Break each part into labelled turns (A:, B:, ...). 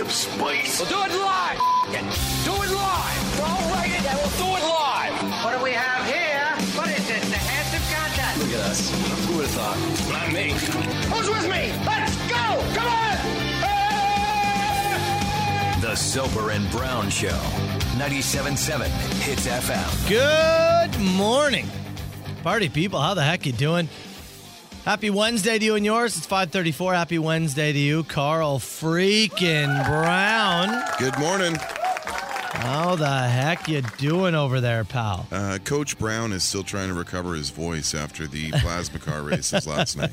A: of spice.
B: We'll do it live. Do it live. I'll write it and we'll do it live. What do we have here? What is this? The handsome contest.
A: Look at us. Who would have thought? Not me.
B: Who's with me? Let's go. Come on.
A: The Soper and Brown Show. 97.7 Hits FM.
C: Good morning, party people. How the heck you doing? Happy Wednesday to you and yours. It's 5:34. Happy Wednesday to you, Carl freaking Brown.
D: Good morning.
C: How the heck you doing over there, pal?
D: Uh, Coach Brown is still trying to recover his voice after the plasma car races last night.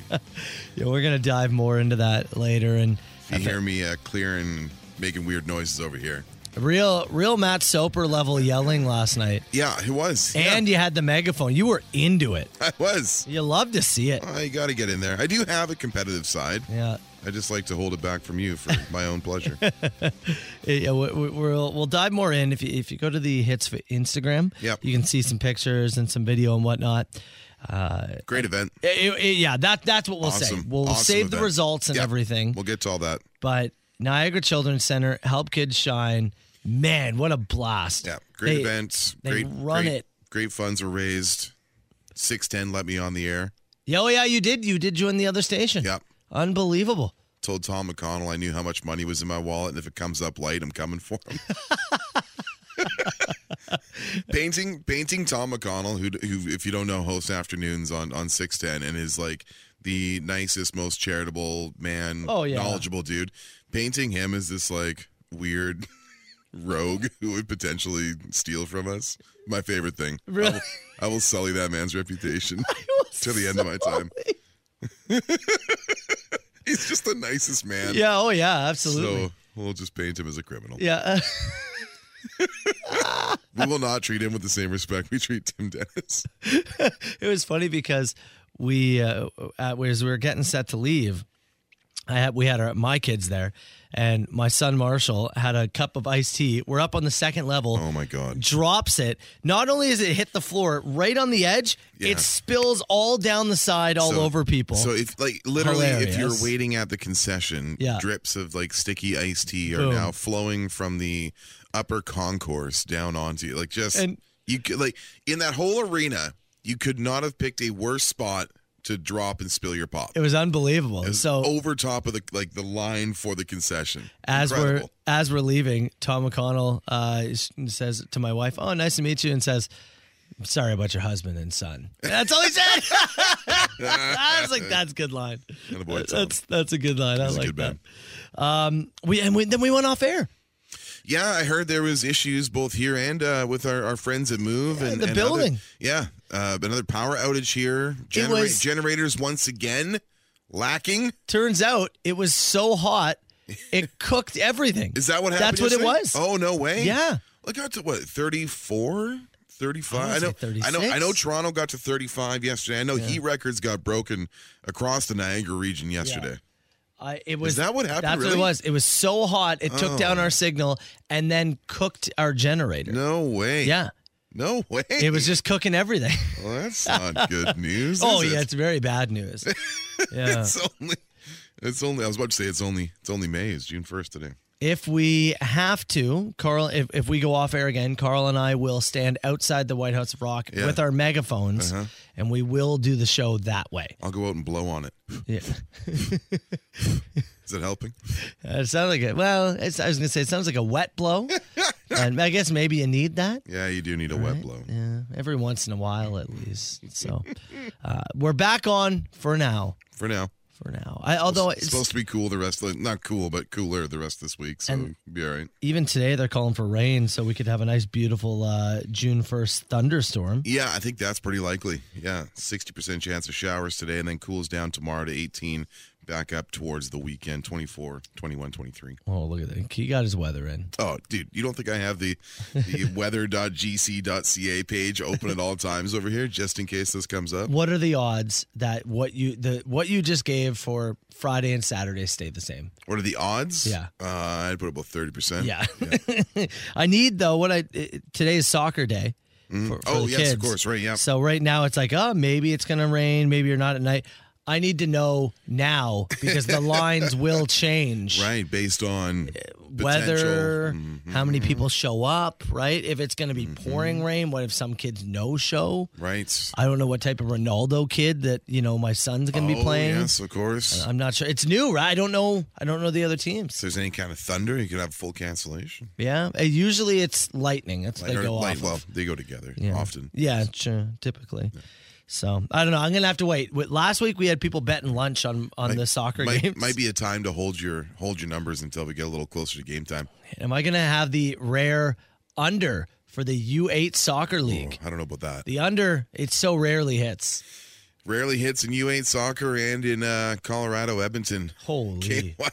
C: Yeah, we're gonna dive more into that later. And
D: If you hear me uh, clearing, making weird noises over here.
C: real, real Matt Soper level yelling last night.
D: Yeah, it was.
C: And
D: yeah,
C: you had the megaphone. You were into it.
D: I was.
C: You love to see it.
D: I got to get in there. I do have a competitive side.
C: Yeah.
D: I just like to hold it back from you for my own pleasure.
C: Yeah, we, we, we'll we'll dive more in if you if you go to the hits for Instagram.
D: Yep.
C: you can see some pictures and some video and whatnot.
D: Great event.
C: Eh, eh, eh, yeah, that that's what we'll
D: Awesome.
C: say. We'll
D: Awesome
C: save the
D: event.
C: results and
D: Yeah,
C: everything.
D: We'll get to all that.
C: but Niagara Children's Center, help kids shine. Man, what a blast!
D: Yeah, great
C: They-
D: events.
C: they
D: great
C: run
D: great,
C: it.
D: Great funds were raised. Six ten let me on the air.
C: Yeah, oh yeah, you did. You did join the other station.
D: Yep.
C: Unbelievable.
D: Told Tom McConnell I knew how much money was in my wallet, and if it comes up light, I'm coming for him. painting, painting Tom McConnell, who, who, if you don't know, hosts afternoons on on six ten, and is like the nicest, most charitable man,
C: Oh, yeah.
D: knowledgeable dude. Painting him as this like weird rogue who would potentially steal from us. My favorite thing. I will-
C: Really?
D: I will sully that man's reputation to the end of my time. He's just the nicest man.
C: Yeah. Oh yeah. Absolutely.
D: So we'll just paint him as a criminal.
C: Yeah.
D: We will not treat him with the same respect we treat Tim Dennis.
C: it was funny because we uh, at, as we were getting set to leave i had we had our, my kids there and my son marshall had a cup of iced tea we're up on the second level
D: Oh my God.
C: drops it not only does it hit the floor right on the edge
D: Yeah.
C: it spills all down the side all
D: So-
C: over people
D: So if like literally if you're
C: Hilarious.
D: waiting at the concession,
C: Yeah.
D: drips of like sticky iced tea are
C: Boom.
D: now flowing from the upper concourse down onto you. Like just
C: And-
D: you could like in that whole arena, you could not have picked a worse spot to drop and spill your pop.
C: it was unbelievable
D: It was
C: so
D: over top of the like the line for the concession.
C: as
D: Incredible.
C: we're as we're leaving, Tom McConnell uh, s- says to my wife, "Oh, nice to meet you," and says, "I'm "Sorry about your husband and son." And that's all he said. I was like, "That's a good line.
D: Atta boy, Tom.
C: that's that's a good line. I
D: He's a
C: like
D: good
C: that."
D: man.
C: We and we, then we went off air.
D: Yeah, I heard there was issues both here and uh, with our, our friends at Move and
C: the
D: and other-
C: building.
D: yeah, uh, another power outage here. Genera-
C: was-
D: generators once again lacking.
C: Turns out it was so hot, it cooked everything.
D: Is that what happened?
C: That's what it
D: yesterday?
C: was.
D: Oh no way!
C: Yeah.
D: it got to what 34, 35?
C: I
D: I, know,
C: wanna say
D: I know, I know.
C: 36.
D: Toronto got to thirty five yesterday. I know heat records got broken across the Niagara region yesterday.
C: I, it was
D: that what happened,
C: That's what
D: really? Oh.
C: it was. It was so hot, it took down our signal and then cooked our generator.
D: No way!
C: Yeah,
D: no way!
C: it was just cooking everything.
D: Well, that's not good news.
C: Oh
D: is
C: yeah,
D: it?
C: it's very bad news. Yeah.
D: it's only it's only I was about to say it's only it's only May, it's June first today.
C: if we have to, Carl, if, if we go off air again, Carl and I will stand outside the White House of Rock
D: Yeah. Uh-huh.
C: with our megaphones and we will do the show that way.
D: I'll go out and blow on it.
C: Yeah.
D: Is it helping?
C: It sounds like a well, it's, I was gonna say it sounds like a wet blow. and I guess maybe you need that.
D: Yeah, you do need a wet blow.
C: Yeah, every once in a while at least. So uh, we're back on for now.
D: For now.
C: For now. I although
D: it's
C: it's,
D: supposed to be cool the rest of the, not cool, but cooler the rest of this week. So
C: And-
D: be all right.
C: even today they're calling for rain, so we could have a nice beautiful uh, June first thunderstorm.
D: Yeah, I think that's pretty likely. Yeah. Sixty percent chance of showers today and then cools down tomorrow to eighteen, back up towards the weekend, 24, 21, 23.
C: Oh, look at that. He got his weather in.
D: Oh, dude, you don't think I have the the weather.gc.ca page open at all times over here just in case this comes up?
C: What are the odds that what you the what you just gave for Friday and Saturday stay the same?
D: What are the odds?
C: Yeah.
D: Uh, I'd put about 30%.
C: Yeah. I need though what I it- today is soccer day. for- for
D: Oh,
C: the
D: yes, of
C: kids.
D: course. Right. Yeah.
C: So right now it's like, oh, maybe it's gonna rain, maybe you're not at night. I need to know now because the lines will change.
D: Right. Based on
C: uh,
D: Mm,
C: weather,
D: Mm-hmm.
C: how many people show up, right? If it's going to be pouring rain, what if some kids no show?
D: Right.
C: I don't know what type of Ronaldo kid that you know my son's going to be
D: Oh,
C: playing.
D: Yes, of course.
C: I'm not sure. It's new, right? I don't know. I don't know the other
D: If
C: teams.
D: there's any kind of thunder, you could have full cancellation.
C: Yeah, Uh, usually it's lightning. That's what
D: Or
C: they go
D: light-
C: off.
D: well,
C: of.
D: they go together
C: Yeah.
D: often.
C: Yeah, sure, typically. So I don't know. I'm gonna have to wait. Wait, Last week we had people betting lunch on on the soccer
D: might,
C: games.
D: might be a time to hold your hold your numbers until we get a little closer to game time.
C: Am I gonna have the rare under for the U8 soccer
D: Oh,
C: league?
D: I don't know about that.
C: The under it so rarely hits.
D: Rarely hits in U8 soccer and in uh, Colorado Edmonton.
C: Holy
D: K1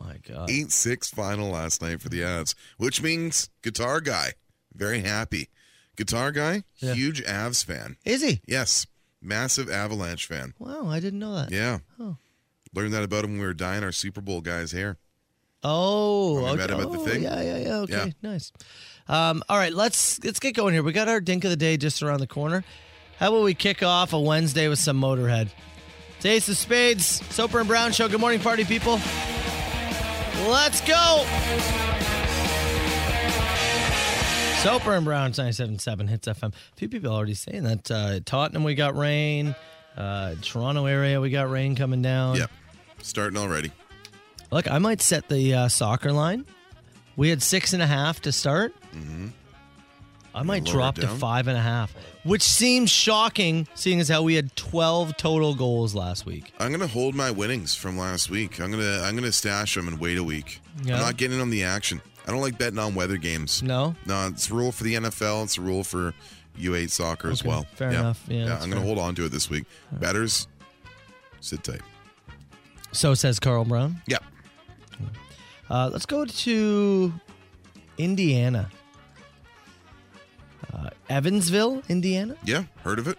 C: my god!
D: 8-6 final last night for the Avs, which means Guitar Guy very happy. Guitar Guy,
C: Yeah.
D: huge Avs fan.
C: Is he?
D: Yes, massive Avalanche fan.
C: Wow, I didn't know that.
D: Yeah.
C: Oh.
D: Learned that about him when we were dyeing our Super Bowl guy's hair.
C: Oh,
D: When we
C: okay.
D: met him at the
C: Oh,
D: thing.
C: Yeah, yeah, yeah. Okay,
D: Yeah.
C: nice. Um, all right, let's let's get going here. We got our dink of the day just around the corner. How about we kick off a Wednesday with some Motorhead? Taste of Spades, Soper and Brown Show. Good morning, party people. Let's go. Soper and Brown, 97.7 Hits FM. A few people already saying that. Uh, Tottenham, we got rain. Uh, Toronto area, we got rain coming down.
D: Yep. Starting already.
C: Look, I might set the uh, soccer line. We had six and a half to start. Mm-hmm. I might
D: lower it
C: drop to
D: down?
C: five and a half, which seems shocking, seeing as how we had twelve total goals last week.
D: I'm gonna hold my winnings from last week. I'm gonna I'm gonna stash them and wait a week.
C: Yeah.
D: I'm not getting on the action. I don't like betting on weather games.
C: No,
D: No, it's a rule for the NFL. It's a rule for U8 soccer as
C: Okay,
D: well.
C: fair enough. Yeah,
D: I'm
C: that's
D: going to
C: fair.
D: hold on to it this week. Batters, sit tight.
C: so says Carl Brown.
D: Yeah.
C: Uh, let's go to Indiana, uh, Evansville, Indiana.
D: Yeah. Heard of it?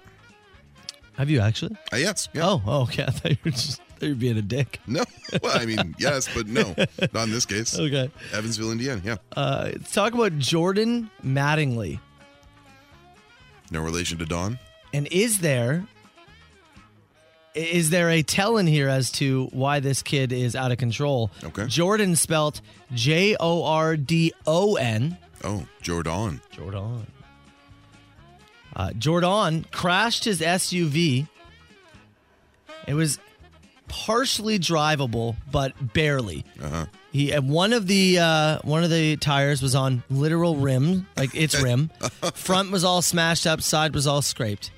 C: Have you actually?
D: Uh, yes. Yeah.
C: Oh, oh, okay. I thought you were just I thought you were being a dick.
D: No. Well, I mean, yes, but no. Not in this case.
C: Okay.
D: Evansville, Indiana. Yeah.
C: Uh, let's talk about Jordan Mattingly.
D: No relation to Don.
C: And is there is there a tell in here as to why this kid is out of control?
D: Okay.
C: Jordan spelt J O R D O N.
D: Oh, Jordan.
C: Jordan. Uh, Jordan crashed his SUV. It was partially drivable, but barely.
D: Uh-huh.
C: He and one of the uh, one of the tires was on literal rim, like its rim. Front was all smashed up, side was all scraped.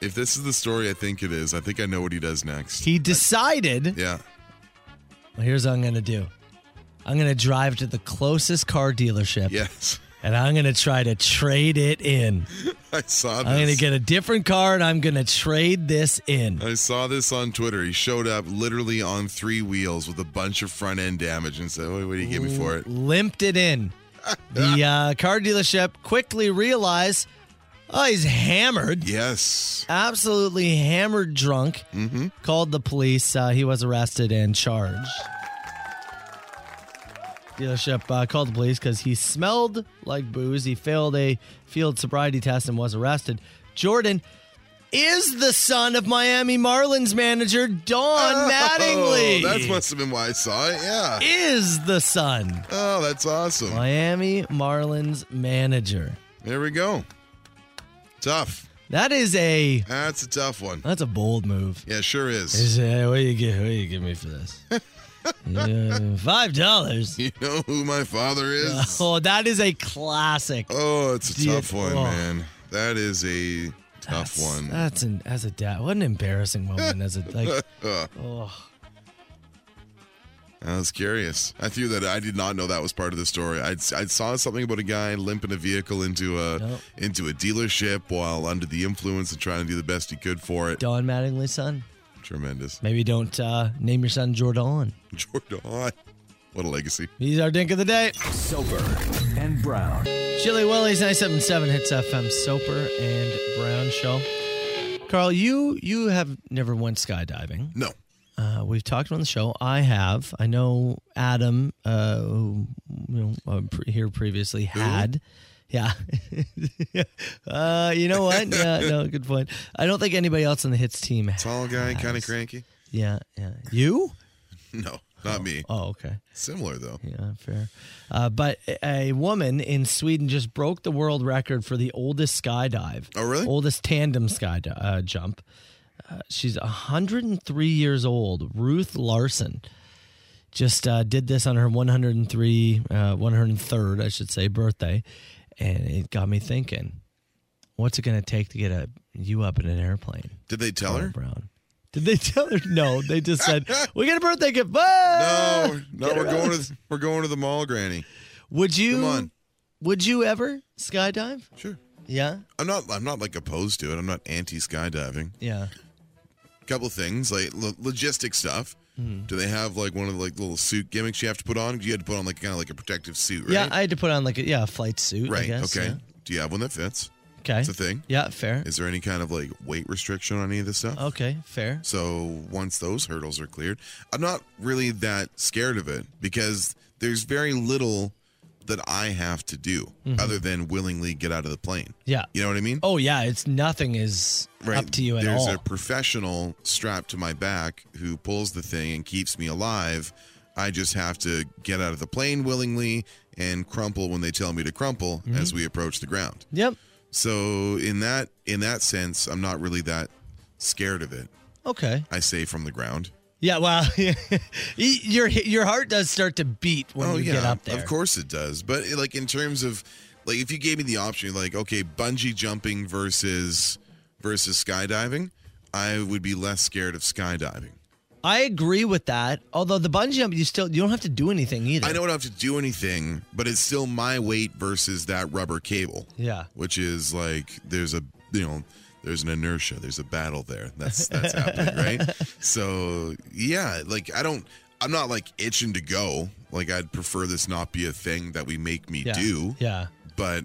D: If this is the story I think it is, I think I know what he does next.
C: He decided
D: yeah.
C: Well, here's what I'm going to do I'm going to drive to the closest car dealership
D: Yes.
C: and I'm going to try to trade it in.
D: I saw this.
C: I'm going to get a different car and I'm going to trade this in.
D: I saw this on Twitter. He showed up literally on three wheels with a bunch of front end damage and said, "Wait, what do you give me for it?"
C: Limped it in. The uh, car dealership quickly realized oh, he's hammered.
D: Yes.
C: Absolutely hammered drunk. Called the police. Uh, he was arrested and charged. Dealership uh, called the police because he smelled like booze. He failed a field sobriety test and was arrested. Jordan is the son of Miami Marlins manager Don
D: Oh,
C: Mattingly.
D: that must have been why I saw it. Yeah.
C: is the son
D: Oh, that's awesome.
C: Miami Marlins manager.
D: There we go. Tough.
C: That is a
D: That's a tough one.
C: that's a bold move.
D: Yeah, sure
C: He
D: is.
C: said, what do you give? What do you give me for this? Yeah, Five dollars.
D: You know who my father is?
C: Oh, that is a classic.
D: Oh, it's a
C: Dear-
D: tough one,
C: oh.
D: man. That is a tough
C: That's-
D: one.
C: That's an as a dad. What an embarrassing moment as a like.
D: Uh,
C: Oh,
D: I was curious. I threw that. I did not know that was part of the story. I I saw something about a guy limping a vehicle into a
C: Nope.
D: into a dealership while under the influence and trying to do the best he could for it.
C: Don Mattingly's son.
D: Tremendous,
C: Maybe don't uh, name your son Jordan.
D: Jordan. What a legacy.
C: He's our dink of the day.
A: Soper and Brown.
C: Chili Willie's 977 hits FM Soper and Brown show. Carl, you you have never went skydiving.
D: No,
C: Uh, we've talked about it on the show. I have. I know Adam, uh, who you know, uh, pre- here previously had. Yeah. uh, you know what? Yeah, no, good point. I don't think anybody else on the hits team.
D: tall guy, kind of
C: has.
D: cranky.
C: Yeah, yeah. You?
D: No, not me.
C: Oh, okay.
D: Similar though.
C: Yeah, fair. Uh, but a woman in Sweden just broke the world record for the oldest skydive.
D: Oh, really?
C: Oldest tandem sky uh, jump. Uh, she's 103 years old. Ruth Larson just uh, did this on her 103, uh, 103rd, I should say, birthday, and it got me thinking. What's it going to take to get a you up in an airplane,
D: Did they tell her?
C: Brown? Did they tell her? No, they just said we got a birthday gift. Bye!
D: No, no, we're going to th- we're going to the mall, Granny.
C: Would you?
D: Come on.
C: Would you ever skydive?
D: Sure.
C: Yeah.
D: I'm not I'm not like opposed to it. I'm not anti skydiving.
C: Yeah.
D: couple things like lo- logistic stuff. Do they have like one of the like little suit gimmicks you have to put on? You had to put on like kind of like a protective suit, right?
C: Yeah, I had to put on like a yeah a flight suit.
D: right.
C: I guess,
D: okay.
C: yeah.
D: Do you have one that fits?
C: Okay.
D: It's a thing.
C: Yeah. Fair.
D: Is there any kind of like weight restriction on any of this stuff?
C: okay. Fair.
D: So once those hurdles are cleared, I'm not really that scared of it because there's very little that I have to do other than willingly get out of the plane.
C: Mm-hmm. Yeah.
D: You know what I mean?
C: Oh yeah. It's nothing is up to you at
D: There's
C: all.
D: a professional strapped to my back who pulls the thing and keeps me alive. I just have to get out of the plane willingly and crumple when they tell me to crumple
C: Mm-hmm.
D: as we approach the ground.
C: yep.
D: So in that in that sense, I'm not really that scared of it.
C: Okay.
D: I say from the ground.
C: Yeah. Well, y- your your heart does start to beat when you get up there.
D: Oh, Of course it does. But eh, like in terms of like if you gave me the option like okay, bungee jumping versus versus skydiving, I would be less scared of skydiving.
C: I agree with that. Although the bungee jump, you still you don't have to do anything either.
D: I don't have to do anything, but it's still my weight versus that rubber cable.
C: Yeah.
D: Which is like there's a you know there's an inertia, there's a battle there. That's that's happening, right? So yeah, like I don't I'm not like itching to go. Like I'd prefer this not be a thing that we make me
C: Yeah.
D: do.
C: Yeah.
D: But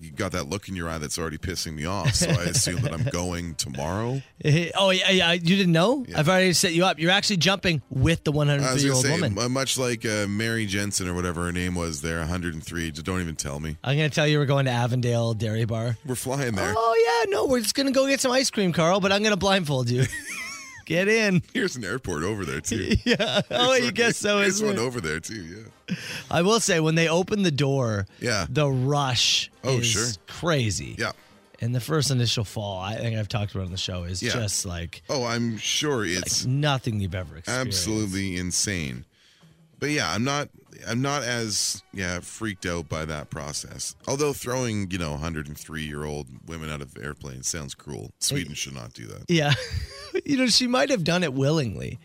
D: you got that look in your eye that's already pissing me off. So I assume that I'm going tomorrow.
C: Eh, Oh yeah. yeah you didn't know? I've already set you up. You're actually jumping with the 103 year
D: gonna
C: old woman.
D: mu- much like uh, Mary Jensen or whatever her name was there, 103. Just don't even tell me.
C: I'm gonna tell you we're going to Avondale Dairy Bar.
D: We're flying there.
C: Oh yeah, no, we're just gonna go get some ice cream, Carl. But I'm gonna blindfold you. get in.
D: Here's an airport over there too.
C: Yeah. Oh, you guess so.
D: There's
C: Isn't
D: one
C: it?
D: over there too. Yeah.
C: I will say when they open the door,
D: Yeah.
C: the rush
D: Oh,
C: is
D: sure.
C: crazy.
D: Yeah.
C: And the first initial fall, I think I've talked about it on the show, is
D: Yeah.
C: just like
D: Oh, I'm sure it's
C: nothing you've ever experienced.
D: absolutely insane. But yeah, I'm not. I'm not as yeah freaked out by that process. Although throwing you know 103 year old women out of airplanes sounds cruel. Sweden should not do that.
C: Yeah. you know, she might have done it willingly.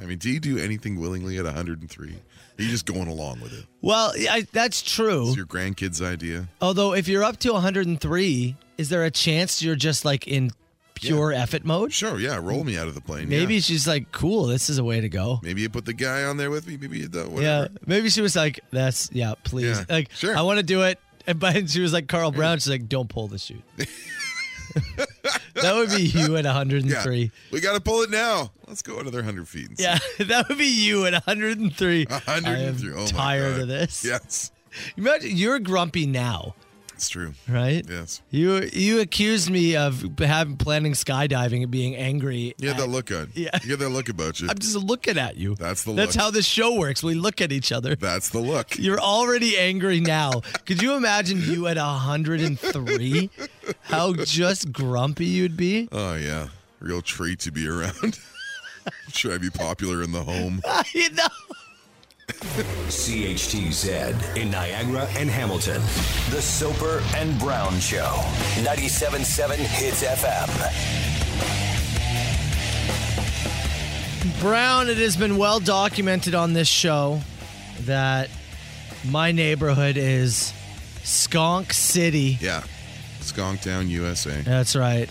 D: I mean, do you do anything willingly at 103? Are you just going along with it?
C: Well, I, that's true.
D: It's your grandkid's idea.
C: Although, if you're up to 103, is there a chance you're just like in pure effort mode?
D: Sure. Yeah. Roll me out of the plane. yeah.
C: Maybe she's like, cool, this is a way to go.
D: Maybe you put the guy on there with me. Maybe you don't.
C: Yeah.
D: Whatever.
C: Maybe she was like, that's, yeah, please.
D: Yeah,
C: Like,
D: sure.
C: I want to do it. And but she was like, Carl Brown. She's like, don't pull the chute. that would be you at 103. Yeah.
D: We got to pull it now. Let's go another 100 feet. and see.
C: that would be you at 103.
D: 103.
C: I am
D: Oh my
C: tired
D: God.
C: of this.
D: Yes.
C: Imagine you're grumpy now,
D: It's true.
C: right?
D: Yes.
C: You you accused me of having planning skydiving and being angry.
D: You
C: at-
D: had that look on.
C: Yeah.
D: You had that look about you.
C: I'm just looking at you.
D: That's the
C: That's
D: look.
C: how this show works. We look at each other.
D: That's the look.
C: You're already angry now. Could you imagine you at 103? How just grumpy you'd be?
D: Oh, yeah. Real treat to be around. Try to be popular in the home.
C: you know?
A: CHTZ in Niagara and Hamilton. The Soper and Brown Show. 97.7 Hits FM.
C: Brown, it has been well documented on this show that my neighborhood is Skunk City.
D: Yeah. Skonktown, USA.
C: That's right.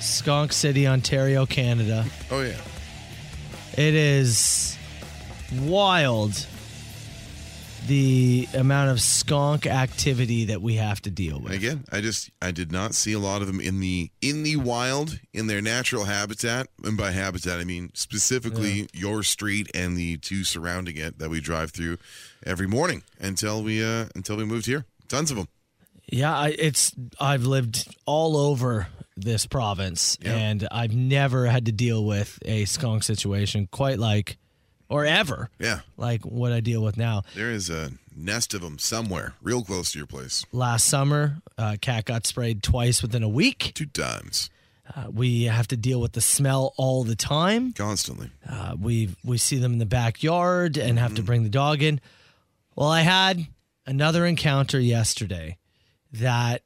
C: Skunk City, Ontario, Canada.
D: Oh, yeah.
C: It is wild the amount of skunk activity that we have to deal
D: And
C: with.
D: again, I just I did not see a lot of them in the in the wild in their natural habitat, and by habitat I mean specifically your street and the two surrounding it that we drive through every morning until we uh until we moved here. Tons of them.
C: Yeah, I, it's I've lived all over this province
D: Yeah.
C: and I've never had to deal with a skunk situation quite like or ever
D: Yeah.
C: like what I deal with now.
D: There is a nest of them somewhere, real close to your place.
C: Last summer, uh, cat got sprayed twice within a week.
D: Two times,
C: Uh, we have to deal with the smell all the time.
D: constantly.
C: Uh, we we see them in the backyard and have to bring the dog in. Well, I had another encounter yesterday that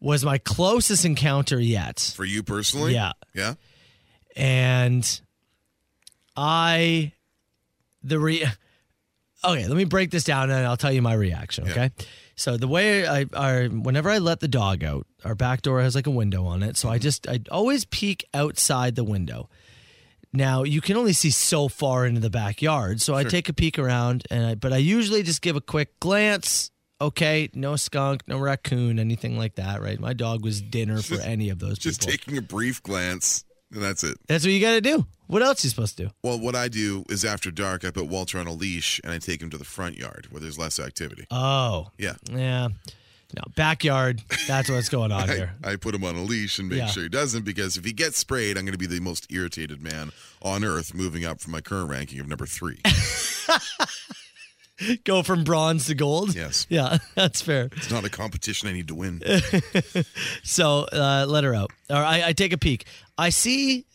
C: was my closest encounter yet.
D: For you personally?
C: Yeah.
D: Yeah.
C: and I the re okay, let me break this down and I'll tell you my reaction. Okay, so the way I are whenever I let the dog out, our back door has like a window on it, so I just I always peek outside the window. Now you can only see so far into the backyard, so I take a peek around, and I but I usually just give a quick glance. Okay, no skunk, no raccoon, anything like that, right? My dog was dinner for any of those
D: Just
C: people.
D: taking a brief glance, and that's it.
C: That's what you got to do. What else you supposed to do?
D: Well, what I do is after dark, I put Walter on a leash and I take him to the front yard where there's less activity.
C: Oh,
D: Yeah.
C: yeah. No, backyard. That's what's going on
D: I,
C: here.
D: I put him on a leash and make
C: Yeah.
D: sure he doesn't because if he gets sprayed, I'm going to be the most irritated man on earth moving up from my current ranking of number three.
C: Go from bronze to gold.
D: Yes.
C: Yeah, that's fair.
D: It's not a competition I need to win.
C: So uh, let her out. Or I, I take a peek. I see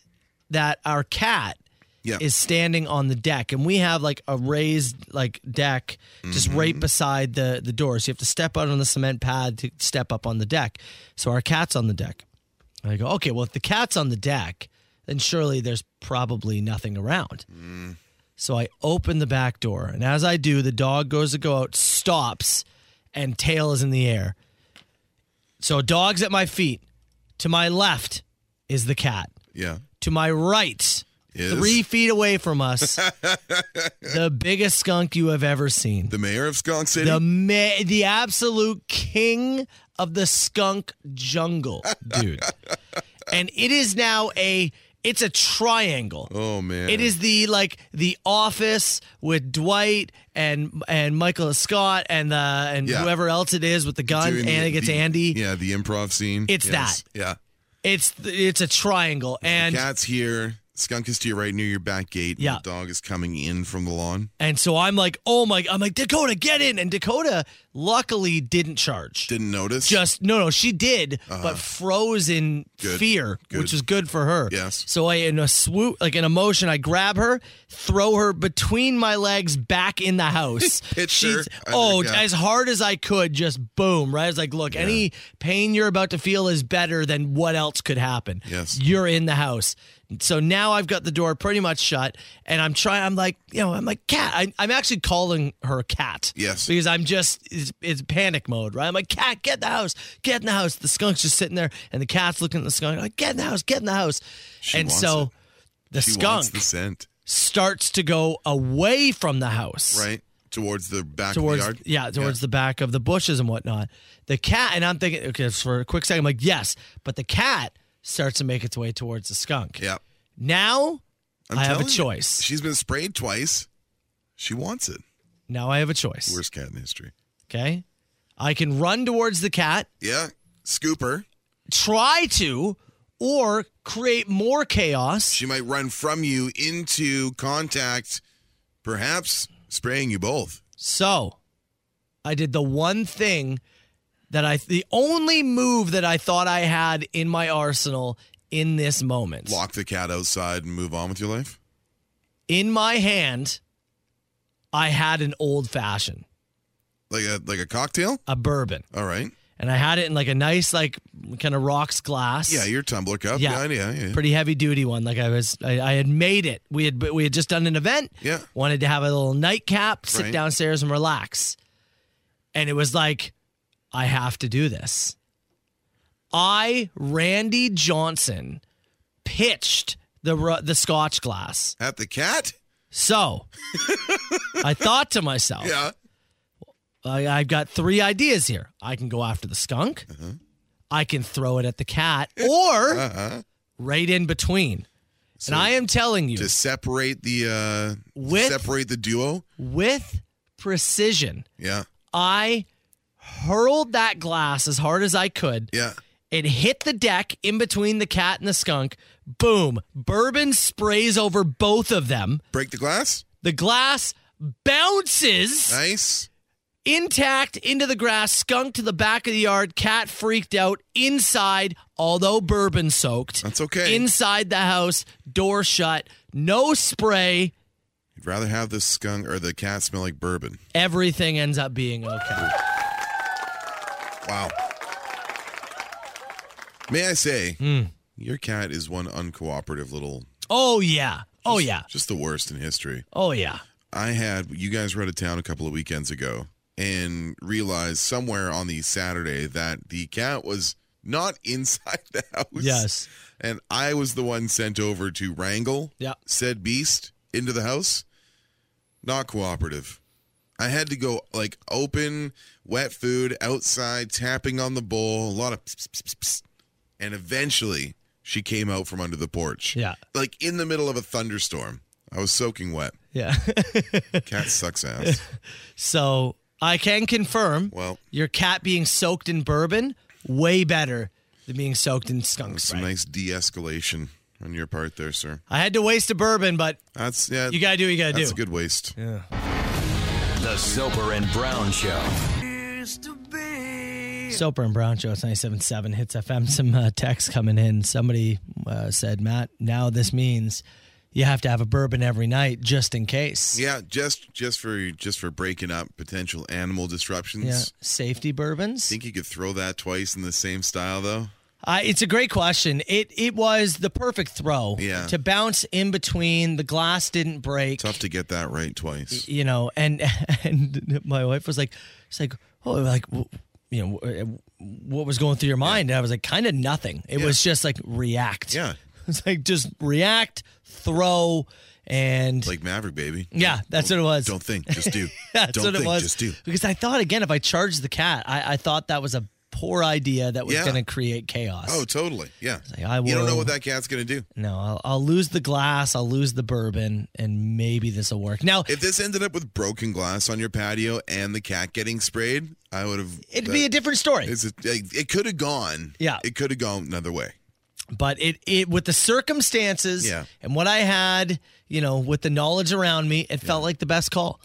C: that our cat
D: Yeah.
C: is standing on the deck, and we have like a raised like deck just right beside the the door. So you have to step out on the cement pad to step up on the deck. So our cat's on the deck. And I go, okay, well if the cat's on the deck, then surely there's probably nothing around. So I open the back door, and as I do, the dog goes to go out, stops, and tail is in the air. So dog's at my feet. To my left is the cat.
D: yeah.
C: To my right,
D: Is
C: three feet away from us, the biggest skunk you have ever seen.
D: the mayor of Skunk City?
C: The ma- the absolute king of the skunk jungle, dude. and it is now a it's a triangle.
D: oh, man.
C: It is the like the office with Dwight and and Michael Scott and the and
D: Yeah.
C: whoever else it is with the gun
D: Doing
C: and
D: the-
C: it gets
D: the-
C: Andy.
D: Yeah, the improv scene.
C: It's
D: Yes.
C: that.
D: Yeah.
C: It's it's a triangle and
D: Cat's here. Skunk is to your right near your back gate. and
C: Yeah.
D: The dog is coming in from the lawn.
C: and so I'm like oh my I'm like Dakota get in and Dakota luckily didn't charge.
D: Didn't notice.
C: just no no she did but froze in
D: Uh-huh. Good.
C: fear
D: Good.
C: which was good for her
D: Yes.
C: so i in a swoop like an emotion i grab her throw her between my legs back in the house
D: Pitch her
C: she's
D: under,
C: oh
D: yeah.
C: as hard as i could just boom right i was like look any pain you're about to feel is better than what else could happen
D: Yes.
C: you're in the house so now i've got the door pretty much shut and i'm trying i'm like you know i'm like cat I, i'm actually calling her cat
D: Yes.
C: because I'm just it's, it's panic mode, right? I'm like, cat, get in the house, get in the house. The skunk's just sitting there, and the cat's looking at the skunk, like, get in the house, get in the house.
D: She
C: and
D: wants
C: so
D: it.
C: the
D: she wants
C: skunk
D: the scent.
C: starts to go away from the house,
D: Right? Towards the back
C: Towards
D: of the yard.
C: yeah, towards the back of the bushes and whatnot. The cat and I'm thinking, okay, for a quick second, I'm like, yes, but the cat starts to make its way towards the skunk.
D: Yeah.
C: Now
D: I'm
C: I have a
D: telling you,
C: choice.
D: She's been sprayed twice. She wants it.
C: Now I have a choice.
D: Worst cat in history.
C: Okay. I can run towards the cat
D: Yeah. Scooper.
C: try to or create more chaos.
D: She might run from you into contact, perhaps spraying you both.
C: So I did the one thing that I, the only move that I thought I had in my arsenal in this moment.
D: Lock the cat outside and move on with your life.
C: In my hand, I had an old fashioned,
D: Like a like a cocktail?
C: a bourbon,
D: All right.
C: and I had it in like a nice, like kind of rocks glass.
D: Yeah, your tumbler cup.
C: Yeah.
D: Yeah, yeah, yeah.
C: pretty heavy duty one. Like I was, I, I had made it. We had we had just done an event.
D: Yeah.
C: Wanted to have a little nightcap, sit
D: Right.
C: downstairs and relax. And it was like, I have to do this. I Randy Johnson pitched the ru- the Scotch glass.
D: At the cat?
C: So I thought to myself,
D: Yeah.
C: I, I've got three ideas here. I can go after the skunk. I can throw it at the cat, or right in between. and I am telling you,
D: To separate the uh to
C: With-
D: separate the duo.
C: with precision,
D: Yeah.
C: I hurled that glass as hard as I could.
D: Yeah.
C: It hit the deck in between the cat and the skunk. Boom! Bourbon sprays over both of them.
D: Break the glass?
C: The glass bounces
D: Nice.
C: intact into the grass, skunk to the back of the yard, cat freaked out inside, although bourbon soaked.
D: That's okay.
C: Inside the house, door shut, no spray,
D: You'd rather have the skunk or the cat smell like bourbon.
C: everything ends up being okay.
D: Wow. May I say,
C: Hmm.
D: your cat is one uncooperative little.
C: Oh yeah. Oh yeah.
D: Just the worst in history.
C: Oh yeah.
D: I had you guys were out of town a couple of weekends ago and realized somewhere on the Saturday that the cat was not inside the house.
C: Yes.
D: And I was the one sent over to wrangle
C: Yeah.
D: said beast into the house. Not cooperative. I had to go like open wet food outside, tapping on the bowl, a lot of pss, pss, pss, pss. and eventually she came out from under the porch.
C: Yeah.
D: Like in the middle of a thunderstorm. I was soaking wet.
C: Yeah.
D: Cat sucks ass.
C: so I can confirm
D: Well.
C: your cat being soaked in bourbon way better than being soaked in skunk
D: Some
C: spray.
D: nice de-escalation on your part there, sir.
C: I had to waste a bourbon, but
D: That's yeah.
C: you gotta do what you gotta
D: That's
C: do.
D: a good waste.
A: The Soper and Brown Show.
C: Soper and Brown Show, it's 97.7 Hits FM. Some uh, texts coming in. Somebody uh, said, Matt, now this means you have to have a bourbon every night just in case.
D: Yeah, just just for just for breaking up potential animal disruptions.
C: Yeah. Safety bourbons.
D: Think you could throw that twice in the same style though?
C: Uh, it's a great question. It it was the perfect throw
D: Yeah.
C: to bounce in between. The glass didn't break.
D: Tough to get that right twice.
C: you know, and and my wife was like, she's like, oh, like, w- you know, w- what was going through your mind? And I was like, kind of nothing. It was just like react.
D: Yeah.
C: it's like just react, throw, and
D: Like Maverick, baby.
C: yeah, that's what it was.
D: Don't think, just do.
C: that's
D: Don't
C: what
D: think,
C: it was.
D: just do.
C: Because I thought again, if I charged the cat, I, I thought that was a poor idea that was
D: Yeah.
C: going to create chaos.
D: Oh, totally. Yeah.
C: like, I
D: You don't know
C: will-
D: what that cat's gonna do.
C: No, I'll, I'll lose the glass. I'll lose the bourbon, and maybe this will work. Now,
D: If this ended up with broken glass on your patio and the cat getting sprayed, I would have.
C: it'd be a different story,
D: It's a- it could have gone.
C: Yeah.
D: It could have gone another way.
C: but it it with the circumstances
D: Yeah.
C: and what I had, you know, with the knowledge around me, it felt like the best call.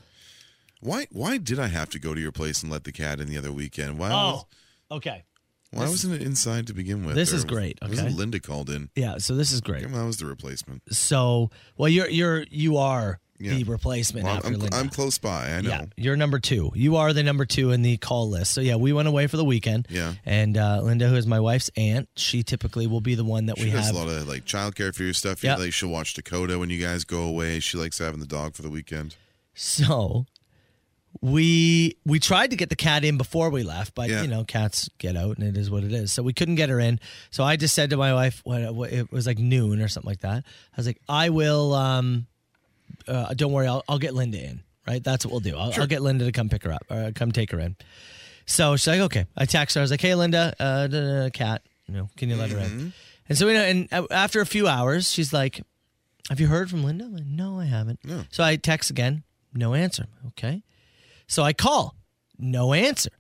D: Why? Why did I have to go to your place and let the cat in the other weekend? Why? was,
C: Oh, okay,
D: why wasn't it inside to begin with?
C: this
D: Or
C: is great,
D: wasn't
C: okay.
D: Linda called in.
C: yeah. So this is great.
D: That was the replacement.
C: So, well, you're you're you are the
D: Yeah.
C: replacement
D: Well,
C: after
D: I'm,
C: Linda.
D: I'm close by. I know.
C: Yeah, you're number two. You are the number two in the call list. So yeah, we went away for the weekend.
D: Yeah.
C: and uh, Linda, who is my wife's aunt, she typically will be the one that
D: She
C: we
D: does
C: have
D: a lot of like childcare for your stuff.
C: Yeah.
D: Like she'll watch Dakota when you guys go away. She likes having the dog for the weekend.
C: So we we tried to get the cat in before we left, but
D: Yeah.
C: you know, cats get out and it is what it is. So we couldn't get her in. So I just said to my wife, when when it was like noon or something like that. I was like, I will. um uh, Don't worry, I'll, I'll get Linda in. Right, that's what we'll do. I'll, I'll get Linda to come pick her up or come take her in. So she's like, okay. I text her. I was like, hey, Linda, uh, da, da, da, cat, you know, can you let her in? And so we know. And a- after a few hours, she's like, have you heard from Linda? I'm like, no, I haven't. So I text again, no answer. Okay. So I call, no answer.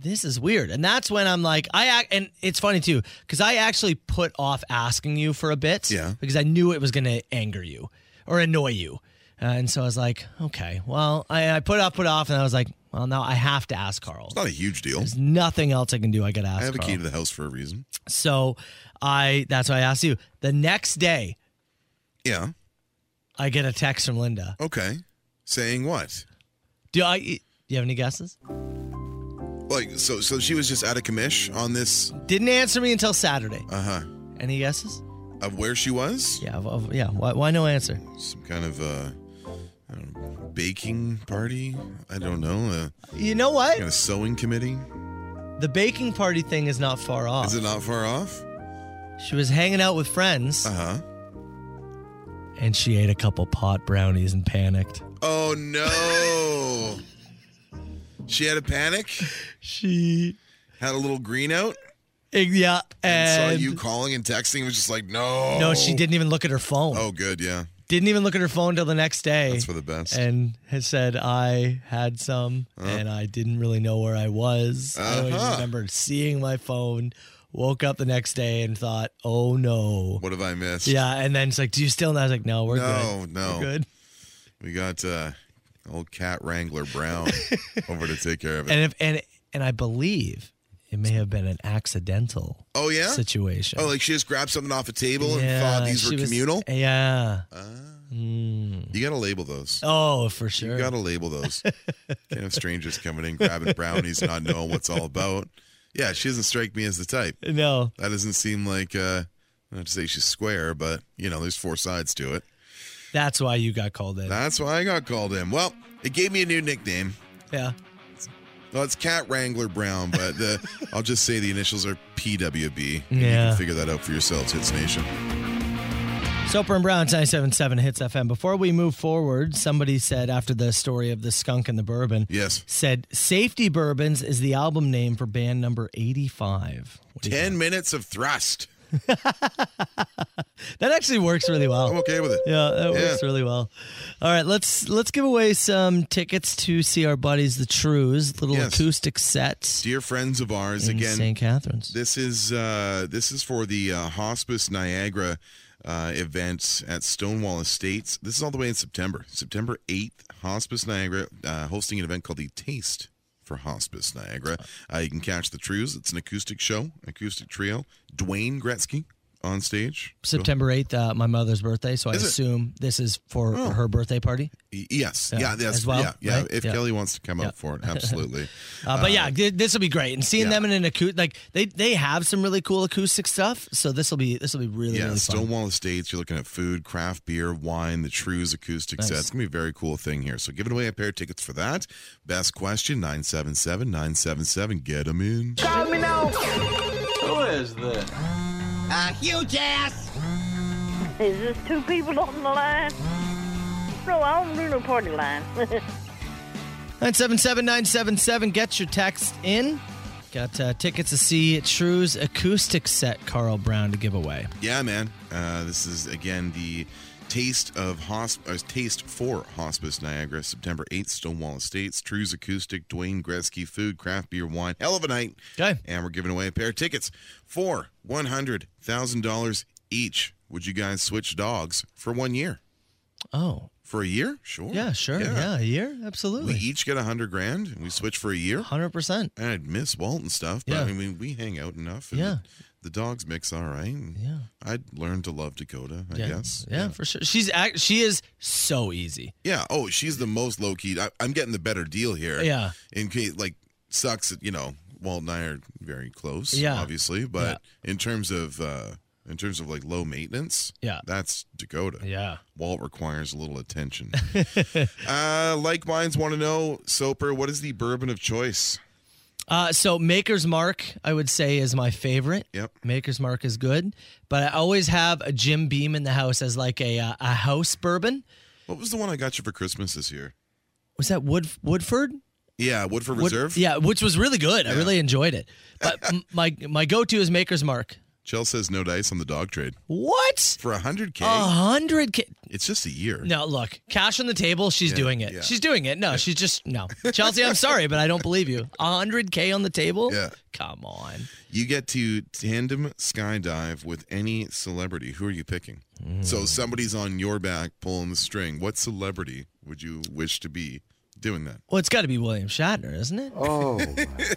C: This is weird. And that's when I'm like, I, ac- and it's funny too, because I actually put off asking you for a bit.
D: Yeah.
C: Because I knew it was going to anger you or annoy you. Uh, and so I was like, okay, well, I, I put off, put off, and I was like, well, now I have to ask Carl.
D: It's not a huge deal.
C: There's nothing else I can do. I got to ask
D: I have a
C: Carl.
D: key to the house for a reason.
C: So I, that's why I asked you. The next day,
D: Yeah.
C: I get a text from Linda.
D: Okay. Saying what?
C: Do I? Do you have any guesses?
D: Like so? So she was just out of commish on this.
C: Didn't answer me until Saturday.
D: Uh huh.
C: Any guesses?
D: Of where she was?
C: Yeah, well, yeah. Why, why no answer?
D: Some kind of uh, I don't know, baking party? I don't know. Uh,
C: You know what?
D: kind of sewing committee?
C: The baking party thing is not far off.
D: Is it not far off?
C: she was hanging out with friends
D: Uh huh.
C: and she ate a couple pot brownies and panicked.
D: Oh no! she had a panic,
C: She, eh,
D: had a little green out,
C: yeah,
D: and, saw
C: and,
D: you calling and texting. and Was just like, no,
C: no, she didn't even look at her phone.
D: Oh, good, yeah,
C: Didn't even look at her phone till the next day.
D: that's for the best.
C: and has said I had some and I didn't really know where I was. I
D: Uh-huh.
C: just remember seeing my phone, woke up the next day and thought, "Oh no."
D: what have I missed?
C: Yeah, and then it's like, "Do you still?" And I was like, "No, we're
D: No, no.
C: good. We're good."
D: We got uh, old cat Wrangler Brown over to take care of it.
C: And if and and I believe it may have been an accidental
D: oh yeah.
C: situation.
D: Oh, like she just grabbed something off a table and
C: Yeah,
D: thought these were
C: she was-
D: communal.
C: yeah.
D: You got to label those.
C: Oh, for
D: You
C: sure.
D: got to label those. Can't have strangers coming in grabbing brownies, not knowing what's all about. Yeah, she doesn't strike me as the type.
C: no.
D: That doesn't seem like uh, not to say she's square, but you know, there's four sides to it.
C: That's why you got called in.
D: That's why I got called in. Well, it gave me a new nickname.
C: yeah.
D: Well, it's Cat Wrangler Brown, but the, I'll just say the initials are PWB. You
C: Yeah.
D: can figure that out for yourselves, Hits Nation.
C: Soper and Brown, 97.7 Hits FM. Before we move forward, somebody said after the story of the skunk and the bourbon,
D: Yes.
C: said Safety Bourbons is the album name for band number 85. What do you
D: Ten minutes of thrust.
C: think? That actually works really well.
D: I'm okay with it.
C: Yeah, that
D: Oh, Yeah.
C: works really well. All right, let's let's give away some tickets to see our buddies the Trues, little
D: Yes.
C: acoustic sets
D: Dear friends of ours,
C: in
D: again,
C: St. Catharines.
D: This is uh, this is for the uh, Hospice Niagara uh, events at Stonewall Estates. This is all the way in September, September eighth. Hospice Niagara uh, hosting an event called the Taste for Hospice Niagara. Uh, you can catch the Trues. It's an acoustic show, acoustic trio. Dwayne Gretzky on stage. So-
C: September 8th, uh, my mother's birthday, so I
D: Is it? Oh.
C: assume this is for her birthday party.
D: Y- yes,
C: Yeah,
D: yeah, that's
C: as well,
D: yeah, yeah.
C: right?
D: If
C: Yeah.
D: Kelly wants to come out for it, absolutely.
C: Uh, but yeah, th- this will be great, and seeing
D: yeah.
C: them in an acoustic like they they have some really cool acoustic stuff. So this will be this will be really
D: Yeah,
C: really fun.
D: Stonewall Estates. You're looking at food, craft beer, wine, the Trues acoustic set. It's going to be a very cool thing here. So, giving away a pair of tickets for that. Best question 977 977. Get them in.
E: Is this two people on the line? No, I don't do no party line.
C: Nine seven seven nine seven seven. Get your text in. Got uh, tickets to see True's acoustic set, Carl Brown, to give away.
D: Yeah, man. Uh, this is, again, the Taste of Hospice, Taste for Hospice Niagara, September 8th, Stonewall Estates. Trues acoustic, Dwayne Gretzky, food, craft beer, wine. Hell of a night.
C: Okay.
D: And we're giving away a pair of tickets for $100,000 each. Would you guys switch dogs for one year?
C: Oh,
D: For a year? Sure.
C: yeah, sure. Yeah, a year?
D: We e-
C: Absolutely.
D: each get a hundred grand and we switch for a year.
C: 100%.
D: And I'd miss Walt and stuff, but
C: Yeah.
D: I mean we hang out enough and
C: Yeah.
D: the, the dogs mix all right. and
C: Yeah.
D: I'd learn to love Dakota, I
C: Yeah.
D: guess.
C: Yeah, for sure. She's act- she is so easy.
D: Yeah. Oh, she's the most low key. I, I'm getting the better deal here.
C: Yeah.
D: In case, like, sucks. that, You know, Walt and I are very close.
C: Yeah.
D: Obviously, but in terms of uh in terms of like low maintenance.
C: Yeah.
D: That's Dakota.
C: Yeah.
D: Walt requires a little attention. uh, like minds want to know, Soper, what is the bourbon of choice?
C: Uh, so Maker's Mark, I would say, is my favorite.
D: Yep.
C: Maker's Mark is good, but I always have a Jim Beam in the house as like a uh, a house bourbon.
D: What was the one I got you for Christmas this year?
C: Was that Wood Woodford?
D: Yeah, Woodford
C: Wood-
D: Reserve.
C: yeah, which was really good. I really enjoyed it. But m- my my go to is Maker's Mark.
D: Chell says no dice on the dog trade
C: What?
D: for a hundred k.
C: A hundred k.
D: It's just a year.
C: Oh. No, look, cash on the table. She's doing it.
D: yeah.
C: She's doing it. No, she's just no. Chelsea, I'm sorry, but I don't believe you. hundred k on the table.
D: Yeah.
C: Come on.
D: You get to tandem skydive with any celebrity. Who are you picking?
C: Mm.
D: So somebody's on your back pulling the string. What celebrity would you wish to be doing that?
C: Well, it's got to be William Shatner, isn't it?
D: Oh.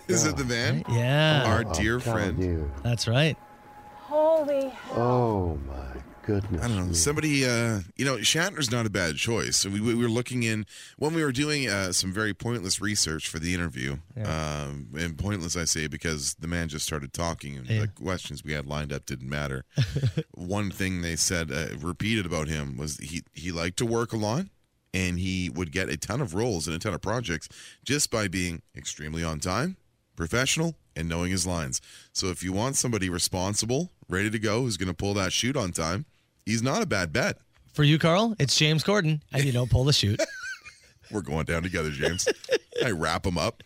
D: Is
C: Oh,
D: it the man?
C: Yeah,
D: Our dear friend.
C: that's right.
E: Holy
F: Oh my goodness.
D: I don't know. Somebody, uh, you know, Shatner's not a bad choice. We, we were looking in when we were doing uh, some very pointless research for the interview. Um, and pointless, I say, because the man just started talking and the questions we had lined up didn't matter. One thing they said, uh, repeated about him, was he, he liked to work a lot and he would get a ton of roles and a ton of projects just by being extremely on time, professional, and knowing his lines. So if you want somebody responsible, ready to go, who's going to pull that shoot on time, he's not a bad bet.
C: For you, Carl, it's James Corden, and you don't pull the shoot.
D: We're going down together, James. I wrap him up.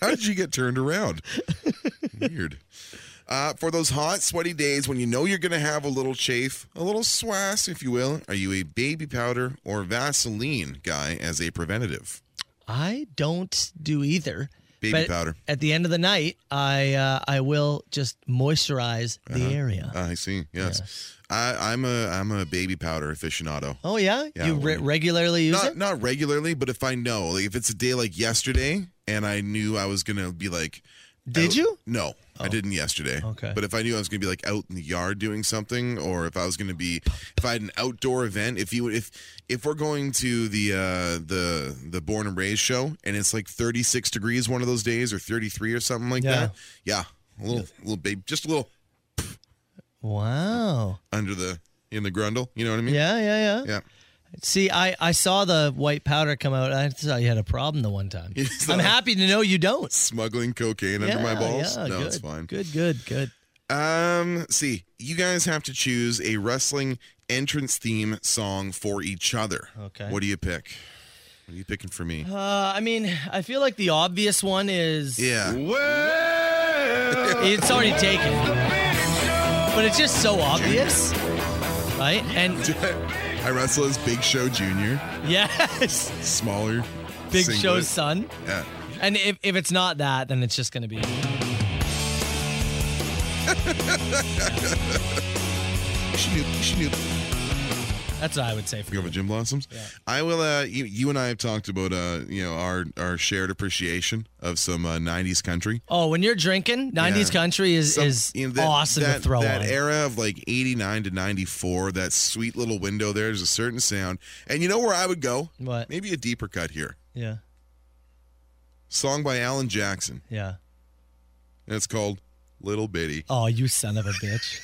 D: How did you get turned around? Weird. Uh, for those hot, sweaty days when you know you're going to have a little chafe, a little swass, if you will, are you a baby powder or Vaseline guy as a preventative?
C: I don't do either.
D: Baby
C: but
D: powder.
C: At the end of the
D: Uh-huh.
C: night, I uh, I will just moisturize the area.
D: I see. Yes. I, I'm a I'm a baby powder aficionado.
C: Oh yeah,
D: Yeah,
C: you
D: we-
C: re- regularly use
D: not
C: it.
D: not regularly, but if I know, like if it's a day like yesterday, and I knew I was gonna be like,
C: Did
D: out-
C: you? Oh.
D: No, I didn't yesterday.
C: Okay.
D: but if I knew I was gonna be like out in the yard doing something, or if I was gonna be, if I had an outdoor event, if you if if we're going to the uh the the born and raised show, and it's like 36 degrees one of those days, or 33 or something like
C: Yeah.
D: that, yeah, a little little baby, just a little
C: Wow.
D: under the in the grundle, you know what I mean?
C: Yeah, yeah, yeah.
D: yeah.
C: See, I, I saw the white powder come out. I saw you had a problem the one time.
D: You saw
C: I'm
D: it.
C: happy to know you don't.
D: Smuggling cocaine under my
C: Yeah,
D: balls.
C: yeah,
D: no,
C: good,
D: it's fine.
C: Good, good, good.
D: Um, see, you guys have to choose a wrestling entrance theme song for each other.
C: Okay.
D: What do you pick? What are you picking for me?
C: Uh, I mean, I feel like the obvious one is
D: Yeah.
C: it's already taken, but it's just so obvious, right? And
D: I wrestle as Big Show Jr.,
C: yes,
D: smaller.
C: Big
D: singlet.
C: Show's son.
D: Yeah.
C: And if, if it's not that, then it's just going to be.
D: Shnoop, shnoop.
C: That's what I would say for
D: You have
C: you.
D: a Jim Blossoms? I will, uh, you, you and I have talked about, uh, you know, our, our shared appreciation of some uh, 90s country.
C: Oh, when you're drinking, 90s
D: Yeah.
C: country is,
D: Some-
C: is
D: you know, that-
C: awesome
D: that,
C: to throw
D: that
C: on.
D: era of like 89 to 94 that sweet little window there, there's a certain sound and you know where i would go
C: What?
D: maybe a deeper cut here
C: yeah,
D: song by alan jackson
C: yeah.
D: and it's called little bitty
C: Oh, you son of a bitch.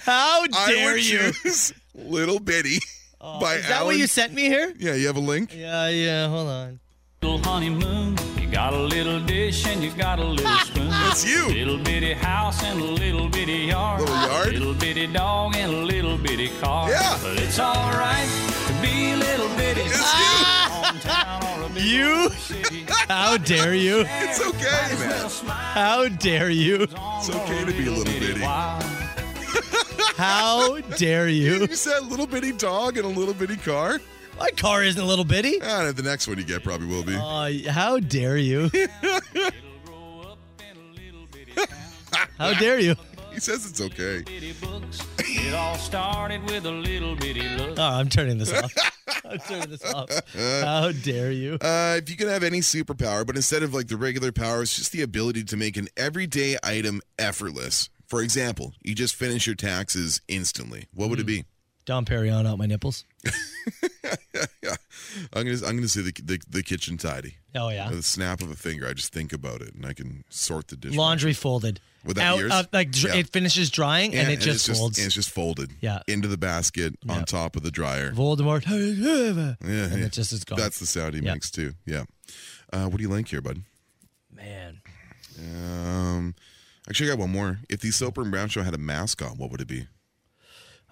C: How
D: i
C: dare
D: would
C: you? Oh,
D: choose little bitty by
C: Is that
D: alan
C: what you sent me here?
D: yeah you have a link
C: Yeah, yeah, hold on.
G: little honeymoon. You got a little dish and you got a little spoon.
D: that's you
G: Little bitty house and a little bitty yard.
D: Little yard?
G: Little bitty dog and a little bitty car.
D: Yeah.
G: But it's alright to be a little bitty.
D: it's
C: Ah!
G: Hometown or a big
C: You?
G: city.
C: How dare you?
D: you it's okay man
C: How dare you?
D: it's okay to be a little bitty
G: Wild.
C: How dare you?
D: you said little bitty dog and a little bitty car
C: My car isn't a little bitty.
D: ah, the next one you get probably will be
C: Oh, how dare you? how dare you?
D: he says it's okay
G: Bitty books. It all started with a little bitty look.
C: Oh, I'm turning this off. I'm turning this off. How dare you?
D: Uh, if you could have any superpower, but instead of like the regular power, it's just the ability to make an everyday item effortless. For example, you just finish your taxes instantly. What
C: Hmm.
D: would it be?
C: Don Perignon out my nipples.
D: Yeah, I'm gonna I'm gonna say the the, the kitchen tidy.
C: Oh yeah.
D: With a snap of a finger, I just think about it and I can sort the dish.
C: Laundry folded.
D: Without
C: out,
D: ears?
C: of- like dr-
D: Yeah.
C: it finishes drying and it
D: it's
C: just folds.
D: and it's just folded.
C: Yeah.
D: Into the basket on top of the dryer.
C: Voldemort.
D: Yeah,
C: and
D: yeah.
C: it just is gone.
D: That's the sound he
C: Yeah.
D: makes too. Yeah. Uh, what do you like here, bud?
C: man.
D: Um, actually, I got one more. If the Soper and Brown Show had a mask on, what would it be?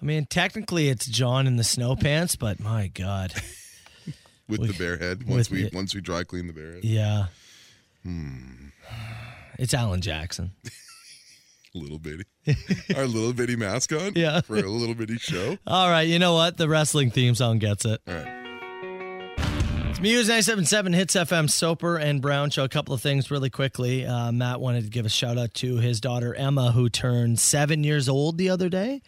C: I mean, technically it's John in the snow pants, but my God.
D: with
C: We-
D: the bear head once
C: with
D: we
C: it.
D: once we dry clean the bear head.
C: Yeah.
D: Hmm.
C: It's Alan Jackson.
D: Little bitty, our little bitty mascot.
C: Yeah.
D: for a little bitty show.
C: All right, you know what? The wrestling theme song gets it.
D: All right,
C: It's Muse 977 Hits FM, Soper and Brown Show. A couple of things really quickly. Uh, Matt wanted to give a shout out to his daughter Emma, who turned seven years old the other day.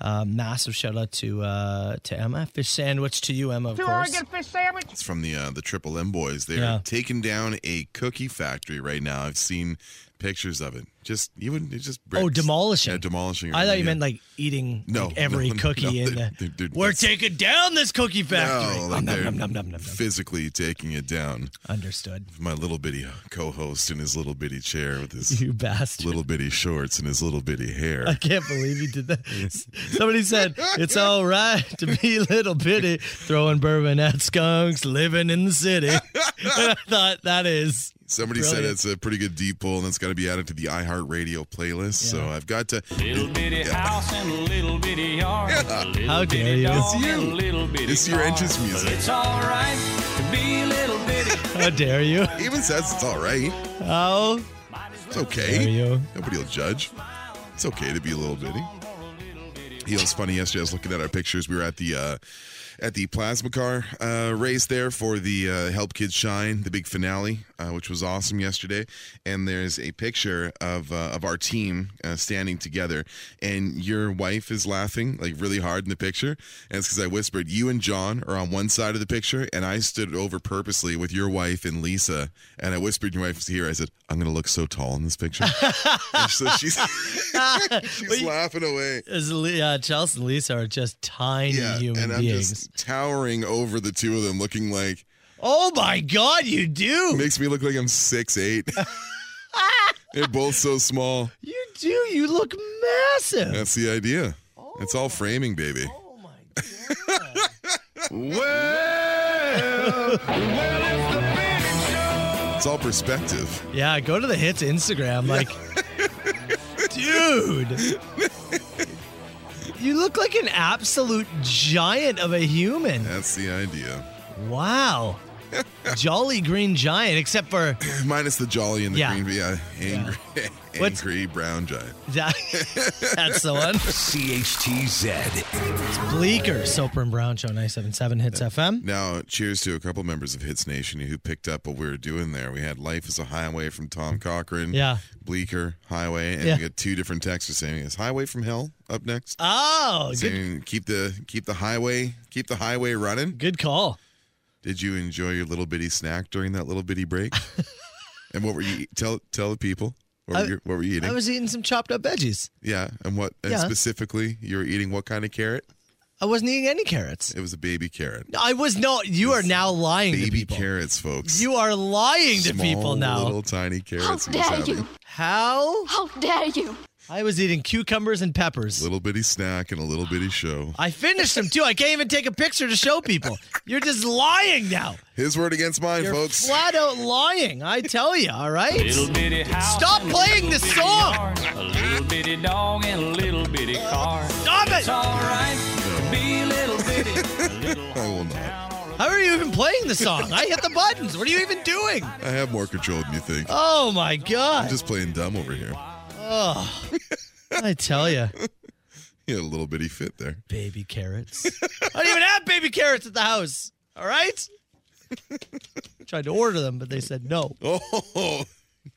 C: Uh, massive shout out to uh, to Emma. Fish sandwich to you, Emma, of course.
D: it's from the uh, the Triple M boys. They're
C: Yeah.
D: taking down a cookie factory right now. I've seen pictures of it. Just you wouldn't it just bricks.
C: Oh, demolishing.
D: Yeah, demolishing.
C: I thought you
D: Yeah.
C: meant like eating
D: No,
C: like, every
D: no, no,
C: cookie
D: no,
C: in
D: they-
C: the.
D: they- they-
C: We're
D: that's-
C: taking down this cookie factory.
D: No, like
C: Nom, nom,
D: they're
C: nom, nom, nom, nom, nom.
D: physically taking it down.
C: Understood.
D: My little bitty co-host in his little bitty chair with his
C: You bastard.
D: little bitty shorts and his little bitty hair.
C: I can't believe you did that. Somebody said it's all right to be little bitty, throwing bourbon at skunks, living in the city. And I thought that is
D: Somebody said
C: Brilliant.
D: it's a pretty good deep pull, and that's got to be added to the iHeartRadio playlist. So I've got to.
G: Little bitty house and a little bitty yard.
D: Yeah.
G: A little
C: How
G: bitty
C: dare you.
G: dog
D: It's you.
G: and a little bitty
D: It's your
G: car.
D: entrance music.
G: But it's alright to be a little bitty.
C: how dare you?
D: Even says it's all right.
C: How
D: It's
C: dare
D: okay.
C: you?
D: Nobody will judge. It's okay to be a little bitty. You know, it's funny. Yesterday, I was looking at our pictures. We were at the uh, at the plasma car uh, race there for the uh, Help Kids Shine, the big finale, uh, which was awesome yesterday. And there's a picture of uh, of our team uh, standing together, and your wife is laughing like really hard in the picture, and it's because I whispered, "You and John are on one side of the picture," and I stood over purposely with your wife and Lisa, and I whispered in your wife's ear, "I said, I'm gonna look so tall in this picture." And so she's she's
C: Well, you-
D: laughing away.
C: Is Li- uh, Chelsea and Lisa are just tiny human
D: and I'm
C: beings.
D: just towering over the two of them, looking like
C: Oh my God, you do.
D: makes me look like I'm six eight. They're both so small.
C: You do. You look massive.
D: That's the idea. It's all framing, baby.
C: Oh my God.
D: It's all perspective.
C: Yeah, go to the hits Instagram. Like, dude, you look like an absolute giant of a human.
D: That's the idea.
C: Wow. Jolly green giant, except for
D: Minus the jolly and the
C: Yeah.
D: green, yeah, angry,
C: What's-
D: angry brown giant.
C: that. that's the one.
A: CHTZ.
C: Bleaker, Soper and Brown Show 977 Hits FM.
D: Now, cheers to a couple members of Hits Nation who picked up what we were doing there. We had Life is a Highway from Tom Cochran,
C: Yeah.
D: Bleaker Highway, and
C: Yeah.
D: we got two different texts saying it's Highway from Hell up next.
C: Oh, good,
D: saying keep the keep the highway keep the highway running.
C: good call.
D: Did you enjoy your little bitty snack during that little bitty break? and what were you tell tell the people? What were,
C: I-
D: you, what were you eating?
C: I was eating some chopped up veggies.
D: yeah, and what and
C: Yeah.
D: specifically you were eating what kind of carrot?
C: I wasn't eating any carrots.
D: It was a baby carrot.
C: I was not. You are now lying to
D: Baby
C: people.
D: carrots, folks.
C: You are lying to
D: Small,
C: people now.
D: Little tiny carrots.
H: How
D: he was
H: dare
D: having.
H: you!
C: How?
H: How dare you!
C: I was eating cucumbers and peppers.
D: Little bitty snack and a little bitty show.
C: I finished them too. I can't even take a picture to show people. You're just lying now.
D: His word against mine,
C: You're
D: folks.
C: flat out lying. I tell you, all right?
G: Little bitty house.
C: Stop
G: and a
C: playing
G: little
C: this
G: bitty
C: song.
G: yard, A little bitty dog and a little bitty car.
C: Stop
G: It's
C: it.
G: alright to be a little bitty. A little
D: I will not.
G: hometown or a
C: How are you even playing the song? I hit the buttons. What are you even doing?
D: I have more control than you think.
C: Oh my
D: I'm
C: God.
D: just playing dumb over here.
C: I tell you,
D: He had a little bitty fit there.
C: baby carrots. I don't even have baby carrots at the house. All right? Tried to order them, but they said no.
D: Oh,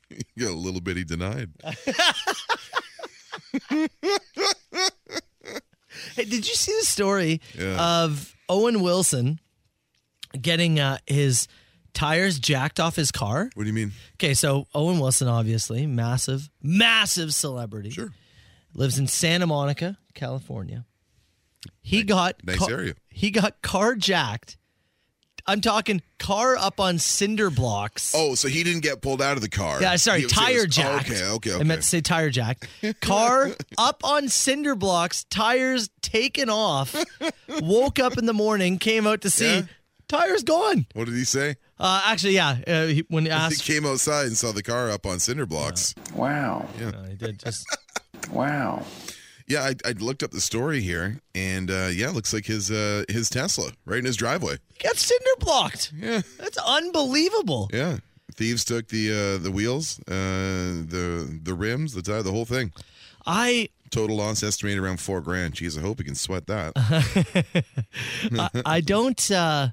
D: you got a little bitty denied.
C: Hey, did you see the story
D: Yeah.
C: of Owen Wilson getting uh, his tires jacked off his car?
D: What do you mean?
C: Okay, so Owen Wilson, obviously, massive, massive celebrity.
D: Sure.
C: Lives in Santa Monica, California. He got
D: nice area.
C: He got carjacked. I'm talking car up on cinder blocks.
D: Oh, so he didn't get pulled out of the car.
C: Yeah, sorry,
D: He was- he
C: tire
D: was-
C: jacked.
D: Okay, okay,
C: I
D: okay.
C: meant to say tire jacked. Car up on cinder blocks, tires taken off. Woke up in the morning, came out to see
D: Yeah.
C: tires gone.
D: what did he say?
C: Uh, actually, yeah. Uh, he, when he
D: He
C: asked,
D: came outside and saw the car up on cinder blocks.
B: Wow.
C: No, uh, he did just
B: Wow.
D: Yeah, I, I looked up the story here, and uh, yeah, it looks like his uh, his Tesla right in his driveway.
C: he got cinder blocked.
D: Yeah,
C: That's unbelievable.
D: yeah. Thieves took the uh, the wheels, uh, the the rims, the tire, the whole thing.
C: I
D: Total loss estimated around four grand. Jeez, I hope he can sweat that.
C: I- I don't uh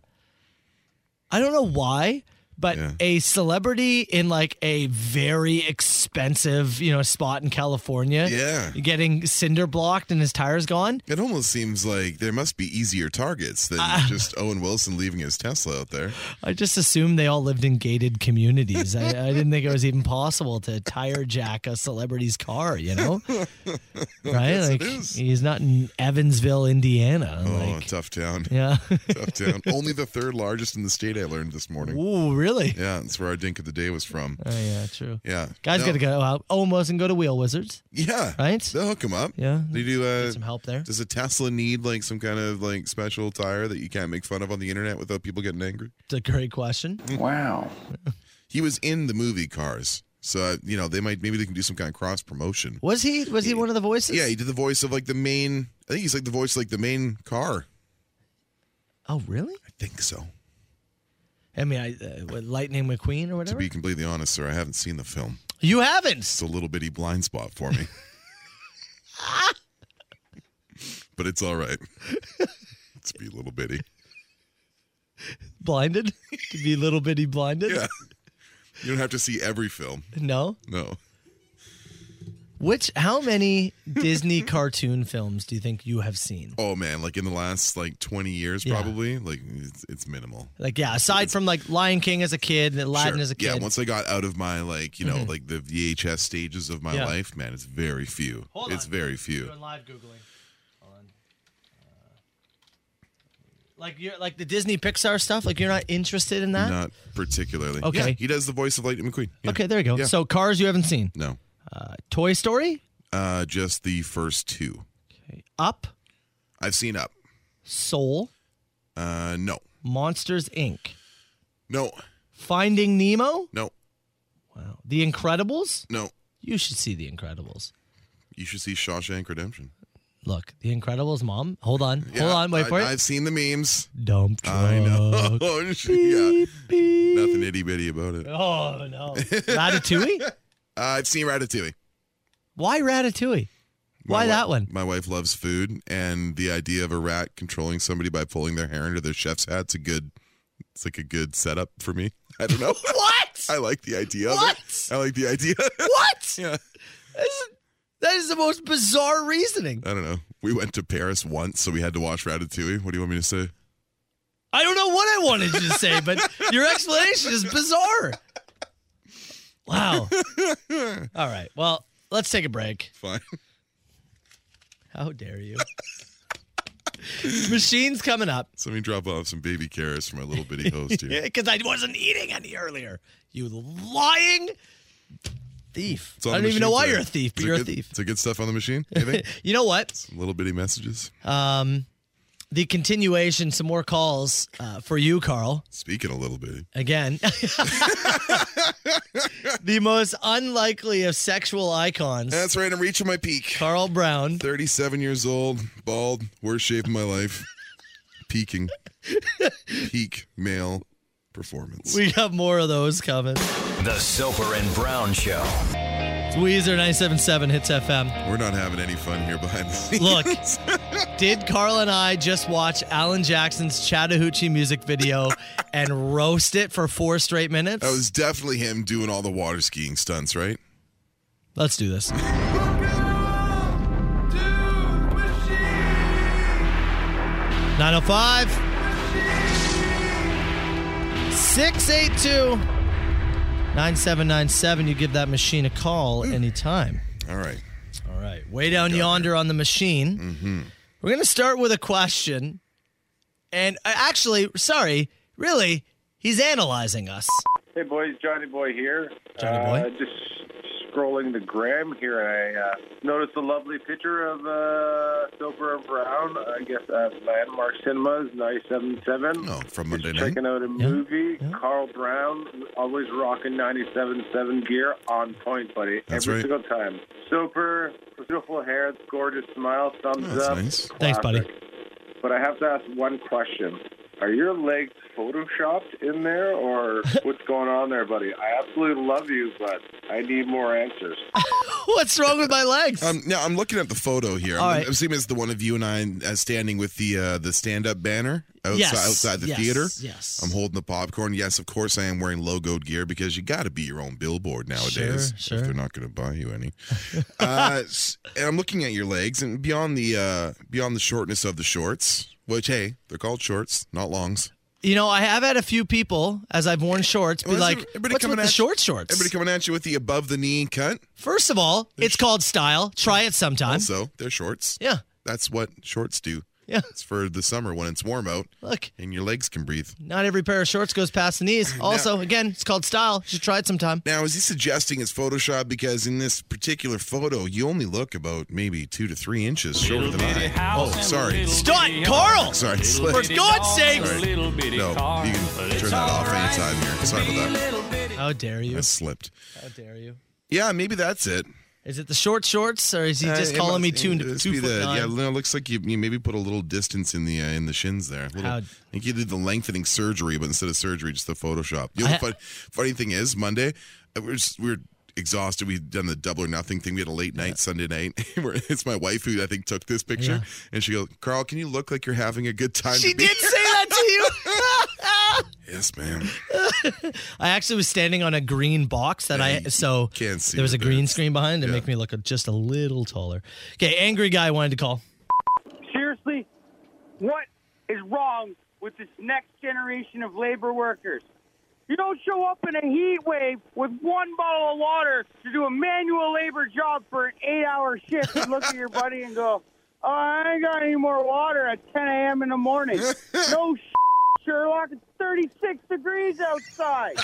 C: I don't know why, but
D: Yeah.
C: a celebrity in like a very expensive, you know, spot in California
D: Yeah.
C: getting cinder blocked and his tires gone.
D: It almost seems like there must be easier targets than
C: Ah.
D: just Owen Wilson leaving his Tesla out there.
C: I just assumed they all lived in gated communities. I, I didn't think it was even possible to tire jack a celebrity's car, you know? Right? like
D: is.
C: he's not in Evansville, Indiana.
D: Oh,
C: like
D: tough town.
C: yeah.
D: Tough town. Only the third largest in the state I learned this morning.
C: Ooh, really?
D: Yeah, that's where our dink of the day was from.
C: Oh yeah, true.
D: Yeah.
C: Guys
D: No,
C: gotta go out almost and go to Wheel Wizards.
D: Yeah.
C: right?
D: They'll hook him up.
C: Yeah.
D: They do uh
C: Get some help there.
D: Does a Tesla need like some kind of like special tire that you can't make fun of on the internet without people getting angry?
C: It's a great question.
D: Mm.
B: Wow.
D: He was in the movie Cars. So, uh, you know, they might maybe they can do some kind of cross promotion.
C: Was he was he one of the voices?
D: Yeah, he did the voice of like the main I think he's like the voice of, like the main car.
C: Oh, really?
D: I think so.
C: I mean, I, uh, what, Lightning McQueen or
D: To
C: whatever.
D: be completely honest, sir, I haven't seen the film.
C: you haven't.
D: It's a little bitty blind spot for me. but it's all right. It's be a little bitty.
C: blinded? to be little bitty blinded?
D: Yeah. You don't have to see every film.
C: No.
D: No.
C: Which how many Disney cartoon films do you think you have seen?
D: Oh man, like in the last like 20 years
C: Yeah.
D: probably, like it's, it's minimal.
C: Like yeah, aside from like Lion King as a kid and Aladdin
D: Sure.
C: as a kid. Mm-hmm.
D: Yeah, once I got out of my like, you know, like the VHS stages of my
C: Yeah.
D: life, man, it's very few.
C: Hold
D: it's
C: on.
D: very few.
C: Doing live googling. Hold on. Uh, Like you're like the Disney Pixar stuff. Like you're not interested in that.
D: Not particularly.
C: Okay.
D: Yeah, he does the voice of Lightning McQueen. Yeah.
C: Okay, there you go.
D: Yeah.
C: So Cars you haven't seen.
D: No.
C: Uh, Toy Story,
D: Uh just the first two.
C: Up,
D: I've seen up.
C: Soul,
D: Uh no.
C: Monsters Inc.,
D: No.
C: Finding Nemo.
D: No.
C: Wow. The Incredibles.
D: No.
C: You should see The Incredibles.
D: You should see Shawshank Redemption.
C: Look, The Incredibles, Mom. Hold on.
D: Yeah,
C: Hold on. Wait
D: I,
C: for it.
D: I've seen the memes.
C: Dump truck.
D: I know. yeah.
C: Beep, beep.
D: Nothing itty bitty about it.
C: Oh no. Ratatouille?
D: Uh, I've seen Ratatouille.
C: Why Ratatouille?
D: wi-
C: Why that one?
D: My wife loves food, and the idea of a rat controlling somebody by pulling their hair into their chef's hat's a good. It's like a good setup for me. I don't know.
C: What?
D: I like the idea of
C: What?
D: it. I like the idea.
C: What?
D: yeah.
C: This is- that is the most bizarre reasoning.
D: I don't know. We went to Paris once, so we had to watch Ratatouille. What do you want me to say?
C: I don't know what I wanted you to say, but your explanation is bizarre. Wow. All right. Well, let's take a break.
D: Fine.
C: How dare you? Machine's coming up
D: So let me drop off some baby carrots for my little bitty host here.
C: because I wasn't eating any earlier. You lying thief.
D: It's
C: I
D: on the
C: don't even know
D: machine
C: why
D: today.
C: you're a thief, but
D: Is it
C: you're a
D: good-
C: thief.
D: Is it good stuff on the machine? You think?
C: You know what?
D: little bitty messages.
C: the continuation, some more calls uh, for you, Carl.
D: Speaking a little bitty.
C: Again, the most unlikely of sexual icons,
D: That's right. I'm reaching my peak.
C: Carl Brown.
D: 37 years old, bald, worst shape of my life, peaking, peak male performance.
C: We got more of those coming. It's
A: The Soper and Brown Show.
C: Weezer 977 hits FM.
D: We're not having any fun here behind the scenes.
C: Look, did Carl and I just watch Alan Jackson's Chattahoochee music video and roast it for four straight minutes?
D: that was definitely him doing all the water skiing stunts, right?
C: Let's do this. Nine oh five. Six eight two. Nine seven nine seven. You give that machine a call
D: Mm.
C: anytime.
D: All right.
C: All right, way down yonder on the machine.
D: Mm-hmm.
C: We're gonna start with a question, and uh, actually, sorry, really, he's analyzing us.
H: Hey boys, Johnny Boy here.
C: Johnny Boy.
H: Uh, just scrolling the gram here, and I uh, noticed a lovely picture of uh, Silver and Brown. I guess at Landmark Cinemas, 97.7.
D: Oh, from Monday night.
H: Checking out a movie. Carl Brown, always rocking 97.7 gear, on point, buddy.
D: That's
H: Every
D: right.
H: single time. Soper, beautiful hair, gorgeous smile, thumbs
D: Oh, that's
H: up.
D: nice.
C: Thanks, buddy.
H: Classic. But I have to ask one question. Are your legs photoshopped in there, or what's going on there, buddy? I absolutely love you, but I need more answers.
C: What's wrong with my legs?
D: Um, now I'm looking at the photo here. I'm,
C: All right.
D: I'm seeing it's the one of you and I uh, standing with the uh, the stand up banner outside,
C: Yes,
D: outside the
C: yes,
D: theater.
C: yes.
D: I'm holding the popcorn. Yes, of course I am wearing logoed gear because you got to be your own billboard nowadays.
C: Sure, sure.
D: If they're not going to buy you any. uh, s- and I'm looking at your legs and beyond the uh, beyond the shortness of the shorts, which hey, they're called shorts, not longs.
C: You know, I have had a few people as I've worn shorts be
D: Well,
C: like,
D: everybody- everybody
C: "What's with
D: coming
C: the
D: at you-
C: short shorts?"
D: Everybody coming at you with the above the knee cut.
C: First of all, it's called style. Try it sometime.
D: Also, they're shorts.
C: yeah,
D: That's what shorts do.
C: yeah.
D: It's for the summer when it's warm out
C: Look,
D: and your legs can breathe.
C: not every pair of shorts goes past the knees. Also, again, it's called style. You should try it sometime.
D: Now, is he suggesting it's Photoshop? Because in this particular photo, you only look about maybe two to three inches shorter than
G: bitty
D: I.
G: house
D: oh,
G: and
D: sorry.
G: little-
C: Stop, Carl.
D: Sorry,
G: Little
D: slip.
G: bitty
C: God's
G: dog,
C: sakes.
G: a Little bitty
D: No,
G: car,
D: you
G: but
D: can
G: it's
D: turn that off
G: alright
D: anytime here.
G: to
D: Sorry
G: be
D: about that.
G: little bitty.
C: How dare you?
D: I slipped.
C: How dare you?
D: Yeah, maybe that's it.
C: Is it the short shorts, or is he just
D: Uh, it
C: calling me
D: must-
C: tuned
D: it
C: to
D: must
C: two
D: be
C: foot
D: the-
C: nine?
D: Yeah, no, it looks like you, you maybe put a little distance in the uh, in the shins there. A little,
C: How-
D: I think you did the lengthening surgery, but instead of surgery, just the Photoshop. You know,
C: I-
D: the fun, funny thing is, Monday, uh, we we're, just, we we're exhausted. We'd done the double or nothing thing. We had a late night Sunday night. We're- it's my wife who I think took this picture, and she goes, "Carl, can you look like you're having a good time?"
C: She
D: to be
C: did say that to you.
D: Yes, ma'am.
C: I actually was standing on a green box that
D: Yeah,
C: I
D: you
C: so
D: can't see
C: there was
D: the
C: a green
D: birds.
C: screen behind to
D: Yeah.
C: make me look just a little taller. Okay, angry guy wanted to call.
I: Seriously, what is wrong with this next generation of labor workers? You don't show up in a heat wave with one bottle of water to do a manual labor job for an eight hour shift and look at your buddy and go, oh, I ain't got any more water at 10 a.m. in the morning. No sh- Sherlock, it's 36 degrees outside.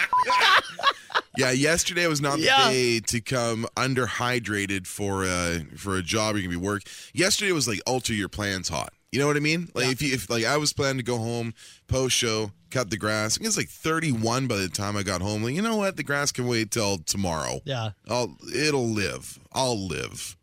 D: Yeah, yesterday was not the
C: Yeah.
D: day to come underhydrated for a for a job you're gonna be work. Yesterday was like alter your plans hot. You know what I mean? Like if you, if like I was planning to go home post show, cut the grass. I think it's like 31 by the time I got home. Like you know what? The grass can wait till tomorrow.
C: Yeah.
D: I'll it'll live. I'll live.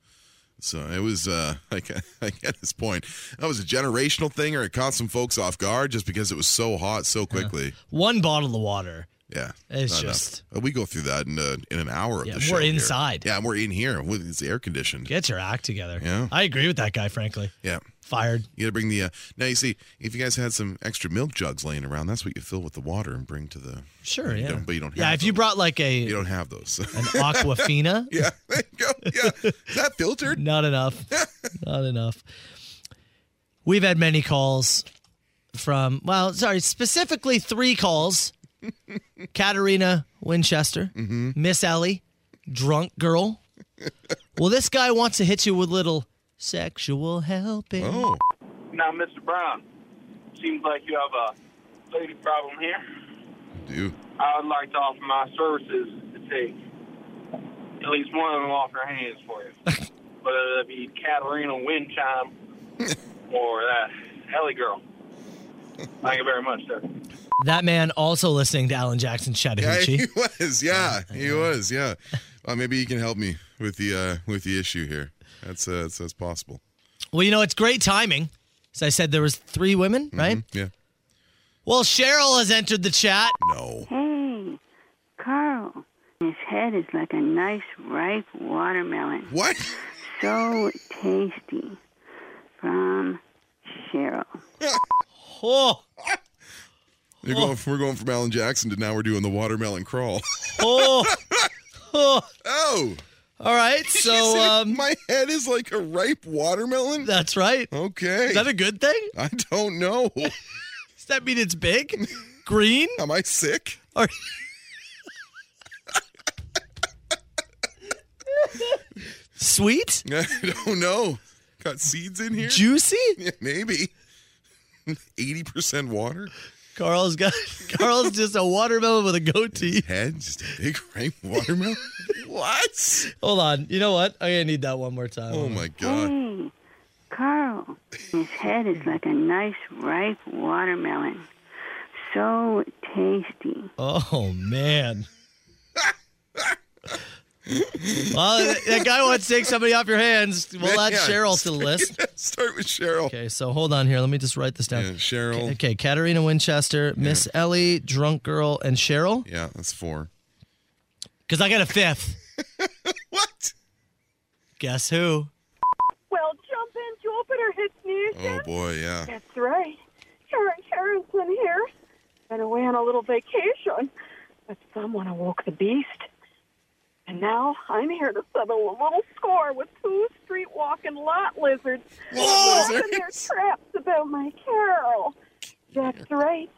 D: So it was uh like like at this point, that was a generational thing, or it caught some folks off guard just because it was so hot so quickly.
C: One bottle of water.
D: Yeah,
C: It's
D: not enough.
C: just-
D: Uh, we go through that in a, in an hour of
C: Yeah,
D: the
C: we're
D: show. here.
C: inside.
D: Yeah, we're in here. With- It's air conditioned.
C: Get your act together.
D: Yeah.
C: I agree with that guy. Frankly,
D: Yeah.
C: fired.
D: You got to bring the. Uh, now you see, if you guys had some extra milk jugs laying around, that's what you fill with the water and bring to the.
C: Sure.
D: you
C: Yeah.
D: don't- but you don't.
C: yeah.
D: have
C: If you
D: those.
C: brought like a
D: you
C: an
D: don't have those.
C: Aquafina,
D: yeah, there you go. Yeah, is that filtered?
C: not enough. not enough. We've had many calls from well, sorry, specifically three calls. Katarina Winchester,
D: Mm-hmm.
C: Miss Ellie, drunk girl. well, this guy wants to hit you with little sexual helping.
D: Oh,
I: Now, Mr. Brown, seems like you have a lady problem here.
D: do
I: I would like to offer my services to take at least one of them off your hands for you. Whether that be Katarina Windchime or that Ellie girl. Thank you very much, sir.
C: That man also listening to Alan Jackson
D: yeah,
C: Chattahoochee.
D: he was. Yeah, he was. Yeah. Uh, maybe you can help me with the uh, with the issue here. That's uh, that's, that's possible.
C: Well, you know, it's great timing. As I said, there was three women,
D: Mm-hmm.
C: right?
D: Yeah.
C: Well, Cheryl has entered the chat.
D: No.
E: Hey, Carl, his head is like a nice ripe watermelon.
D: What?
E: So tasty. From Cheryl.
C: Oh,
D: You're going, we're going from Alan Jackson to now we're doing the watermelon crawl.
C: oh, oh.
D: Oh,
C: All right.
D: She
C: So,
D: said,
C: um,
D: my head is like a ripe watermelon.
C: that's right.
D: Okay,
C: Is that a good thing?
D: I don't know.
C: Does that mean it's big? Green?
D: Am I sick?
C: Or- Sweet?
D: I don't know. Got seeds in here?
C: Juicy?
D: Yeah, maybe. Eighty percent water.
C: Carl's got Carl's just a watermelon with a goatee.
D: Head just a big ripe watermelon. what?
C: Hold on. You know what? I'm gonna need that one more time.
D: Oh my god.
E: Hey, Carl, his head is like a nice ripe watermelon. So tasty.
C: Oh man. well, that- that guy wants to take somebody off your hands. We'll add
D: Yeah.
C: Cheryl to the list.
D: Start with Cheryl.
C: Okay, so hold on here. Let me just write this down.
D: Yeah, Cheryl.
C: Okay, okay, Katarina Winchester, Miss Ellie, Drunk Girl, and Cheryl.
D: Yeah, that's four.
C: Because I got a fifth.
D: What?
C: Guess who?
E: Well, jump in, Jupiter, his knees.
D: Oh boy, yeah.
E: That's right. Karen Harrison here. Been away on a little vacation, but someone awoke the beast. And now I'm here to settle a little score with two streetwalking lot lizards
D: Lot
E: who opened their
D: lizards.
E: traps about my Carol. That's right,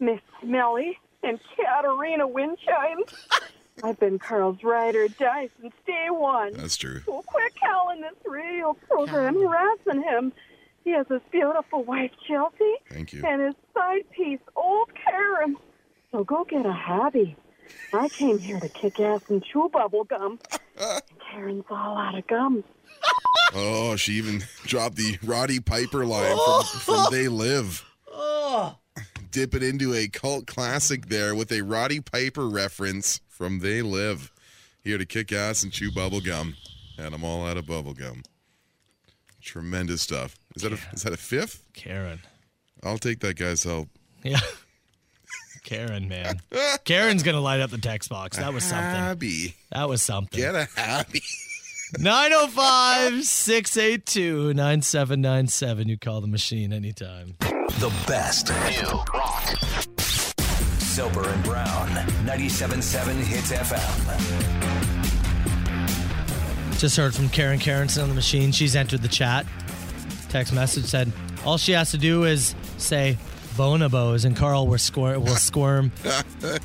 E: Miss Melly and Katarina Winchime. I've been Carl's ride or die since day one.
D: That's true.
E: Well, quit calling this radio program harassing him. He has his beautiful wife, Chelsea,
D: Thank you.
E: and his side piece, old Karen. So go get a hobby. I came here to kick ass and chew bubble gum. Karen's all out of gum.
D: Oh, she even dropped the Roddy Piper line from, from They Live. Dip it into a cult classic there with a Roddy Piper reference from They Live. Here to kick ass and chew bubble gum. And I'm all out of bubble gum. Tremendous stuff. Is that a, is that a fifth?
C: Karen.
D: I'll take that guy's help.
C: Yeah. Karen, man. Karen's going to light up the text box. That was something.
D: Happy.
C: That was something.
D: Uh-huh. Get a happy.
C: 905 682 9797. You call the machine anytime.
A: The best. New rock. Soper and Brown, 97.7 Hits FM.
C: Just heard from Karen Karenson on the machine. She's entered the chat. Text message said all she has to do is say bonobos and Carl will squirm. Will squirm.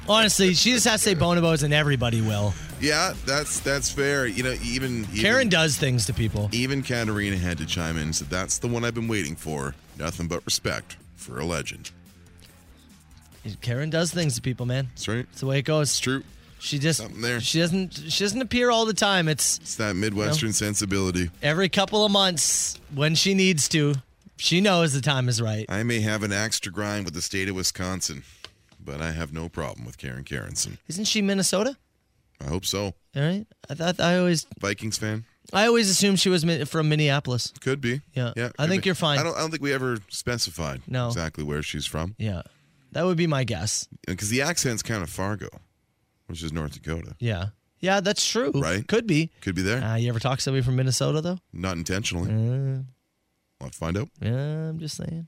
C: Honestly, she just has to say bonobos and everybody will.
D: Yeah, that's that's fair. You know, even, even
C: Karen does things to people.
D: even Katarina had to chime in. and said that's the one I've been waiting for. Nothing but respect for a legend.
C: Karen does things to people, man.
D: That's right.
C: It's the way it goes.
D: It's true.
C: She just
D: Something there.
C: she doesn't she doesn't appear all the time. It's
D: It's that Midwestern sensibility.
C: every couple of months when she needs to. She knows the time is right.
D: I may have an axe to grind with the state of Wisconsin, but I have no problem with Karen Karenson.
C: Isn't she Minnesota?
D: I hope so.
C: All right. I thought I always
D: Vikings fan.
C: I always assumed she was mi- from Minneapolis.
D: Could be.
C: Yeah.
D: Yeah.
C: I
D: could
C: think
D: be.
C: you're fine.
D: I don't. I don't think we ever specified.
C: No.
D: Exactly where she's from,
C: Yeah. That would be my guess.
D: because the accent's kind of Fargo, which is North Dakota.
C: Yeah. Yeah, that's true.
D: Right.
C: Could be.
D: Could be there.
C: Uh, you ever talk to somebody from Minnesota though? Uh,
D: Not intentionally.
C: Mm.
D: I'll have to find out.
C: Yeah, I'm just saying.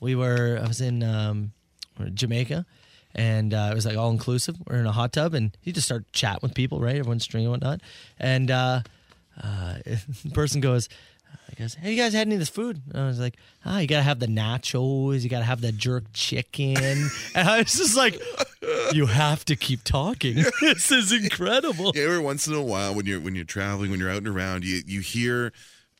C: We were I was in um we were in Jamaica and uh, it was like all inclusive. We're in a hot tub and you just start chatting with people, right? Everyone's drinking and whatnot. And uh, uh, the person goes, I guess, have you guys had any of this food? And I was like, ah, you gotta have the nachos, you gotta have the jerk chicken. and I was just like, you have to keep talking. this is incredible.
D: Yeah, every once in a while when you're when you're traveling, when you're out and around, you you hear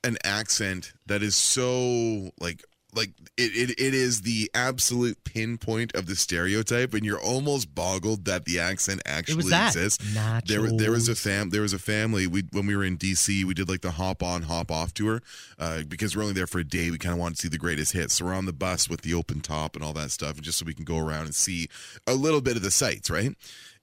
D: an accent that is so like like it, it, it is the absolute pinpoint of the stereotype and you're almost boggled that the accent actually
C: that.
D: exists. There wa- there was a fam there was a family we when we were in DC, we did like the hop on hop off tour uh, because we're only there for a day, we kind of wanted to see the greatest hits. So we're on the bus with the open top and all that stuff just so we can go around and see a little bit of the sights, right?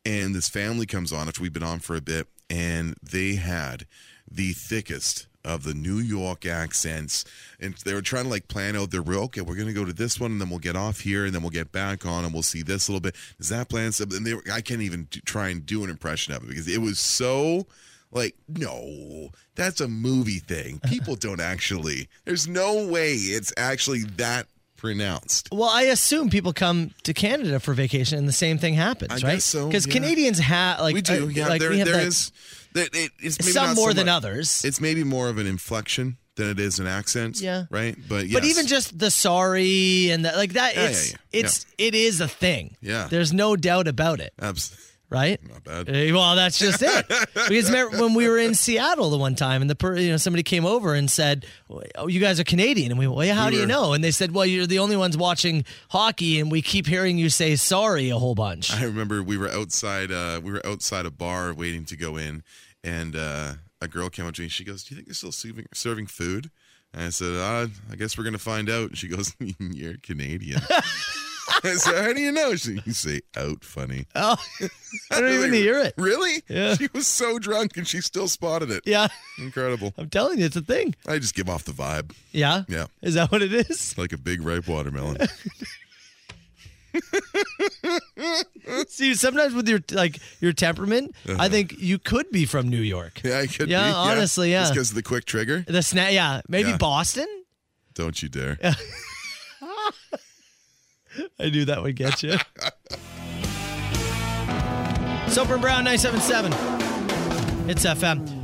D: and this family comes on after we've been on for a bit, and they had the thickest of the New York accents, and they were trying to like plan out their real. Okay, we're gonna go to this one, and then we'll get off here, and then we'll get back on, and we'll see this little bit. Is that plan? So- And they, were, I can't even do, try and do an impression of it because it was so. Like, no, that's a movie thing. People don't actually, there's no way it's actually that pronounced.
C: Well, I assume people come to Canada for vacation, and the same thing happens,
D: I
C: right?
D: guess so,
C: because
D: yeah.
C: Canadians have like
D: we do.
C: uh,
D: yeah,
C: like
D: there,
C: we have
D: there
C: that-
D: is. There, it, it's maybe
C: some
D: not
C: more
D: so
C: than
D: much-
C: others.
D: It's maybe more of an inflection than it is an accent.
C: Yeah.
D: Right. But yes.
C: But even just the sorry and the, like that,
D: Yeah, yeah,
C: it's
D: yeah.
C: it's it is a thing.
D: Yeah.
C: there's no doubt about it,
D: Abs-
C: right?
D: not bad.
C: Eh, Well, that's just it. Because remember when we were in Seattle the one time, and the per, you know somebody came over and said, "Oh, you guys are Canadian," and we, "Well, yeah, how
D: We
C: do you
D: were-
C: know?" And they said, "Well, you're the only ones watching hockey, and we keep hearing you say sorry a whole bunch."
D: I remember we were outside. Uh, we were outside a bar waiting to go in, and uh, a girl came up to me. She goes, "Do you think they're still serving, serving food?" And I said, uh, "I guess we're gonna find out." And she goes, "You're Canadian." I said, "How do you know?" She you say, "Out funny."
C: oh, I don't even hear it.
D: Really?
C: Yeah.
D: She was so drunk, and she still spotted it.
C: Yeah,
D: Incredible.
C: I'm telling you, it's a thing.
D: I just give off the vibe.
C: Yeah.
D: Yeah.
C: Is that what it is?
D: like a big ripe watermelon.
C: See, sometimes with your like your temperament, I think you could be from New York.
D: Uh-huh. yeah, I could
C: Yeah,
D: be.
C: honestly, yeah.
D: Just because of the quick trigger.
C: The snap, yeah, maybe
D: Yeah.
C: Boston.
D: Don't you dare.
C: I knew that would get you. Soper and Brown 977. It's FM.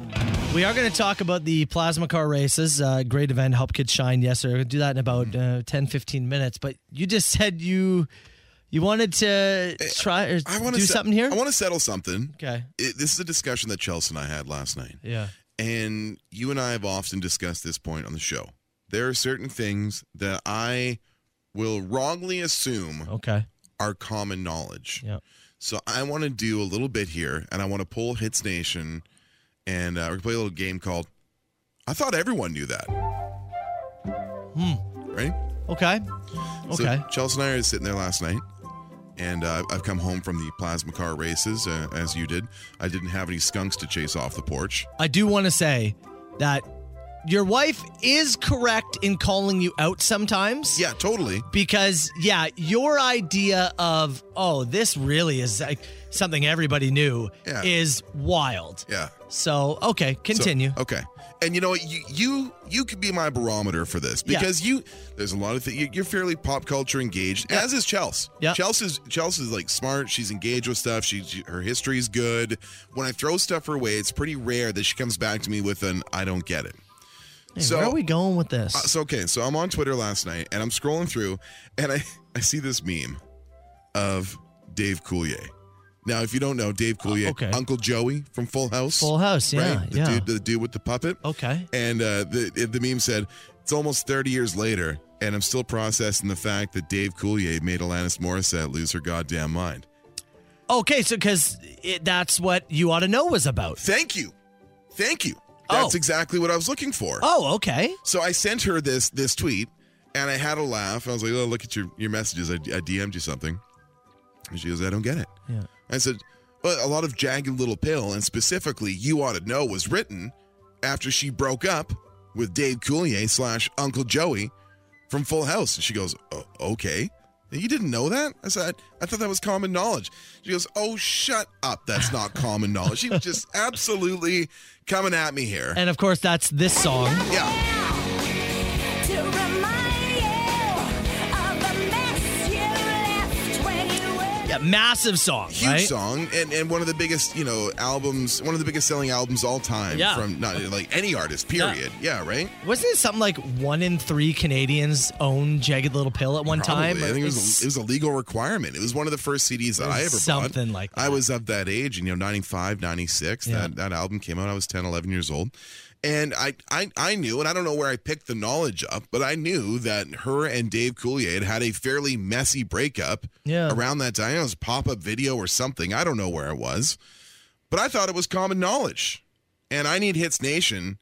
C: We are going to talk about the plasma car races. Uh, great event, Help Kids Shine yesterday. We're going to do that in about
D: Mm-hmm.
C: uh, 10, 15 minutes. But you just said you you wanted to try or
D: Eh, I want
C: do something here?
D: I want to settle something.
C: okay.
D: It, this is a discussion that Chelsea and I had last night.
C: Yeah.
D: And you and I have often discussed this point on the show. There are certain things that I will wrongly assume
C: Okay.
D: are common knowledge.
C: Yeah.
D: So I want to do a little bit here, and I want to pull Hits Nation, and uh, we're gonna play a little game called "I thought everyone knew that." Hmm. Right.
C: Okay.
D: So
C: Hmm. Okay.
D: Chelsea and I are sitting there last night, and uh, I've come home from the plasma car races, uh, as you did. I didn't have any skunks to chase off the porch.
C: I do want to say that your wife is correct in calling you out sometimes.
D: Yeah, totally.
C: Because yeah, your idea of oh, this really is like something everybody knew
D: Yeah.
C: is wild.
D: Yeah.
C: So okay,
D: So- oh,
C: continue.
D: okay. And you know what? You, you you could be my barometer for this
C: Yeah.
D: because you there's a lot of things you're fairly pop culture engaged, as is Chelsea.
C: Yeah.
D: Chelsea's Chelsea's like smart. She's engaged with stuff. She, she her history's good. When I throw stuff her way, it's pretty rare that she comes back to me with an I don't get it.
C: Hey, where are we going with this?
D: Uh, so okay, so I'm on Twitter last night and I'm scrolling through and I I see this meme of Dave Coulier. Now, if you don't know Dave Coulier,
C: Uh, okay.
D: Uncle Joey from Full House,
C: Full House, yeah,
D: right? The
C: yeah. Oh.
D: dude, the dude with the puppet.
C: okay.
D: And uh, the the meme said, "It's almost 30 years later, and I'm still processing the fact that Dave Coulier made Alanis Morissette lose her goddamn mind."
C: Okay, so because that's what you ought to know was about.
D: Thank you, thank you.
C: Oh.
D: That's exactly what I was looking for.
C: Oh, okay.
D: So I sent her this this tweet, and I had a laugh. I was like, "Oh, look at your your messages. I, I DM'd you something." And she goes, "I don't get it."
C: Yeah.
D: I said, "Well, a lot of jagged little pill, and specifically, you ought to know, was written after she broke up with Dave Coulier slash Uncle Joey from Full House." And she goes, oh, "Okay." You didn't know that? I said, I thought that was common knowledge. She goes, Oh, shut up. That's not common knowledge. She was just absolutely coming at me here.
C: And of course, that's this song.
D: yeah.
C: Yeah, massive song,
D: huge
C: right?
D: song and, and one of the biggest you know albums one of the biggest selling albums all time
C: Yeah.
D: from not like any artist period yeah, right
C: Wasn't it something like one in three Canadians own Jagged Little Pill at one
D: Probably.
C: time?
D: i think it was,
C: It's-
D: a, it was a legal requirement it was one of the first cds that i ever bought
C: Something like that.
D: i was of that age and you know 95 96
C: Yeah.
D: that, that album came out i was 10 11 years old and I, I i knew and i don't know where i picked the knowledge up but i knew that her and dave coulier had had a fairly messy breakup
C: Yeah.
D: around that time it was a pop-up video or something i don't know where it was but i thought it was common knowledge and i need hits nation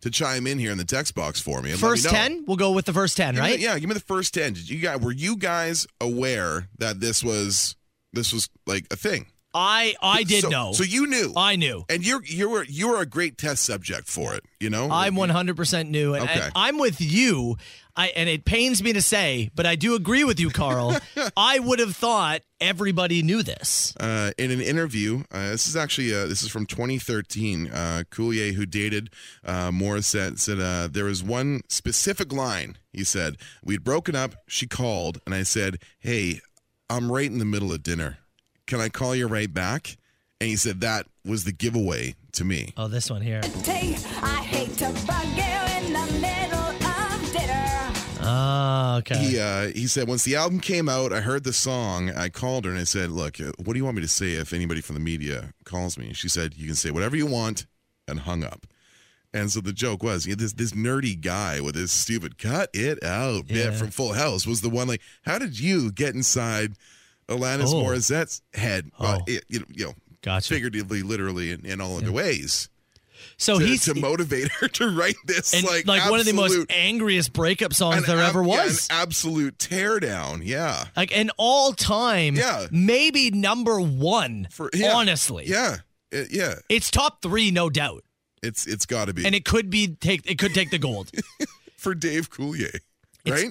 D: to chime in here in the text box for me and let me
C: first
D: know.
C: 10? We'll go with the first
D: Give
C: 10,
D: me
C: right?
D: the- yeah, give me the first ten. Did you guys were you guys aware that this was this was like a thing?
C: I I did
D: so,
C: know.
D: So you knew,
C: I knew.
D: and you're you were you were a great test subject for it. You know,
C: I'm 100% new. And,
D: Okay.
C: and I'm with you. I, and it pains me to say, but I do agree with you, Carl. I would have thought everybody knew this.
D: uh, in an interview. Uh, this is actually uh, this is from 2013. Uh, Coulier, who dated uh, Morissette, said uh, there was one specific line. He said we'd broken up. She called, and I said, "Hey, I'm right in the middle of dinner. Can I call you right back?" And he said that was the giveaway to me.
C: Oh, this one here.
J: I hate to bug you in the middle of dinner.
C: Oh, okay.
D: He uh, he said once the album came out, I heard the song. I called her and I said, "Look, uh, what do you want me to say if anybody from the media calls me?" She said, "You can say whatever you want," and hung up. And so the joke was you know, this this nerdy guy with his stupid "cut it out" bit
C: Yeah.
D: from Full House was the one like, "How did you get inside Alanis
C: Oh.
D: Morissette's head?" Well,
C: Oh.
D: it, you know, you know,
C: Gotcha.
D: figuratively, literally, in, in all of the ways
C: so
D: to,
C: Oh, he's
D: to motivate her to write this
C: and
D: like
C: like, one of the most
D: absolute-
C: angriest breakup songs
D: an
C: there
D: ab-
C: ever
D: yeah,
C: was.
D: an absolute teardown. Yeah.
C: like an all time,
D: Yeah.
C: maybe number one.
D: For yeah.
C: honestly,
D: Yeah. It- yeah.
C: it's top three, no doubt,
D: It's it's got to be.
C: and it could be take it could take the gold,
D: for Dave Coulier,
C: It's-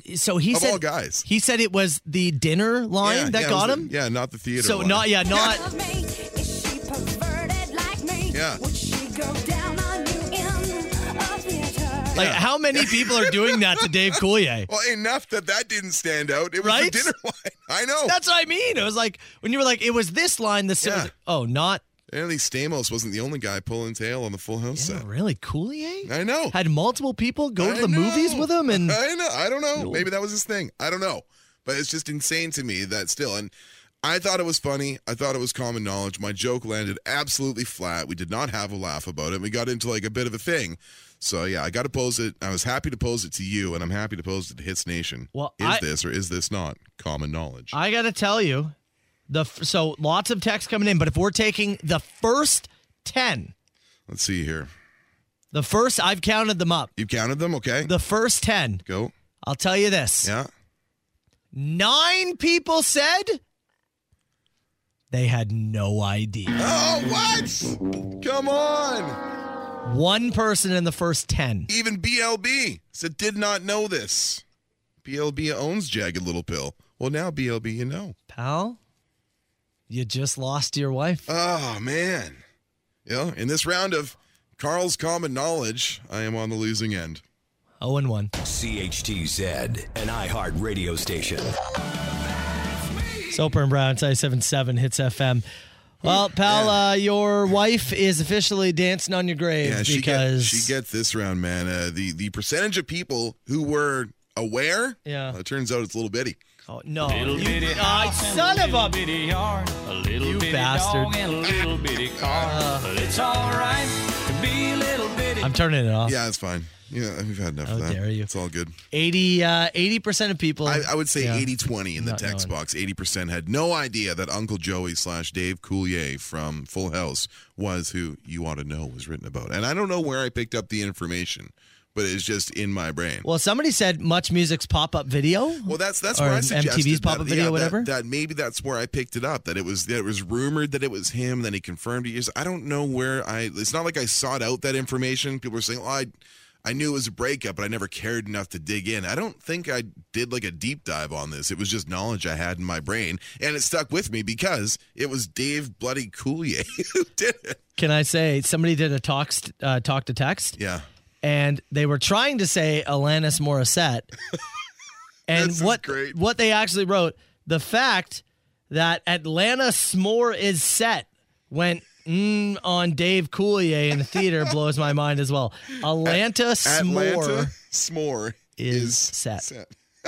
D: right?
C: So he
D: Of
C: said,
D: all guys.
C: he said it was the dinner line
D: yeah,
C: that
D: yeah, it
C: got
D: was the-
C: him.
D: yeah, not the theater.
C: so
D: one.
C: not yeah, not
J: Love me. Is she perverted like me?
D: Yeah.
J: Would she go down on you in a theater?
C: like how many people are doing that to Dave Coulier?
D: Well, enough that that didn't stand out. It was
C: Right?
D: the dinner line. I know.
C: That's what I mean. It was like when you were like, it was this line. This
D: Yeah.
C: oh, not
D: and at least Stamos wasn't the only guy pulling tail on the Full House
C: yeah,
D: set.
C: oh, really Coulier.
D: I know.
C: Had multiple people go to
D: I
C: the movies
D: know.
C: with him, and
D: I know. I don't know. Maybe that was his thing. I don't know. But it's just insane to me that still. And I thought it was funny. I thought it was common knowledge. My joke landed absolutely flat. We did not have a laugh about it. We got into like a bit of a thing. So yeah, I got to pose it. I was happy to pose it to you, and I'm happy to pose it to Hits Nation.
C: Well,
D: is
C: I-
D: this or is this not common knowledge?
C: I gotta tell you, the f- so lots of texts coming in, but if we're taking the first ten,
D: Let's see here.
C: the first I've counted them up,
D: You counted them, okay?
C: the first ten,
D: Go.
C: I'll tell you this:
D: Yeah.
C: nine people said they had no idea.
D: Oh, what? Come on.
C: One person in the first 10.
D: Even BLB said, did not know this. BLB owns Jagged Little Pill. Well, now BLB, you know.
C: Pal, you just lost your wife.
D: Oh, man. Yeah, in this round of Carl's Common Knowledge, I am on the losing end.
C: 0 and 1.
A: CHTZ, an iHeart radio station.
C: Soper and Brown, 977 Hits FM. Well, pal, uh, your wife is officially dancing on your grave
D: Yeah, she,
C: because
D: gets, she gets this round, man. Uh, the, the percentage of people who were aware,
C: Yeah.
D: uh, it turns out it's little bitty.
C: Oh, no,
G: Little
C: you-
G: bitty
C: Ah,
G: house and
C: son
G: a
C: of
G: little
C: a
G: bitty yard, a little
C: You
G: bitty
C: bastard.
G: dog and a little bitty car. but it's all right to be a little bitty.
C: I'm turning it off.
D: Yeah, it's fine. Yeah, we've had enough of
C: How
D: that.
C: dare you.
D: It's all good.
C: 80 uh, 80% of people.
D: I, I would say
C: Yeah.
D: 80 20 in the
C: Not
D: text
C: knowing.
D: box. 80% had no idea that Uncle Joey slash Dave Coulier from Full House was who you ought to know was written about. And I don't know where I picked up the information, but it's just in my brain. Well,
C: Well, somebody said Much Music's pop up video.
D: that's that's
C: or
D: where I suggested
C: MTV's
D: that-
C: pop up
D: yeah,
C: video,
D: that-
C: whatever.
D: That, maybe that's where I picked it up. That it was that it was rumored that it was him. Then he confirmed it. Years. I don't know where I. It's not like I sought out that information. People are saying, "Oh, I, I knew it was a breakup, but I never cared enough to dig in." I don't think I did like a deep dive on this. It was just knowledge I had in my brain, and it stuck with me because it was Dave Bloody Coulier who did it.
C: Can I say somebody did a talk uh, talk to text?
D: Yeah.
C: and they were trying to say Alanis Morissette. and
D: This is
C: what
D: great.
C: what they actually wrote, the fact that Atlanta s'more is set went mm, on Dave Coulier in the theater blows my mind as well. Atlanta
D: Atlanta
C: s'more,
D: S'more
C: is
D: is
C: set.
D: set.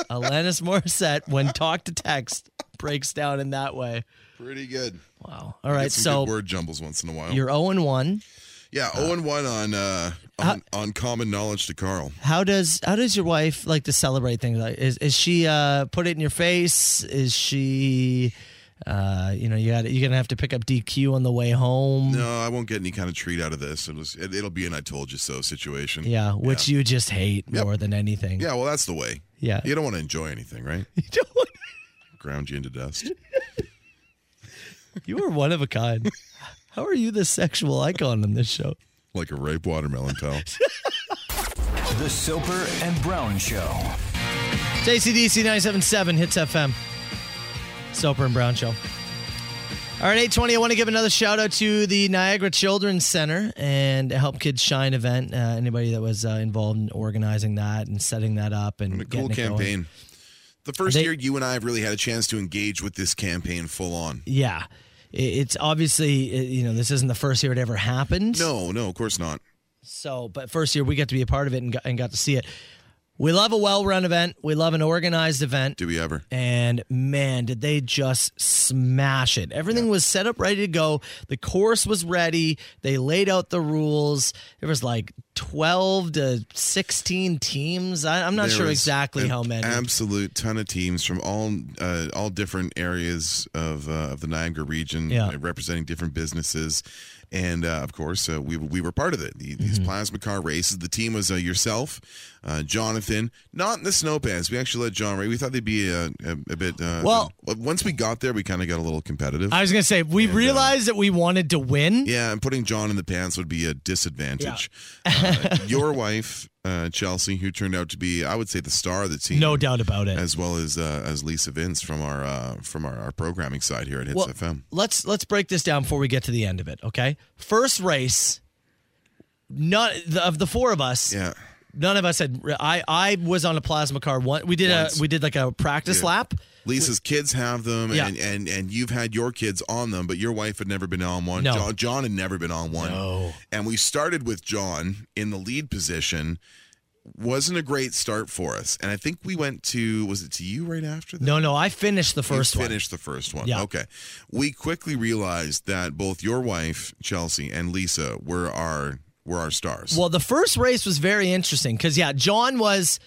C: Alanis Morissette, when talk to text, breaks down in that way.
D: Pretty good.
C: Wow. All right,
D: Get some good
C: so
D: word jumbles once in a while.
C: you're 0 and 1.
D: Yeah, zero and one on uh, on, on common knowledge to Carl.
C: How does how does your wife like to celebrate things? Like, is is she uh, put it in your face? Is she, uh, you know, you got you're gonna have to pick up DQ on the way home?
D: No, I won't get any kind of treat out of this. It'll just- it, it'll be an "I told you so" situation.
C: Yeah, which you just hate more than anything.
D: Yeah, well, that's the way.
C: Yeah.
D: you don't want to enjoy anything, right?
C: You, don't want-
D: Ground you into dust.
C: you are one of a kind. How are you the sexual icon on this show?
D: Like a ripe watermelon, pal.
A: The Soper and Brown Show.
C: JCDC 977 Hits FM. Soper and Brown Show. All right, 820, I want to give another shout out to the Niagara Children's Center and Help Kids Shine event. Uh, anybody that was uh, involved in organizing that and setting that up and
D: a
C: getting
D: cool
C: it going.
D: campaign. The first
C: They-
D: year, you and I have really had a chance to engage with this campaign full on.
C: Yeah. It- It's obviously, uh, you know, this isn't the first year it ever happened.
D: No, no, of course not.
C: So, but first year we got to be a part of it and got, and got to see it. We love a well run event, we love an organized event.
D: Do we ever?
C: and man, did they just smash it. Everything was set up ready to go. The course was ready. They laid out the rules. There was like 12 to 16 teams. I, I'm not
D: There
C: sure
D: was
C: exactly
D: an
C: how many.
D: Absolute ton of teams from all uh, all different areas of uh, of the Niagara region,
C: Yeah.
D: uh, representing different businesses, and uh, of course uh, we we were part of it. The,
C: Mm-hmm.
D: These plasma car races. The team was uh, yourself, uh, Jonathan, not in the snow pants. We actually let John. Right, we thought they'd be a, a, a bit. Uh,
C: Well-
D: but once we got there, we kind of got a little competitive.
C: I was going to say, we
D: And, uh,
C: realized that we wanted to win.
D: yeah, and putting John in the pants would be a disadvantage. Uh, your wife, uh, Chelsea, who turned out to be, I would say, the star of the team.
C: No doubt about it.
D: as well as uh, as Lisa Vince from our uh, from our, our programming side here at Hits
C: Well,
D: FM.
C: Let's let's break this down before we get to the end of it, okay? First race, not of the four of us,
D: Yeah,
C: none of us had I I was on a plasma car one we did
D: Once.
C: a we did like a practice
D: Yeah.
C: lap.
D: Lisa's kids have them,
C: Yeah.
D: and, and and you've had your kids on them, but your wife had never been on one.
C: No.
D: John, John had never been on one.
C: No.
D: And we started with John in the lead position. Wasn't a great start for us, and I think we went to was it to you right after that?
C: No, no, I finished the first
D: you
C: one.
D: finished the first one.
C: Yeah.
D: Okay. We quickly realized that both your wife Chelsea and Lisa were our were our stars.
C: Well, the first race was very interesting because yeah, John was.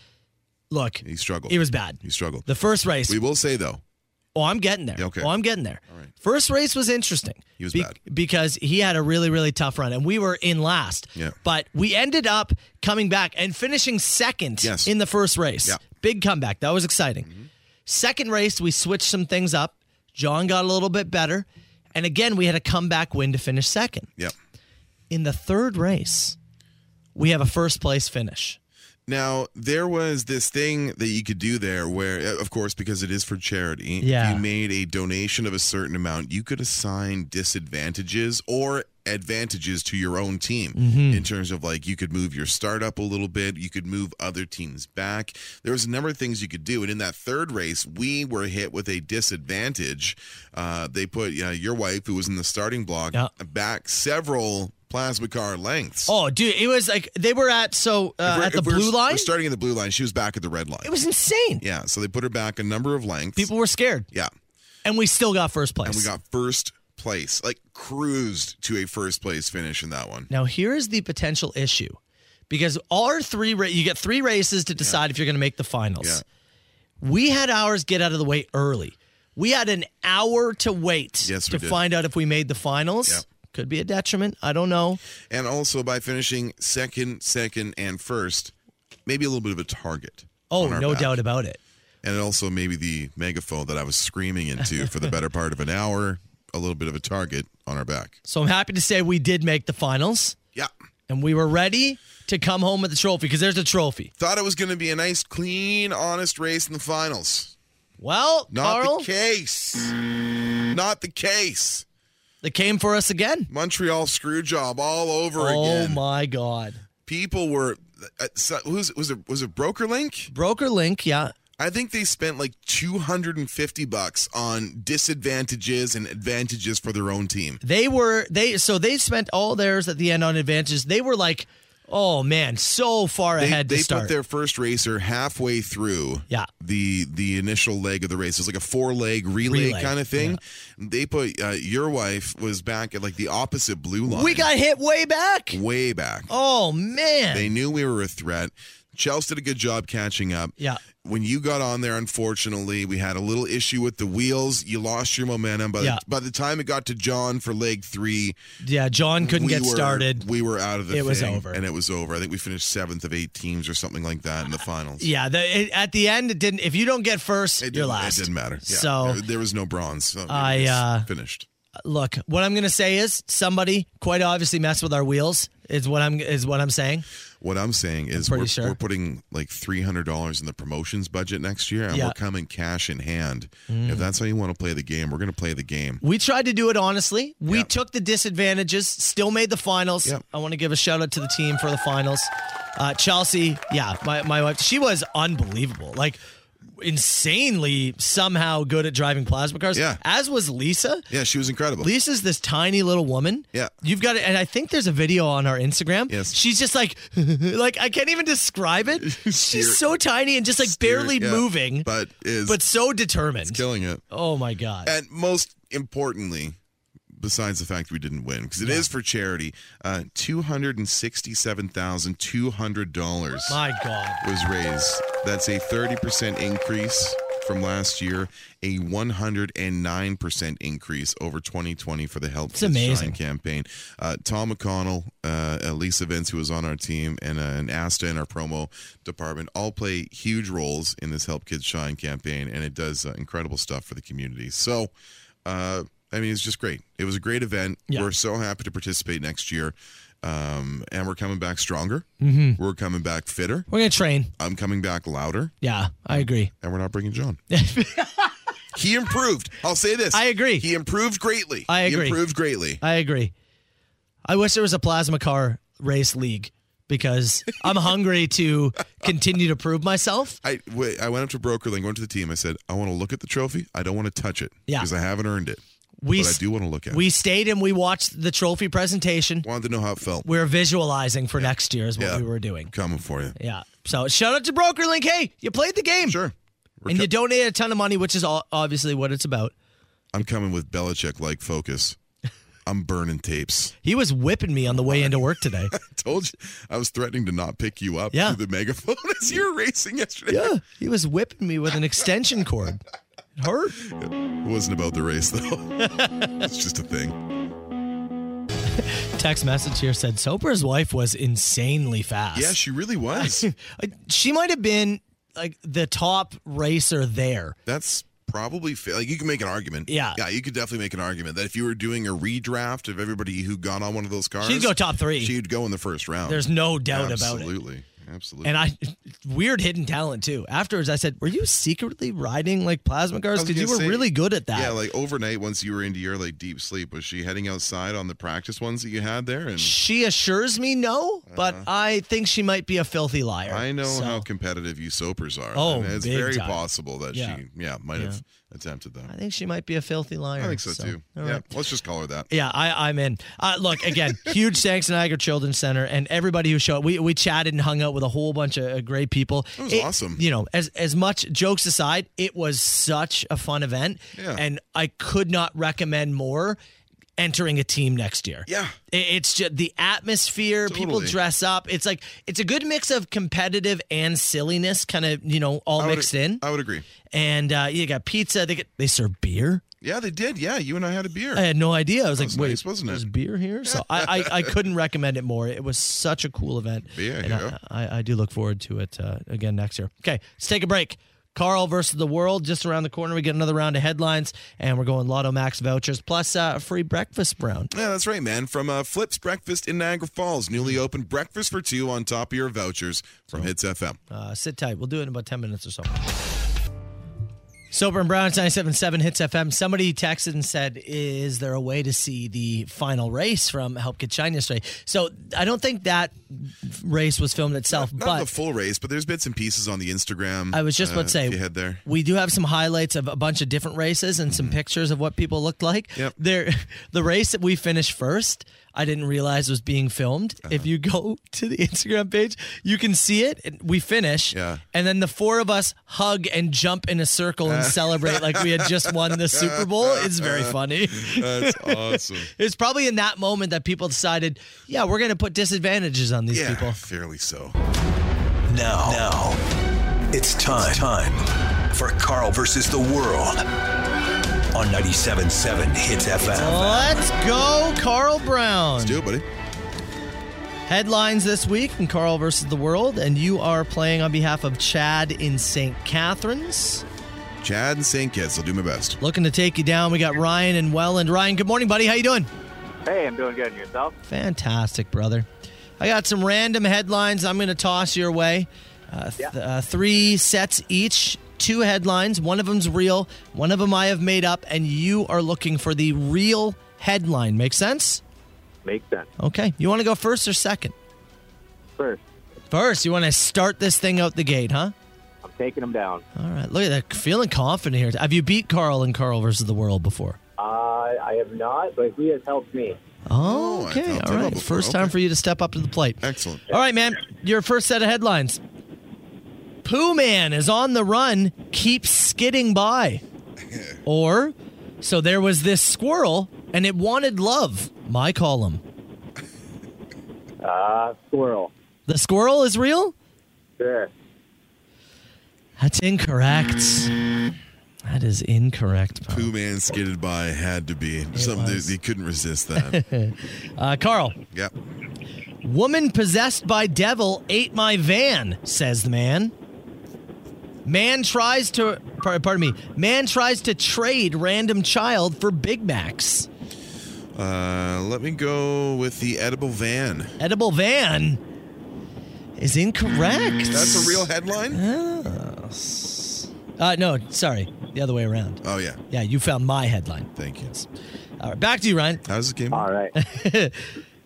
C: Look,
D: he struggled.
C: he was bad.
D: He struggled.
C: The first race.
D: we will say though,
C: oh, I'm getting there.
D: Okay.
C: Oh, I'm getting there. First race was interesting.
D: He was bad.
C: because he had a really really tough run, and we were in last.
D: Yeah.
C: But we ended up coming back and finishing second.
D: Yes.
C: In the first race.
D: Yeah. Mm-hmm.
C: Big comeback. That was exciting. Second race, we switched some things up. John got a little bit better, and again we had a comeback win to finish second.
D: Yep.
C: In the third race, we have a first place finish.
D: Now there was this thing that you could do there, where uh, of course because it is for charity,
C: Yeah.
D: if you made a donation of a certain amount, you could assign disadvantages or advantages to your own team
K: Mhm.
D: in terms of like you could move your startup a little bit, you could move other teams back. There was a number of things you could do, and in that third race, we were hit with a disadvantage. Uh, they put uh, your wife, who was in the starting block, back several plasma car lengths.
C: Oh, dude, it was like they were at so
D: If
C: uh,
D: we're-
C: at the
D: if we're-
C: blue line.
D: We're starting at the blue line. She was back at the red line.
C: It was insane.
D: yeah, so they put her back a number of lengths.
C: People were scared,
D: yeah,
C: and we still got first place.
D: and we got first place, like cruised to a first place finish in that one.
C: Now here is the potential issue, because our three ra- you get three races to decide if you're going to make the finals. We had ours get out of the way early. We had an hour to wait
D: Yes, we
C: to
D: did.
C: find out if we made the finals.
D: Yeah.
C: Could be a detriment. I don't know.
D: And also by finishing second, second, and first, maybe a little bit of a target.
C: Oh,
D: on our
C: no
D: back.
C: doubt about it.
D: And also maybe the megaphone that I was screaming into for the better part of an hour, a little bit of a target on our back.
C: So I'm happy to say we did make the finals.
D: Yeah.
C: And we were ready to come home with the trophy because there's a trophy.
D: Thought it was going to be a nice, clean, honest race in the finals.
C: Well,
D: Not
C: Carl,
D: the case. Not the case.
C: They came for us again.
D: Montreal screw job all over
C: oh
D: again.
C: my God.
D: People were. uh, so- Who's was it? Was it BrokerLink?
C: BrokerLink, yeah.
D: I think they spent like two hundred and fifty bucks on disadvantages and advantages for their own team.
C: They were they so they spent all theirs at the end on advantages. They were like, oh man, so far
D: They,
C: ahead
D: they
C: to start.
D: put their first racer halfway through
C: Yeah.
D: the the initial leg of the race. It was like a four leg relay,
C: Relay,
D: kind of thing. They put uh, your wife was back at like the opposite blue line.
C: we got hit way back.
D: way back.
C: Oh man.
D: They knew we were a threat. Chelsea did a good job catching up.
C: yeah.
D: When you got on there, unfortunately, we had a little issue with the wheels. You lost your momentum. By the,
C: Yeah.
D: by the time it got to John for leg three,
C: Yeah, John couldn't
D: we
C: get
D: were-
C: started.
D: We were out of the
C: It was
D: thing,
C: over.
D: And it was over. I think we finished seventh of eight teams or something like that in the finals.
C: Yeah, the, it, at the end it didn't if you don't get first, you're last.
D: It didn't matter. Yeah.
C: So-
D: there was no bronze. So it
C: I,
D: was
C: uh,
D: finished.
C: Look, what I'm going to say is somebody quite obviously messed with our wheels is what I'm is what I'm saying.
D: What I'm saying is
C: pretty
D: we're,
C: sure.
D: we're putting like $300 in the promotions budget next year and
C: Yeah.
D: we're coming cash in hand.
C: Mm.
D: If that's how you want to play the game, we're going to play the game.
C: We tried to do it honestly. We took the disadvantages, still made the finals.
D: Yep.
C: I want to give a shout out to the team for the finals. Uh, Chelsea, yeah, my, my wife, she was unbelievable. Like, insanely somehow good at driving plasma cars.
D: Yeah.
C: As was Lisa.
D: Yeah, she was incredible.
C: Lisa's this tiny little woman.
D: Yeah.
C: You've got it. And I think there's a video on our Instagram. Yes. She's just like, like, I can't even describe it. She's so tiny and just like barely
D: Yeah.
C: moving,
D: but is
C: but so determined.
D: killing it.
C: oh my God.
D: And most importantly, besides the fact we didn't win, because it is for charity, uh, two hundred and sixty-seven thousand two hundred dollars
C: my God.
D: was raised. That's a thirty percent increase from last year, a one hundred and nine percent increase over twenty twenty for the Help
C: It's
D: Kids
C: amazing.
D: Shine campaign. Uh, Tom McConnell, uh, uh, Lisa Vince, who was on our team, and uh, and Asta in our promo department all play huge roles in this Help Kids Shine campaign, and it does uh, incredible stuff for the community. So, uh, I mean, it's just great. It was a great event.
C: Yeah.
D: We're so happy to participate next year. Um, and we're coming back stronger.
C: Mhm.
D: We're coming back fitter.
C: We're going to train.
D: I'm coming back louder,
C: Yeah, I agree.
D: and we're not bringing John. he improved. I'll say this.
C: I agree.
D: He improved greatly.
C: I agree.
D: He improved greatly.
C: I agree. I wish there was a plasma car race league because I'm hungry to continue to prove myself.
D: I wait, I went up to Brokerling, went to the team. I said, I want to look at the trophy. I don't want to touch it
C: Yeah.
D: because I haven't earned it.
C: We
D: but I
C: s-
D: do want to look at
C: We
D: it.
C: stayed and we watched the trophy presentation.
D: Wanted to know how it felt.
C: We're visualizing for next year is what
D: Yeah.
C: we were doing.
D: Coming for you.
C: Yeah. So shout out to BrokerLink. Hey, you played the game.
D: Sure. We're
C: and
D: co-
C: you donated a ton of money, which is all, obviously what it's about.
D: I'm coming with Belichick like focus. I'm burning tapes.
C: He was whipping me on the way into work today.
D: Told you I was threatening to not pick you up
C: Yeah.
D: through the megaphone as you were racing yesterday.
C: yeah. He was whipping me with an extension cord. It hurt.
D: It wasn't about the race though. it's just a thing.
C: Text message here said Soper's wife was insanely fast.
D: Yeah, she really was.
C: she might have been like the top racer there.
D: That's probably fair. Like you can make an argument.
C: Yeah.
D: Yeah, you could definitely make an argument that if you were doing a redraft of everybody who got on one of those cars,
C: She'd go top three.
D: She'd go in the first round.
C: There's no doubt about it.
D: Absolutely. Absolutely.
C: And I, weird hidden talent too. Afterwards, I said, "Were you secretly riding like plasma
D: I
C: cars?
D: was
C: Because you
D: gonna
C: were
D: say,
C: really good at that."
D: Yeah, like overnight, once you were into your like deep sleep, was she heading outside on the practice ones that you had there? And
C: she assures me no, but I think she might be a filthy liar.
D: Uh-huh. I know
C: So,
D: how competitive you soapers are.
C: Oh,
D: and it's
C: big
D: very
C: time.
D: possible that
C: Yeah.
D: she, yeah, might
C: Yeah.
D: have attempted that.
C: I think she might be a filthy liar.
D: I think so, too.
C: all
D: yeah,
C: right.
D: let's just call her that.
C: Yeah, I, I'm in. Uh, look, again, huge thanks to Niagara Children's Center and everybody who showed. We we chatted and hung out with a whole bunch of uh, great people.
D: It was awesome.
C: You know, as as much jokes aside, it was such a fun event,
D: Yeah.
C: and I could not recommend more. Entering a team next year.
D: Yeah.
C: I- It's just the atmosphere. People
D: Totally.
C: dress up. It's like it's a good mix of competitive and silliness, kind of you know all
D: I would-
C: mixed in.
D: I would agree.
C: And uh, you got pizza. They get they serve beer.
D: Yeah, they did. Yeah, you and I had a beer.
C: I had no idea. I was like,
D: was
C: wait,
D: nice, wasn't
C: there's
D: it?"
C: beer here? So I, I, I couldn't recommend it more. It was such a cool event.
D: Beer
C: and
D: here.
C: I, I, I do look forward to it uh, again next year. Okay, let's take a break. Carl versus the world just around the corner. We get another round of headlines, and we're going Lotto Max vouchers plus uh, a free breakfast round.
D: Yeah, that's right, man. From uh, Flips Breakfast in Niagara Falls, newly opened breakfast for two on top of your vouchers from Hits FM.
C: Uh, sit tight. We'll do it in about 10 minutes or so. Sober and Brown, 977 Hits FM. Somebody texted and said, Is there a way to see the final race from Help Get Shine yesterday? So I don't think that race was filmed itself,
D: Not
C: but
D: the full race, but there's bits and pieces on the Instagram.
C: I was just
D: uh,
C: about to say,
D: if you head there. Mm-hmm.
C: we do have some highlights of a bunch of different races and some pictures of what people looked like.
D: Yep.
C: There, the race that we finished first, I didn't realize was being filmed.
D: Uh-huh.
C: If you go to the Instagram page, you can see it. And We finish,
D: Yeah.
C: and then the four of us hug and jump in a circle
D: Uh-huh.
C: and celebrate like we had just won the Super Bowl. It's very funny.
D: That's awesome.
C: It's probably in that moment that people decided, yeah, we're going to put disadvantages on these
D: yeah,
C: people.
D: fairly so.
A: Now, now, it's time, time for Carl versus the world on 97.7 Hits FM.
C: Let's go, Carl Brown.
D: Let's do it, buddy.
C: Headlines this week from Carl versus the World, and you are playing on behalf of Chad in St. Catharines.
D: Chad and St. Kitts, I'll do my best.
C: Looking to take you down. We got Ryan and Welland. Ryan, good morning, buddy. How you doing?
I: Hey, I'm doing good. And yourself?
C: Fantastic, brother. I got some random headlines. I'm going to toss your way. Uh, th- uh, three sets each. Two headlines. One of them's real. One of them I have made up, and you are looking for the real headline. Make sense?
I: Makes sense.
C: Okay. You want to go first or second?
I: First,
C: First. You want to start this thing out the gate, huh?
I: I'm taking them down.
C: All right, look at that. Feeling confident here. Have you beat Carl in Carl versus the World before?
I: Uh, I have not, but he has helped me.
C: Oh,
D: I've
C: okay.
D: helped
C: All
D: him out
C: right.
D: before.
C: First time
D: Okay.
C: for you to step up to the plate.
D: Excellent.
C: All right, man. Your first set of headlines. Pooh Man is on the run, keeps skidding by. or, so there was this squirrel and it wanted love. My column.
I: Uh, squirrel.
C: The squirrel is real?
I: Sure.
C: That's incorrect. That is incorrect. pal.
D: Pooh Man skidded by had to be. Something
C: was.
D: that he couldn't resist that.
C: Uh, Carl,
D: yep.
C: Woman possessed by devil ate my van, says the man. Man tries to par- pardon me. Man tries to trade random child for Big Macs.
D: Uh, let me go with the edible van.
C: Edible van is incorrect.
D: That's a real headline?
C: Yes. Uh, no, sorry, the other way around.
D: Oh, yeah.
C: Yeah, you found my headline.
D: Thank you.
C: All right, back to you, Ryan.
D: How's this game?
I: All right.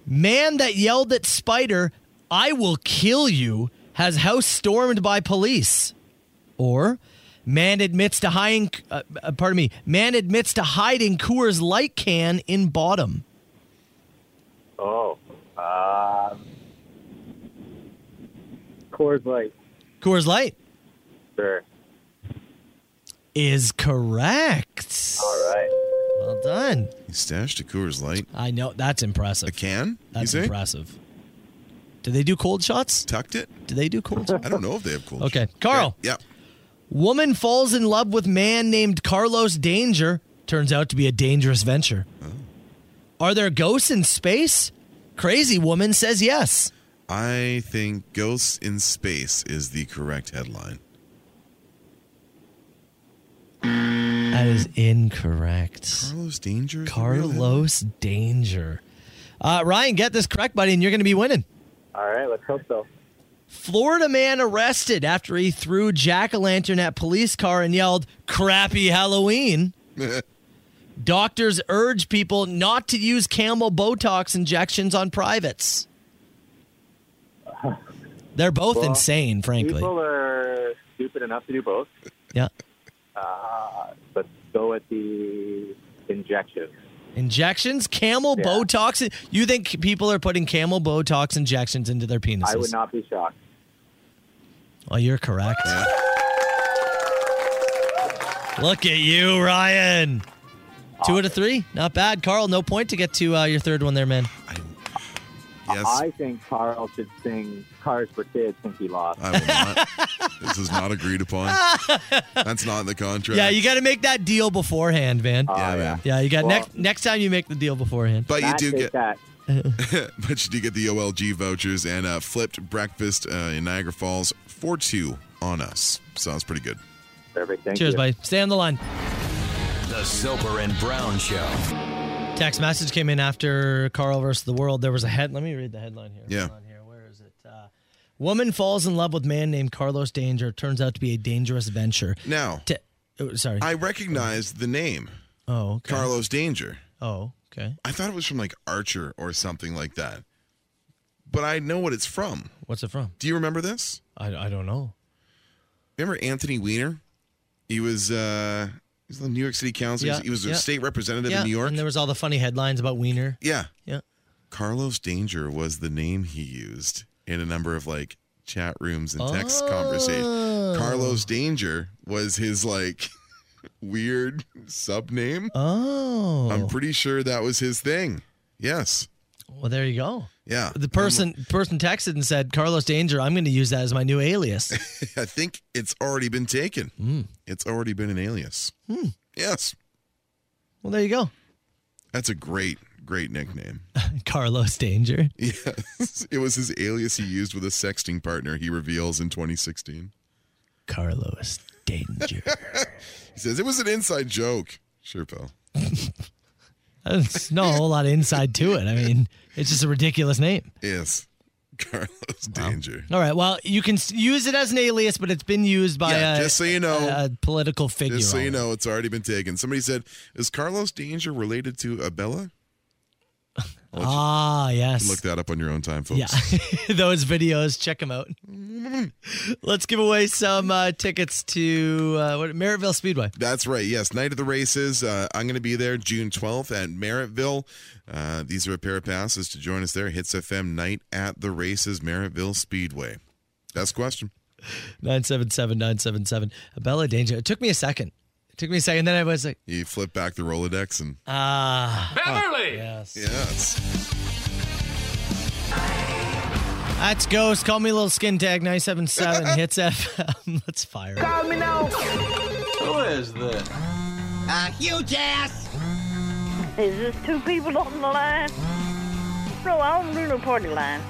C: Man that yelled at spider, I will kill you, has house stormed by police. Or man admits to hiding, uh, uh, pardon me, man admits to hiding Coors Light can in bottom.
I: oh. Um, Coors Light.
C: Coors Light
I: Sure.
C: is correct.
I: All right.
C: Well done.
D: He stashed a Coors Light.
C: I know, that's impressive.
D: A can?
C: That's
D: you say?
C: impressive. Do they do cold shots?
D: Tucked it?
C: Do they do cold shots?
D: I don't know if they have cool.
C: Okay. Carl.
D: Yeah. Yep.
C: Woman falls in love with man named Carlos Danger. Turns out to be a dangerous venture.
D: Oh.
C: Are there ghosts in space? Crazy woman says yes.
D: I think Ghosts in Space is the correct headline.
C: That is incorrect.
D: Carlos Danger. is the real name?
C: Carlos Danger. Uh, Ryan, get this correct, buddy, and you're going to be winning.
K: All right, let's hope so.
C: Florida man arrested after he threw jack o' lantern at police car and yelled, Crappy Halloween. Doctors urge people not to use camel Botox injections on privates. They're both
K: Well,
C: insane, frankly.
K: People are stupid enough to do both.
C: Yeah.
K: Uh, let's go with the injection.
C: Injections, camel
K: Yeah.
C: Botox. You think people are putting camel Botox injections into their penises?
K: I would not be shocked.
C: Well, you're correct. Look at you, Ryan. Two out of three. Not bad. Carl, no point to get to uh, your third one there, man.
D: Yes.
K: I think Carl should sing Cars for Kids since he lost.
D: I will not. this is not agreed upon. That's not in the contract.
C: Yeah, you got to make that deal beforehand, man.
K: Uh,
D: Yeah,
K: Oh,
D: man.
C: Yeah, you got
D: Well-
C: next next time you make the deal beforehand.
D: But you do get
K: that.
D: but you do get the OLG vouchers and uh, flipped breakfast uh, in Niagara Falls for two on us. Sounds pretty good.
K: Perfect. Thank
C: Cheers,
D: you.
C: buddy. Stay on the line.
A: The Silver and Brown Show.
C: Text message came in after Carl versus the world. There was a head. Let me read the headline here.
D: Yeah.
C: Uh, Woman falls in love with man named Carlos Danger. Turns out to be a dangerous venture.
D: Now,
C: Te- oh, sorry.
D: I recognized the name
C: oh, okay.
D: Carlos Danger.
C: Oh, okay.
D: I thought it was from like Archer or something like that. But I know what it's from.
C: What's it from?
D: Do you remember this?
C: I, I don't know.
D: Remember Anthony Weiner? He was uh he was the New York City Council.
C: Yeah,
D: he was a
C: yeah.
D: state representative in New York.
C: And there was all the funny headlines about Wiener.
D: Yeah.
C: Yeah.
D: Carlos Danger was the name he used in a number of like chat rooms and text
C: Oh.
D: conversations. Carlos Danger was his like weird sub name.
C: Oh.
D: I'm pretty sure that was his thing. Yes.
C: Well, there you go.
D: Yeah.
C: The person person texted and said, "Carlos Danger, I'm going to use that as my new alias."
D: I think it's already been taken. It's already been an alias.
C: Hmm.
D: Yes.
C: Well, there you go.
D: That's a great, great nickname.
C: Carlos Danger.
D: Yes. It was his alias he used with a sexting partner he reveals in 2016.
C: Carlos Danger.
D: He says it was an inside joke. Sure, pal.
C: There's not a whole lot of inside to it. I mean, it's just a ridiculous name.
D: Yes. Carlos Danger.
C: All right. Well, you can s- use it as an alias, but it's been used by
D: Yeah,
C: a,
D: just so you know.
C: a, a political figure.
D: Just so you know, it's already been taken. Somebody said, "Is Carlos Danger related to Abella?" I'll let you
C: Ah, yes.
D: Look that up on your own time, folks.
C: Yeah, those videos. Check them out. Let's give away some uh, tickets to uh, what, Merrittville Speedway.
D: That's right. Yes, night of the races. Uh, I'm going to be there June 12th at Merrittville. Uh, these are a pair of passes to join us there. Hits FM night at the races, Merrittville Speedway. Best question.
C: 977 977. Abella Danger. It took me a second. It took me a second. Then I was like,
D: You flip back the Rolodex and
C: ah.
D: Beverly!
C: yes.
D: yes,
C: That's Ghost. Call me Little Skin Tag 977 hits FM. Let's fire it.
B: Call me now.
G: Who is this?
B: A huge ass.
L: Is this two people on the line? No, I don't do no party line.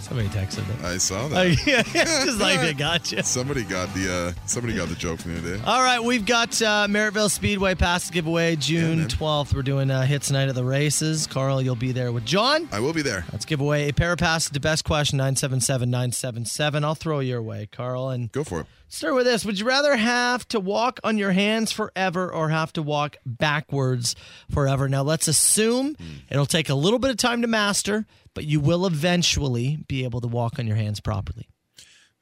C: Somebody texted it.
D: I saw that.
C: Oh, yeah, just like they gotcha.
D: Somebody got the uh, somebody got the joke from the other day.
C: All right, we've got uh, Merrittville Speedway pass giveaway June 12th. We're doing uh, Hits Night at the Races. Carl, you'll be there with John.
D: I will be there.
C: Let's give away a pair of passes to Best Question 977 977. I'll throw your way, Carl. And
D: Go for it.
C: start with this Would you rather have to walk on your hands forever or have to walk backwards forever? Now, let's assume it'll take a little bit of time to master, but you will eventually be able to walk on your hands properly.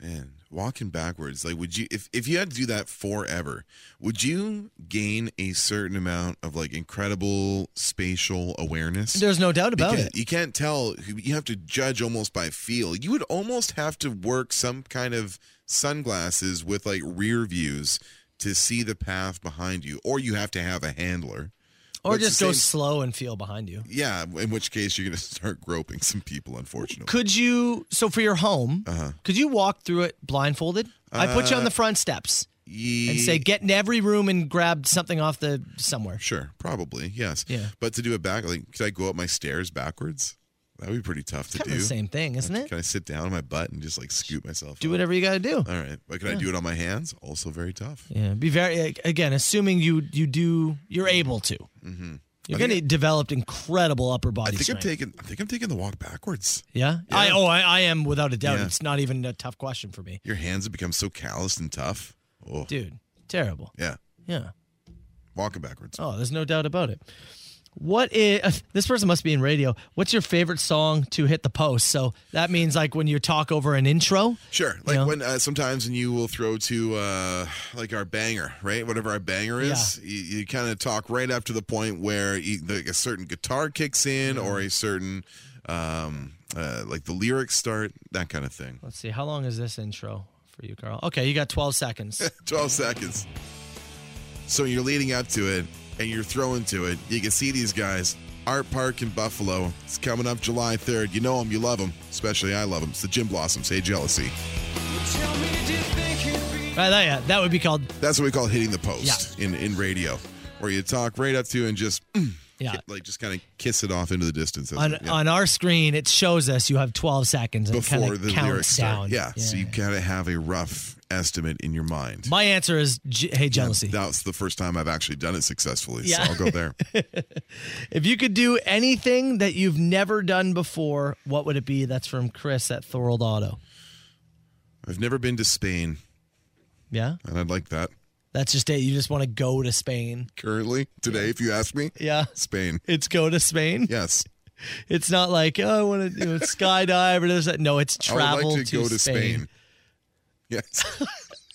D: Man, walking backwards, like would you if, if you had to do that forever, would you gain a certain amount of like incredible spatial awareness?
C: There's no doubt about
D: Because
C: it.
D: You can't tell who- you have to judge almost by feel. You would almost have to work some kind of sunglasses with like rear views to see the path behind you. Or you have to have a handler.
C: Or
D: But it's
C: just
D: the
C: go
D: same-
C: slow and feel behind you.
D: Yeah, in which case you're gonna start groping some people, unfortunately.
C: Could you, so for your home, could you walk through it blindfolded? I put you
D: Uh-huh.
C: on
D: Uh,
C: the front steps and
D: Ye-
C: say, get in every room and grab something off the somewhere.
D: Sure, probably yes.
C: Yeah.
D: But to do it back, like, could I go up my stairs backwards? That would be pretty tough to
C: Kind
D: do.
C: of the same thing, isn't it?
D: Can I sit down on my butt and just like scoot myself?
C: Do
D: up?
C: whatever you got to do.
D: All right, but can I
C: Yeah.
D: do it on my hands? Also very tough.
C: Yeah, be very again. Assuming you you do, you're able to.
D: Mm-hmm.
C: You're going to develop incredible upper body.
D: I think I'm
C: strength.
D: taking. I think I'm taking the walk backwards.
C: Yeah? I oh I, I am without a doubt.
D: Yeah.
C: It's not even a tough question for me,
D: Your hands have become so calloused and tough. Oh,
C: dude. Terrible.
D: Yeah,
C: Yeah.
D: walking backwards.
C: Oh, there's no doubt about it. What is this person must be in radio? What's your favorite song to hit the post? So that means like when you talk over an intro.
D: Sure. Like when uh, sometimes when you will throw to uh, like our banger, right? Whatever our banger is, you, you kind of talk right up to the point where you, like a certain guitar kicks in or a certain um, uh, like the lyrics start, that kind of thing.
C: Let's see. How long is this intro for you, Carl? Okay, you got 12 seconds.
D: 12 seconds. So you're leading up to it and you're throwing to it. You can see these guys. Art Park in Buffalo. It's coming up July 3rd. You know them, you love them, especially I love them. It's the Jim Blossoms. Hey, jealousy.
C: Right, that, yeah, that would be called.
D: That's what we call hitting the post in, in radio, where you talk right up to and just, mm,
C: Yeah.
D: ki- like just kind of kiss it off into the distance. That's
C: on,
D: it, yeah.
C: on our screen, it shows us you have 12 seconds and kind
D: Before
C: of
D: the
C: counts
D: lyrics
C: down.
D: start. Yeah, so you kind of have a rough estimate in your mind.
C: My answer is, j- hey, jealousy.
D: That was the first time I've actually done it successfully,
C: Yeah.
D: so I'll go there.
C: If you could do anything that you've never done before, what would it be? That's from Chris at Thorold Auto.
D: I've never been to Spain,
C: Yeah,
D: and I'd like that.
C: that's just it. You just want to go to Spain.
D: Currently, today, if you ask me,
C: Yeah,
D: Spain.
C: it's go to Spain.
D: Yes.
C: It's not like oh, I want to you know, skydive or there's that. No, it's
D: I
C: travel
D: would like to, go to
C: Spain.
D: Spain. Yes.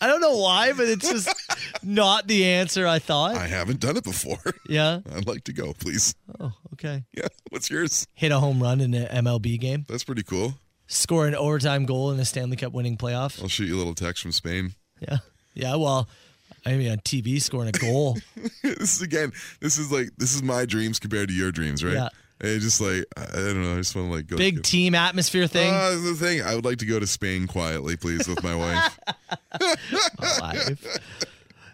C: I don't know why, but it's just not the answer I thought.
D: I haven't done it before.
C: yeah.
D: I'd like to go, please.
C: Oh, okay.
D: Yeah. What's yours?
C: Hit a home run in an MLB game.
D: That's pretty cool.
C: Score an overtime goal in a Stanley Cup winning playoff.
D: I'll shoot you a little text from Spain.
C: Yeah. Yeah. Well, I mean, on TV scoring a goal.
D: this is again. This is like this is my dreams compared to your dreams, right?
C: Yeah.
D: And it's just like I I don't know. I just want to like go
C: Big team atmosphere thing.
D: Ah, this is the thing. I would like to go to Spain quietly, please, with my wife.
C: Alive.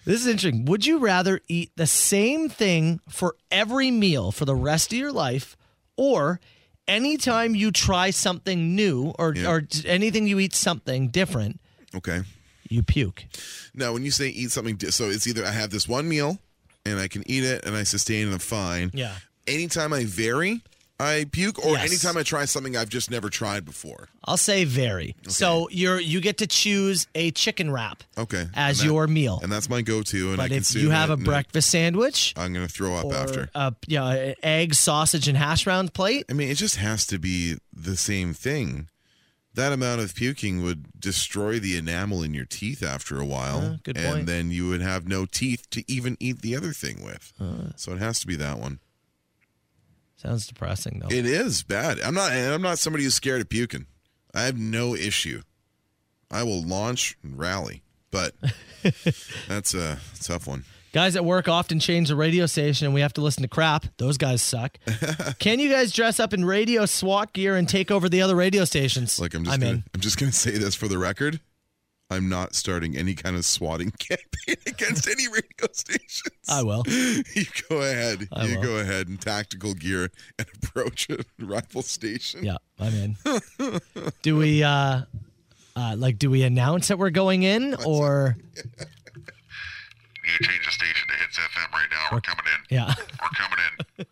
C: This is interesting. Would you rather eat the same thing for every meal for the rest of your life or anytime you try something new or,
D: Yeah.
C: or anything you eat something different,
D: Okay.
C: you puke?
D: Now, when you say eat something, di- so it's either I have this one meal and I can eat it and I sustain and I'm fine.
C: Yeah.
D: Anytime I vary, I puke, or
C: Yes.
D: anytime I try something I've just never tried before.
C: I'll say very. So you're you get to choose a chicken wrap
D: Okay.
C: as
D: And that-
C: your meal.
D: and that's my go-to, and I
C: But if
D: consume
C: you have
D: it,
C: a
D: and
C: breakfast sandwich
D: I'm gonna throw up
C: or
D: after.
C: a yeah, a egg, sausage, and hash round plate,
D: I mean, it just has to be the same thing. That amount of puking would destroy the enamel in your teeth after a while.
C: Uh, good
D: and
C: point.
D: then you would have no teeth to even eat the other thing with. so it has to be that one.
C: sounds depressing though.
D: It is bad. I'm not and I'm not somebody who's scared of puking. I have no issue. I will launch and rally. But that's a tough one.
C: Guys at work often change the radio station and we have to listen to crap. Those guys suck. Can you guys dress up in radio SWAT gear and take over the other radio stations?
D: Like I'm just
C: I'm
D: gonna,
C: in.
D: I'm just gonna say this for the record. I'm not starting any kind of swatting campaign against any radio stations.
C: I will.
D: You go ahead.
C: I
D: you
C: will.
D: go ahead in tactical gear and approach a rival station.
C: Yeah, I'm in. do we uh, uh like do we announce that we're going in or
M: We need to change the station to Hits FM right now. We're coming in.
C: yeah.
M: We're coming in.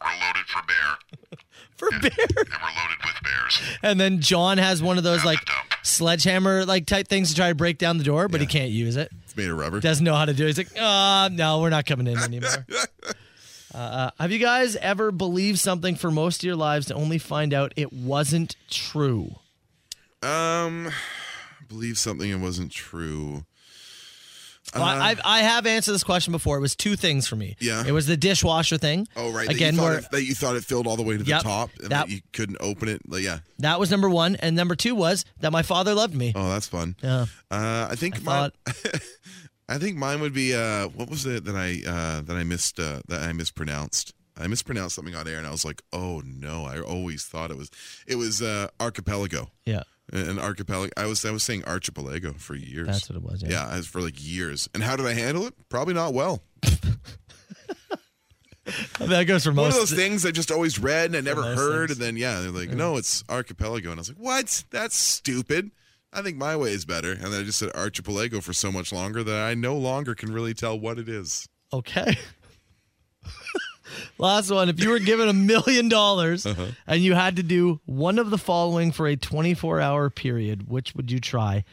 M: We're loaded for bear.
C: For bear.
M: And we're loaded with bears.
C: And then John has one of those like sledgehammer like type things to try to break down the door, but he can't use it.
D: It's made of rubber.
C: Doesn't know how to do it. He's like, uh, no, we're not coming in anymore. Uh, Uh, have you guys ever believed something for most of your lives to only find out it wasn't true?
D: Um, believe something it wasn't true.
C: Well, I- I've, I have answered this question before. It was two things for me.
D: Uh-huh. Yeah.
C: It was the dishwasher thing.
D: Oh right.
C: Again,
D: that you,
C: where
D: thought it, that you thought it filled all the way to the
C: Yep,
D: top and that,
C: that-
D: you couldn't open it. Like, yeah.
C: that was number one, and number two was that my father loved me.
D: Oh, that's fun.
C: Yeah.
D: Uh, I think mine. I think mine would be uh, what was it that I uh, that I missed uh, that I mispronounced. I mispronounced something on air, and I was like, "Oh no!" I always thought it was it was uh, archipelago.
C: Yeah.
D: An archipelago. I was I was saying archipelago for years.
C: That's what it was, yeah.
D: yeah I was for like years. And how did I handle it? Probably not well.
C: that goes for
D: One
C: most
D: of those things I just always read and I never
C: most
D: heard, and then yeah, they're like, no, it's archipelago, and I was like, what? That's stupid. I think my way is better, and then I just said archipelago for so much longer that I no longer can really tell what it is.
C: Okay. Last one. If you were given a million dollars and you had to do one of the following for a 24 hour period, which would you try?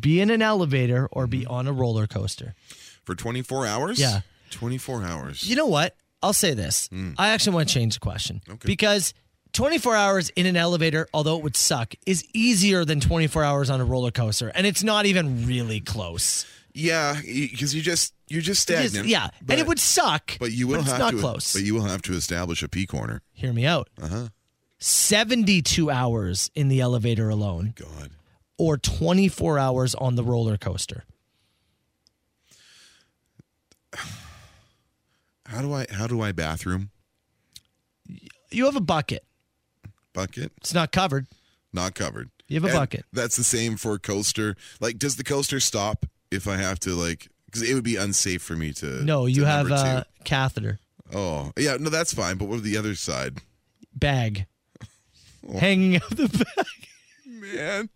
C: Be in an elevator or be on a roller coaster?
D: For 24 hours?
C: Yeah.
D: 24 hours.
C: You know what? I'll say this. I actually want to change the question because 24 hours in an elevator, although it would suck, is easier than 24 hours on a roller coaster. And it's not even really close.
D: Yeah, because you just you're just
C: It is-
D: stagnant.
C: yeah, and it would suck,
D: But you will
C: but it's
D: have
C: not
D: to,
C: close.
D: But you will have to establish a P corner.
C: Hear me out.
D: Uh huh.
C: 72 hours in the elevator alone.
D: God.
C: Or 24 hours on the roller coaster.
D: How do I how do I bathroom
C: You have a bucket.
D: bucket?
C: It's not covered.
D: Not covered.
C: You have a
D: And
C: bucket.
D: That's the same for coaster. Like, does the coaster stop if I have to like? Because it would be unsafe for me to.
C: No,
D: Uh,
C: you
D: to
C: have uh,
D: number
C: a catheter
D: two. Oh yeah, no, that's fine. But what about the other side?
C: bag
D: Oh.
C: hanging out the back.
D: man.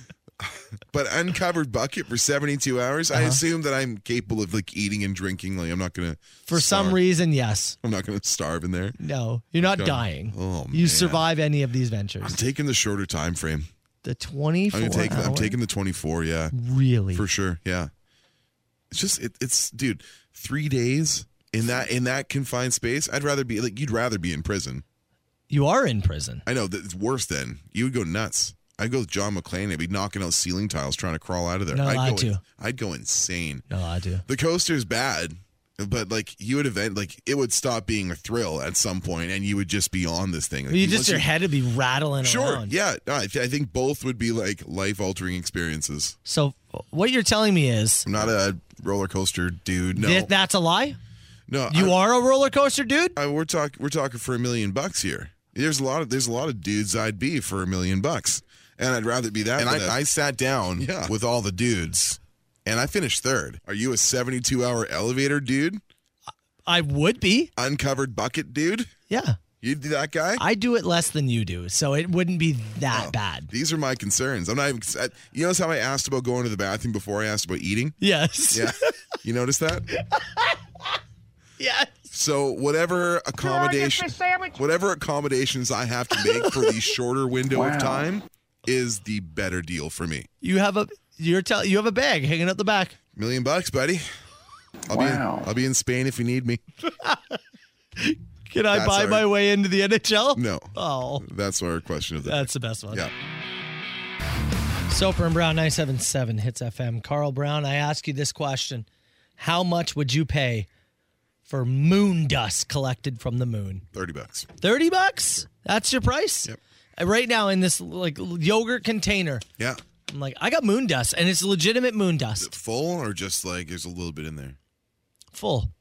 D: but uncovered bucket for 72 hours. I
C: Uh-huh.
D: assume that I'm capable of like eating and drinking. Like I'm not gonna
C: For some reason, yes.
D: I'm not gonna starve in there.
C: No, you're not
D: Okay.
C: dying.
D: Oh,
C: you
D: man.
C: survive any of these
D: I'm
C: ventures.
D: taking the shorter time frame.
C: The 24
D: I'm gonna take.
C: hour?
D: I'm taking the 24. Yeah,
C: Really?
D: for sure. Yeah. It's just it, it's dude. Three days in that in that confined space. I'd rather be like you'd rather be in prison.
C: You are in prison.
D: I know that it's worse than you would go nuts. I'd go with John McClane. I'd be knocking out ceiling tiles trying to crawl out of there.
C: No,
D: I'd
C: I
D: go,
C: do.
D: I'd go insane.
C: No, I do.
D: the coaster's bad but like you would event like it would stop being a thrill at some point and you would just be on this thing like,
C: you just
D: once
C: your head would be rattling
D: sure
C: around.
D: yeah no, I, th- I think both would be like life altering experiences
C: So what you're telling me is
D: i'm not a roller coaster dude no
C: thi- that's a lie.
D: no
C: You
D: I,
C: are a roller coaster dude.
D: I, we're talking we're talking for a million bucks here there's a lot of there's a lot of dudes i'd be for a million bucks and i'd rather be that and
N: than
D: I,
N: a-
D: I sat down
N: Yeah.
D: with all the dudes and i finished third are you a 72 hour elevator dude
C: I would be.
D: uncovered bucket dude
C: Yeah.
D: You'd be that guy?
C: I do it less than you do, so it wouldn't be that bad.
D: These are my concerns. I'm not even. I, you notice how I asked about going to the bathroom before I asked about eating?
C: Yes.
D: Yeah. you notice that?
C: yes.
D: So whatever accommodation,
B: fish sandwich?
D: whatever accommodations I have to make for the shorter window
B: Wow.
D: of time is the better deal for me.
C: You have a you're tell you have a bag hanging out the back.
D: Million bucks, buddy. I'll be in, I'll be in Spain if you need me.
C: Can I
D: That's
C: buy
D: our-
C: my way into the NHL?
D: No.
C: Oh,
D: That's our question of the
C: that's the best one.
D: yeah.
C: Soper and Brown 977 hits FM. Carl Brown, I ask you this question. How much would you pay for moon dust collected from the moon?
D: Thirty bucks.
C: 30 bucks? That's your price? Yep. Right now in this like yogurt container.
D: Yeah.
C: I'm like, I got moon dust and it's legitimate moon dust.
D: Full or just like there's a little bit in there.
C: Full.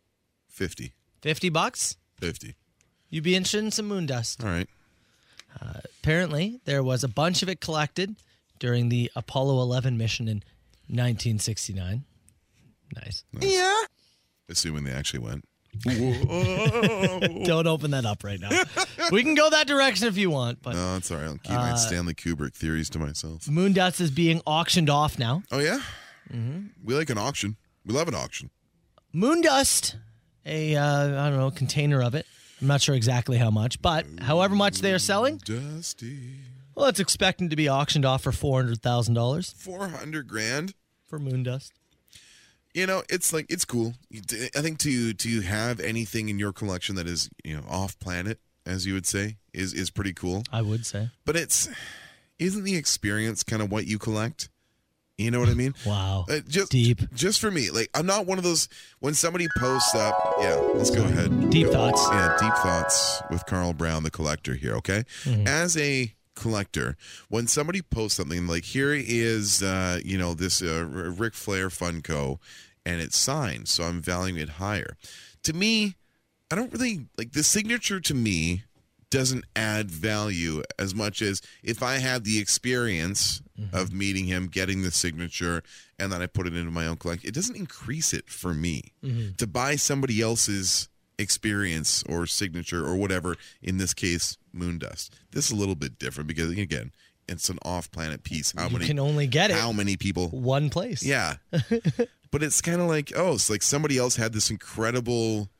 D: 50.
C: 50 bucks?
D: 50.
C: You'd be interested in some moon dust.
D: All right.
C: Apparently, there was a bunch of it collected during the Apollo 11 mission in 1969. Nice.
D: Yeah. Assuming they actually went.
C: Don't open that up right now. we can go that direction if you want, but
D: No, it's all right. I'll keep my
C: Uh,
D: Stanley Kubrick theories to myself.
C: moon dust is being auctioned off now.
D: Oh yeah,
C: Mm-hmm.
D: we like an auction. We love an auction.
C: Moon dust, a uh, I don't know container of it. I'm not sure exactly how much, but however much they are selling,
D: Dusty,
C: well, it's expecting to be auctioned off for four hundred thousand dollars
D: four hundred grand.
C: for moon dust.
D: You know, it's like it's cool. You d- I think to to have anything in your collection that is you know off planet, as you would say, is is pretty cool.
C: I would say.
D: But it's isn't the experience kind of what you collect? You know what I mean?
C: Wow.
D: Uh, just
C: Deep.
D: just for me, like I'm not one of those when somebody posts up. Yeah, let's go ahead.
C: Deep
D: Go-
C: thoughts.
D: Yeah, deep thoughts with Carl Brown, the collector here. Okay, as a collector, when somebody posts something like here is uh, you know this uh, R- Ric Flair Funko, and it's signed, so I'm valuing it higher. To me, I don't really like the signature. To me, doesn't add value as much as if I had the experience
C: Mm-hmm.
D: of meeting him, getting the signature, and
C: Mm-hmm.
D: then I put it into my own collection. It doesn't increase it for me to buy somebody else's experience or signature or whatever. In this case, moon dust. This is a little bit different because again, it's an off-planet piece. How
C: You
D: many
C: can only get it
D: How many people?
C: one place.
D: Yeah. but it's kind of like, oh, it's like somebody else had this incredible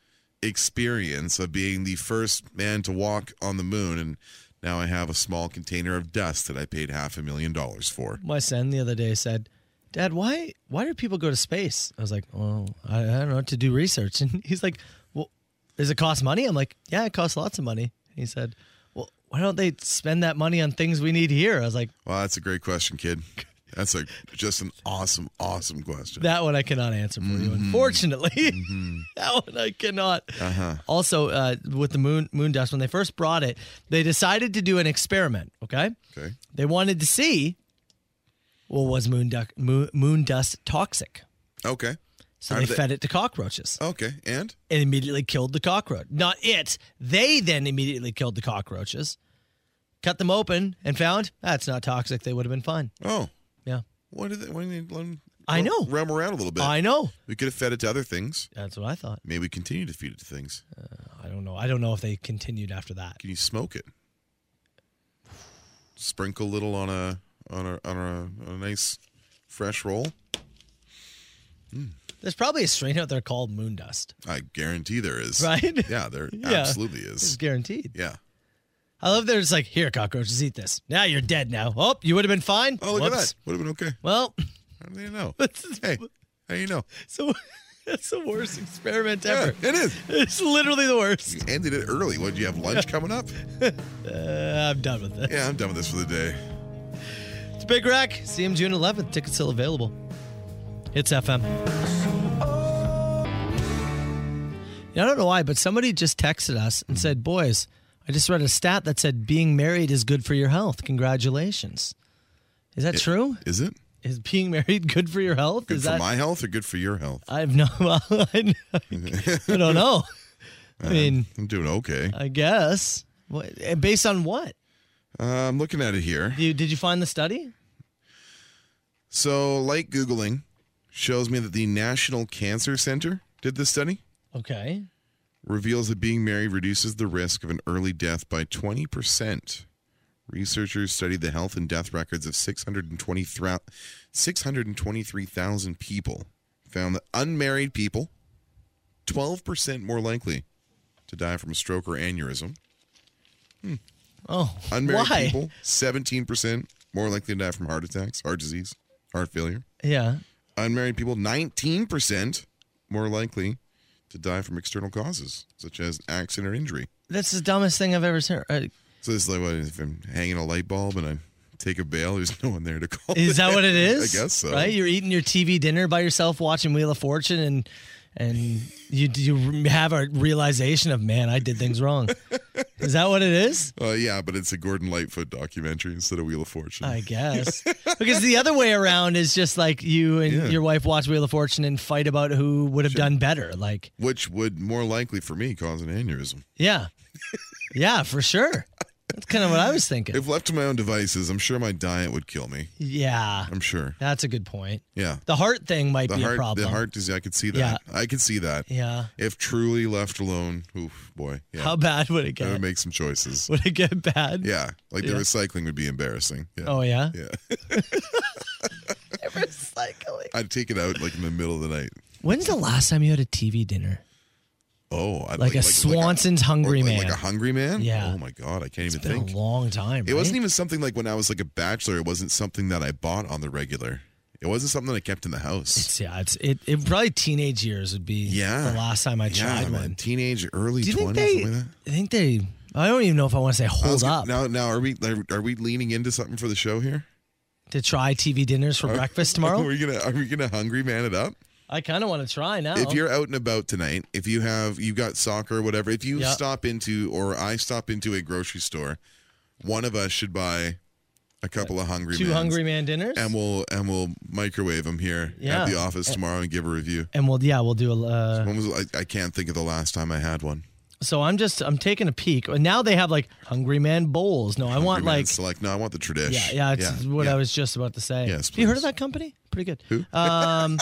D: experience of being the first man to walk on the moon. And now I have a small container of dust that I paid half a million dollars for.
C: My son the other day said, "Dad, why why do people go to space?" I was like, "Well, I, I don't know to do research." And he's like, "Well, does it cost money?" I'm like, "Yeah, it costs lots of money." And he said, "Well, why don't they spend that money on things we need here?" I was like,
D: Well, that's a great question, kid. That's a just an awesome, awesome question.
C: "That one I cannot answer for you, unfortunately. that one I cannot."
D: Uh huh.
C: Also, uh, with the moon moon dust, when they first brought it, they decided to do an experiment. Okay,
D: Okay.
C: they wanted to see, well, was moon, duck, moon, moon dust toxic?
D: Okay.
C: So
D: How
C: they
D: did they-
C: fed it to cockroaches.
D: Okay. And
C: It immediately killed the cockroach. Not it. They then immediately killed the cockroaches, cut them open, and found that's not toxic. They would have been fine.
D: Oh.
C: Yeah.
D: Why did they? Why did they let 'em
C: I know.
D: roam around a little bit?
C: I know.
D: We could have fed it to other things.
C: That's what I thought.
D: Maybe we continue to feed it to things.
C: I don't know. I don't know if they continued after that.
D: Can you smoke it? Sprinkle a little on a on a on a, on a nice fresh roll.
C: There's probably a strain out there called moon dust,
D: I guarantee there is.
C: right?
D: Yeah, there
C: Yeah.
D: absolutely
C: It's
D: is.
C: guaranteed.
D: Yeah.
C: I love that it's like, here, cockroaches, eat this. Now you're dead now. Oh, you would have been fine.
D: Oh, look at
C: Whoops.
D: that. Would have been okay.
C: Well,
D: How do you know?
C: this is-
D: hey, how do you know?
C: so that's the worst experiment
D: Yeah,
C: ever.
D: it is.
C: It's literally the worst.
D: You ended it early. What, do you have lunch coming up?
C: Uh, I'm done with this.
D: Yeah, I'm done with this for the day.
C: It's Big Rack. See him June 11th. Tickets still available. It's FM. Yeah, I don't know why, but somebody just texted us and said, Boys, I just read a stat that said being married is good for your health. Congratulations. Is that true?
D: Is it
C: Is being married good for your health?
D: good
C: is
D: for
C: that
D: my health or good for your health?
C: I've no well, I, I don't know. I mean,
D: I'm doing okay.
C: I guess. What, and based on what?
D: Uh, I'm looking at it here.
C: Do you, did you find the study?
D: So, light Googling shows me that the National Cancer Center did this study.
C: Okay.
D: reveals that being married reduces the risk of an early death by 20%. Researchers studied the health and death records of 623 623,000 people, found that unmarried people 12% more likely to die from a stroke or aneurysm.
C: Oh,
D: Unmarried
C: why?
D: people 17% more likely to die from heart attacks, heart disease, heart failure.
C: Yeah.
D: Unmarried people 19% more likely to die from external causes such as accident or injury.
C: That's the dumbest thing I've ever seen. Uh,
D: So it's like what, if I'm hanging a light bulb and I take a bail, there's no one there to call.
C: Is that what it is?
D: I guess so.
C: Right? You're eating your TV dinner by yourself, watching Wheel of Fortune, and and you you have a realization of man, I did things wrong. is that what it is?
D: Uh, yeah, but it's a Gordon Lightfoot documentary instead of Wheel of Fortune.
C: I guess because the other way around is just like you and
D: Yeah.
C: your wife watch Wheel of Fortune and fight about who would have done better. Like,
D: Which would more likely for me cause an aneurysm.
C: yeah, yeah, for sure. That's kind of what I was thinking.
D: If left to my own devices, I'm sure my diet would kill me.
C: yeah,
D: I'm sure.
C: that's a good point.
D: Yeah.
C: The heart thing might
D: The
C: be a
D: heart,
C: problem.
D: the heart disease. I could see that. I could see that.
C: yeah.
D: If truly left alone, oof, boy. Yeah.
C: How bad would it
D: I
C: get?
D: would make some choices.
C: Would it get bad?
D: Yeah, like
C: Yeah.
D: the recycling would be embarrassing. Yeah.
C: Oh yeah.
D: Yeah,
C: Recycling.
D: I'd take it out like in the middle of the night.
C: When's the last time you had a TV dinner?
D: Oh, I'd
C: Like a Swanson's Hungry
D: or like-
C: Man.
D: Like a hungry man.
C: Yeah.
D: Oh my god, I can't
C: It's
D: even
C: been
D: think.
C: a long time.
D: It wasn't
C: right?
D: even something like when I was like a bachelor. It wasn't something that I bought on the regular. It wasn't something that I kept in the house.
C: It's, yeah, it's it, it. Probably teenage years would be.
D: Yeah.
C: The last time I
D: yeah,
C: tried
D: man,
C: one.
D: Teenage, early
C: Do you think
D: twenties.
C: they? I think they. I don't even know if I want to say hold up
D: Now, now, are we are, are we leaning into something for the show here?
C: to try TV dinners for breakfast tomorrow.
D: Are we gonna are we gonna hungry man it up?
C: I kind of want to try now.
D: If you're out and about tonight, if you have you got soccer or whatever, if you
C: Yeah.
D: stop into or I stop into a grocery store, one of us should buy a couple of hungry
C: two
D: Mans,
C: hungry man dinners,
D: and we'll and we'll microwave them here
C: Yeah.
D: at the office tomorrow and give a review.
C: And we'll yeah we'll do a. Uh,
D: When was I, I can't think of the last time I had one.
C: so I'm just I'm taking a peek. And Now they have like hungry man bowls. No, I want
D: Hungry Man
C: like
D: select. No, I want the tradition.
C: Yeah, yeah, it's what I was just about to say.
D: Yes,
C: Have you heard of
D: please.
C: that company? Pretty good.
D: Who?
C: Um,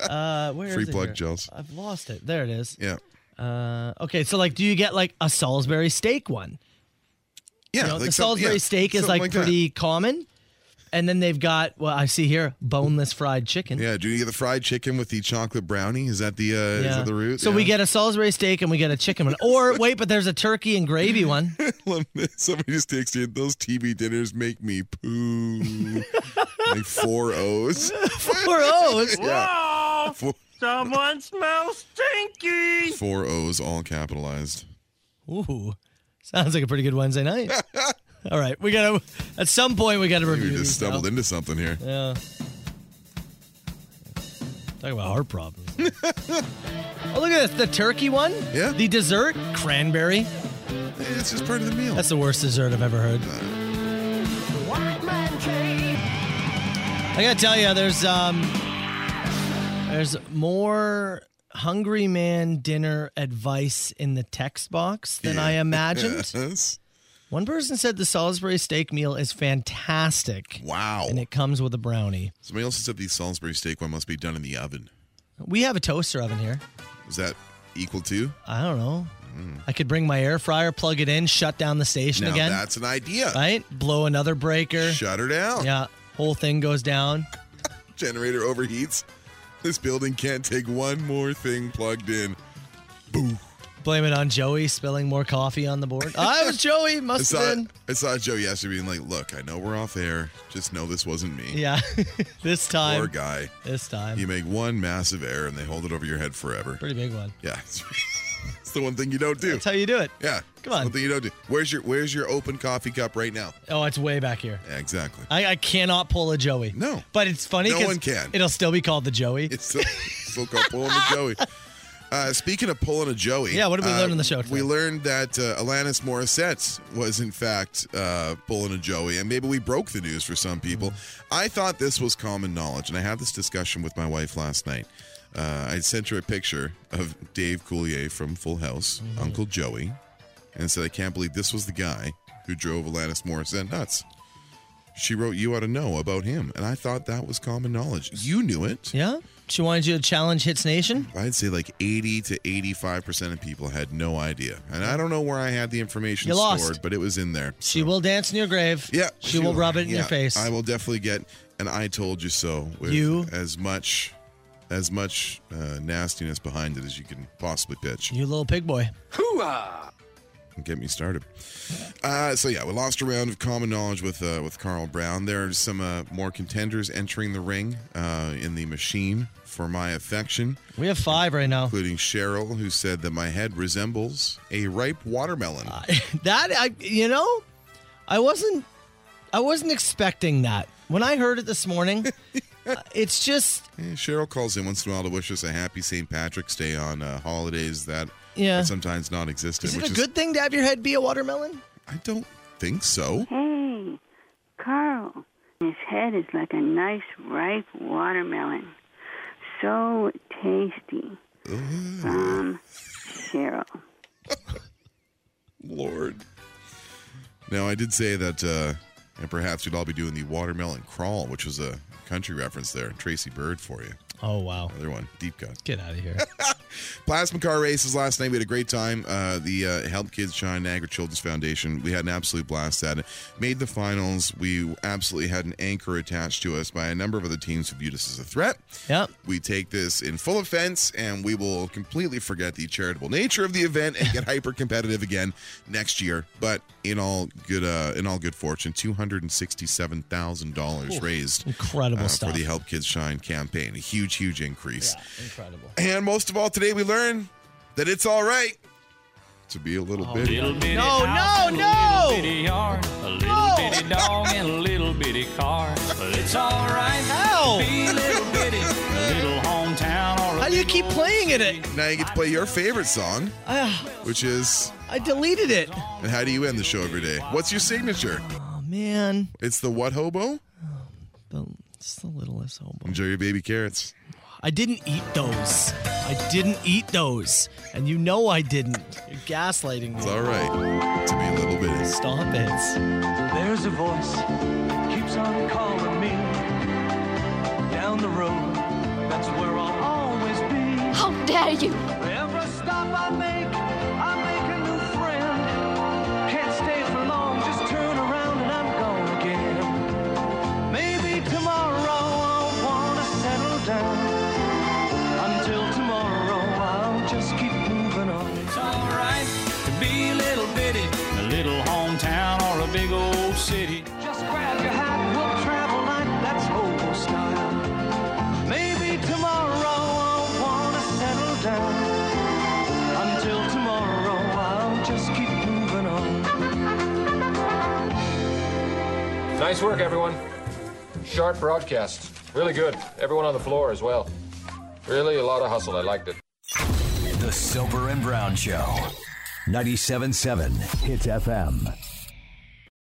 C: uh, where is
D: Free
C: it
D: plug,
C: here?
D: Gels.
C: I've lost it. There it is.
D: Yeah.
C: Uh, okay, so like, do you get like a Salisbury steak one?
D: Yeah,
C: You know,
D: like
C: the
D: some-
C: Salisbury
D: yeah,
C: steak is
D: something
C: like,
D: like that.
C: pretty common, and then they've got well, I see here boneless fried chicken.
D: Yeah, do you get the fried chicken with the chocolate brownie? Is that the uh, is that the root?
C: So we get a Salisbury steak and we get a chicken one. Or wait, but there's a turkey and gravy one.
D: get somebody just takes you. Those TV dinners make me poo. like four O's.
C: Four O's.
D: Yeah. Four,
B: Oh, Someone smells stinky.
D: four O's, all capitalized.
C: Ooh, sounds like a pretty good Wednesday night. All right, we gotta at some point we gotta
D: I think
C: review.
D: we just
C: these now.
D: stumbled into something here.
C: Yeah. Talk about heart problems. oh, look at this. The turkey one? Yeah. The dessert? Cranberry.
D: It's just part of the meal.
C: That's the worst dessert I've ever heard. I gotta tell you, there's um, there's more hungry man dinner advice in the text box than I imagined.
D: Yes.
C: One person said the Salisbury steak meal is fantastic.
D: Wow.
C: And it comes with a brownie.
D: Somebody else said the Salisbury steak one must be done in the oven.
C: We have a toaster oven here.
D: Is that equal to?
C: I don't know. I could bring my air fryer, plug it in, shut down the station
D: Mm. Now
C: again.
D: that's an idea.
C: Right? Blow another breaker.
D: Shut her down.
C: Yeah. Whole thing goes down.
D: Generator overheats. This building can't take one more thing plugged in.
C: Blame it on Joey spilling more coffee on the board. I was Joey.
D: I
C: Must
D: saw,
C: have been.
D: I saw Joe yesterday being like, look, I know we're off air. Just know this wasn't me.
C: Yeah. this time.
D: Poor guy.
C: This time.
D: You make one massive error and they hold it over your head forever.
C: Pretty big one.
D: Yeah. It's, it's the one thing you don't do. That's
C: how you do it.
D: Yeah. Come on. One thing you don't do. Where's your where's your open coffee cup right now?
C: Oh, it's way back here.
D: Yeah, exactly.
C: I, I cannot pull a Joey.
D: No.
C: But it's funny
D: No
C: 'cause
D: one can.
C: It'll still be called the Joey.
D: It's still, still called pulling a Joey. Uh, speaking of pulling a Joey,
C: Yeah, what did we
D: uh,
C: learn on the show today?
D: We learned that uh, Alanis Morissette was in fact uh, pulling a Joey, and maybe we broke the news for some people.
C: Mm-hmm.
D: I thought this was common knowledge, and I had this discussion with my wife last night. Uh, I sent her a picture of Dave Coulier from Full House,
C: Mm-hmm.
D: Uncle Joey, and said, "I can't believe this was the guy who drove Alanis Morissette nuts." She wrote, "You ought to know about him," and I thought that was common knowledge. You knew it.
C: Yeah? She wanted you to challenge Hits Nation?
D: I'd say like 80 to 85% of people had no idea. And I don't know where I had the information
C: You
D: stored,
C: lost.
D: but it was in there.
C: She will dance in your grave.
D: Yeah.
C: She, will rub it in your
D: yeah,
C: face.
D: I will definitely get an I told you so with
C: You-
D: as much as much uh, nastiness behind it as you can possibly pitch.
C: you little pig boy.
D: Get me started. Uh, so yeah, we lost a round of common knowledge with uh, with Carl Brown. There are some uh, more contenders entering the ring uh, in the machine for my affection.
C: We have five right now.
D: including Cheryl, who said that my head resembles a ripe watermelon.
C: Ah, That I you know, I wasn't I wasn't expecting that. When I heard it this morning, uh, it's just
D: Eh, Cheryl calls in once in a while to wish us a happy St. Patrick's Day on uh, holidays that
C: Yeah.
D: are sometimes non existent,
C: is
D: which
C: it a
D: is,
C: good thing to have your head be a watermelon?
D: I don't think so.
N: Hey, Carl, his head is like a nice ripe watermelon. So tasty. From Cheryl.
D: Lord. Now, I did say that, uh, and perhaps we'd all be doing the watermelon crawl, which was a country reference there. Tracy Bird for you.
C: Oh wow.
D: Another one. Deep cut.
C: Get out of here.
D: Plasma car races last night. We had a great time. Uh, the uh, Help Kids Shine Niagara Children's Foundation. We had an absolute blast at it. Made the finals. We absolutely had an anchor attached to us by a number of other teams who viewed us as a threat.
C: Yep.
D: We take this in full offense, and we will completely forget the charitable nature of the event and get hyper competitive again next year. But in all good, uh, in all good fortune, two hundred and sixty-seven thousand dollars raised.
C: Incredible
D: uh,
C: stuff.
D: for the Help Kids Shine campaign. A huge, huge increase.
C: Incredible.
D: And most of all, today we learn that it's all right to be a little bitty.
G: Little bitty
B: No,
G: house,
B: no,
G: a
B: no.
G: Little bitty yard, a little
B: No.
G: bitty dog, and a little bitty car. But it's all right.
B: Ow.
G: to Be a little bitty, a little hometown, or a
C: How do you keep playing it? it?
D: Now you get to play your favorite song,
C: Ah,
D: which is.
C: I deleted it.
D: And how do you end the show every day? What's your signature?
C: Oh man.
D: It's the what hobo?
C: The, it's the littlest hobo.
D: Enjoy your baby carrots.
C: I didn't eat those. I didn't eat those. And you know I didn't. You're gaslighting me.
D: It's all right to be a little bitty.
C: Stop it.
B: There's a voice keeps on calling me down the road. That's where I'll always be.
O: How dare you!
B: Every stop I make.
P: City.
G: Just grab your hat, we'll travel light, that's old style. Maybe tomorrow I'll wanna settle down. Until tomorrow I'll just keep moving on.
H: Nice work, everyone. Sharp broadcast. Really good. Everyone on the floor as well. Really a lot of hustle. I liked it.
A: The Soper and Brown Show. 97.7 Hits FM.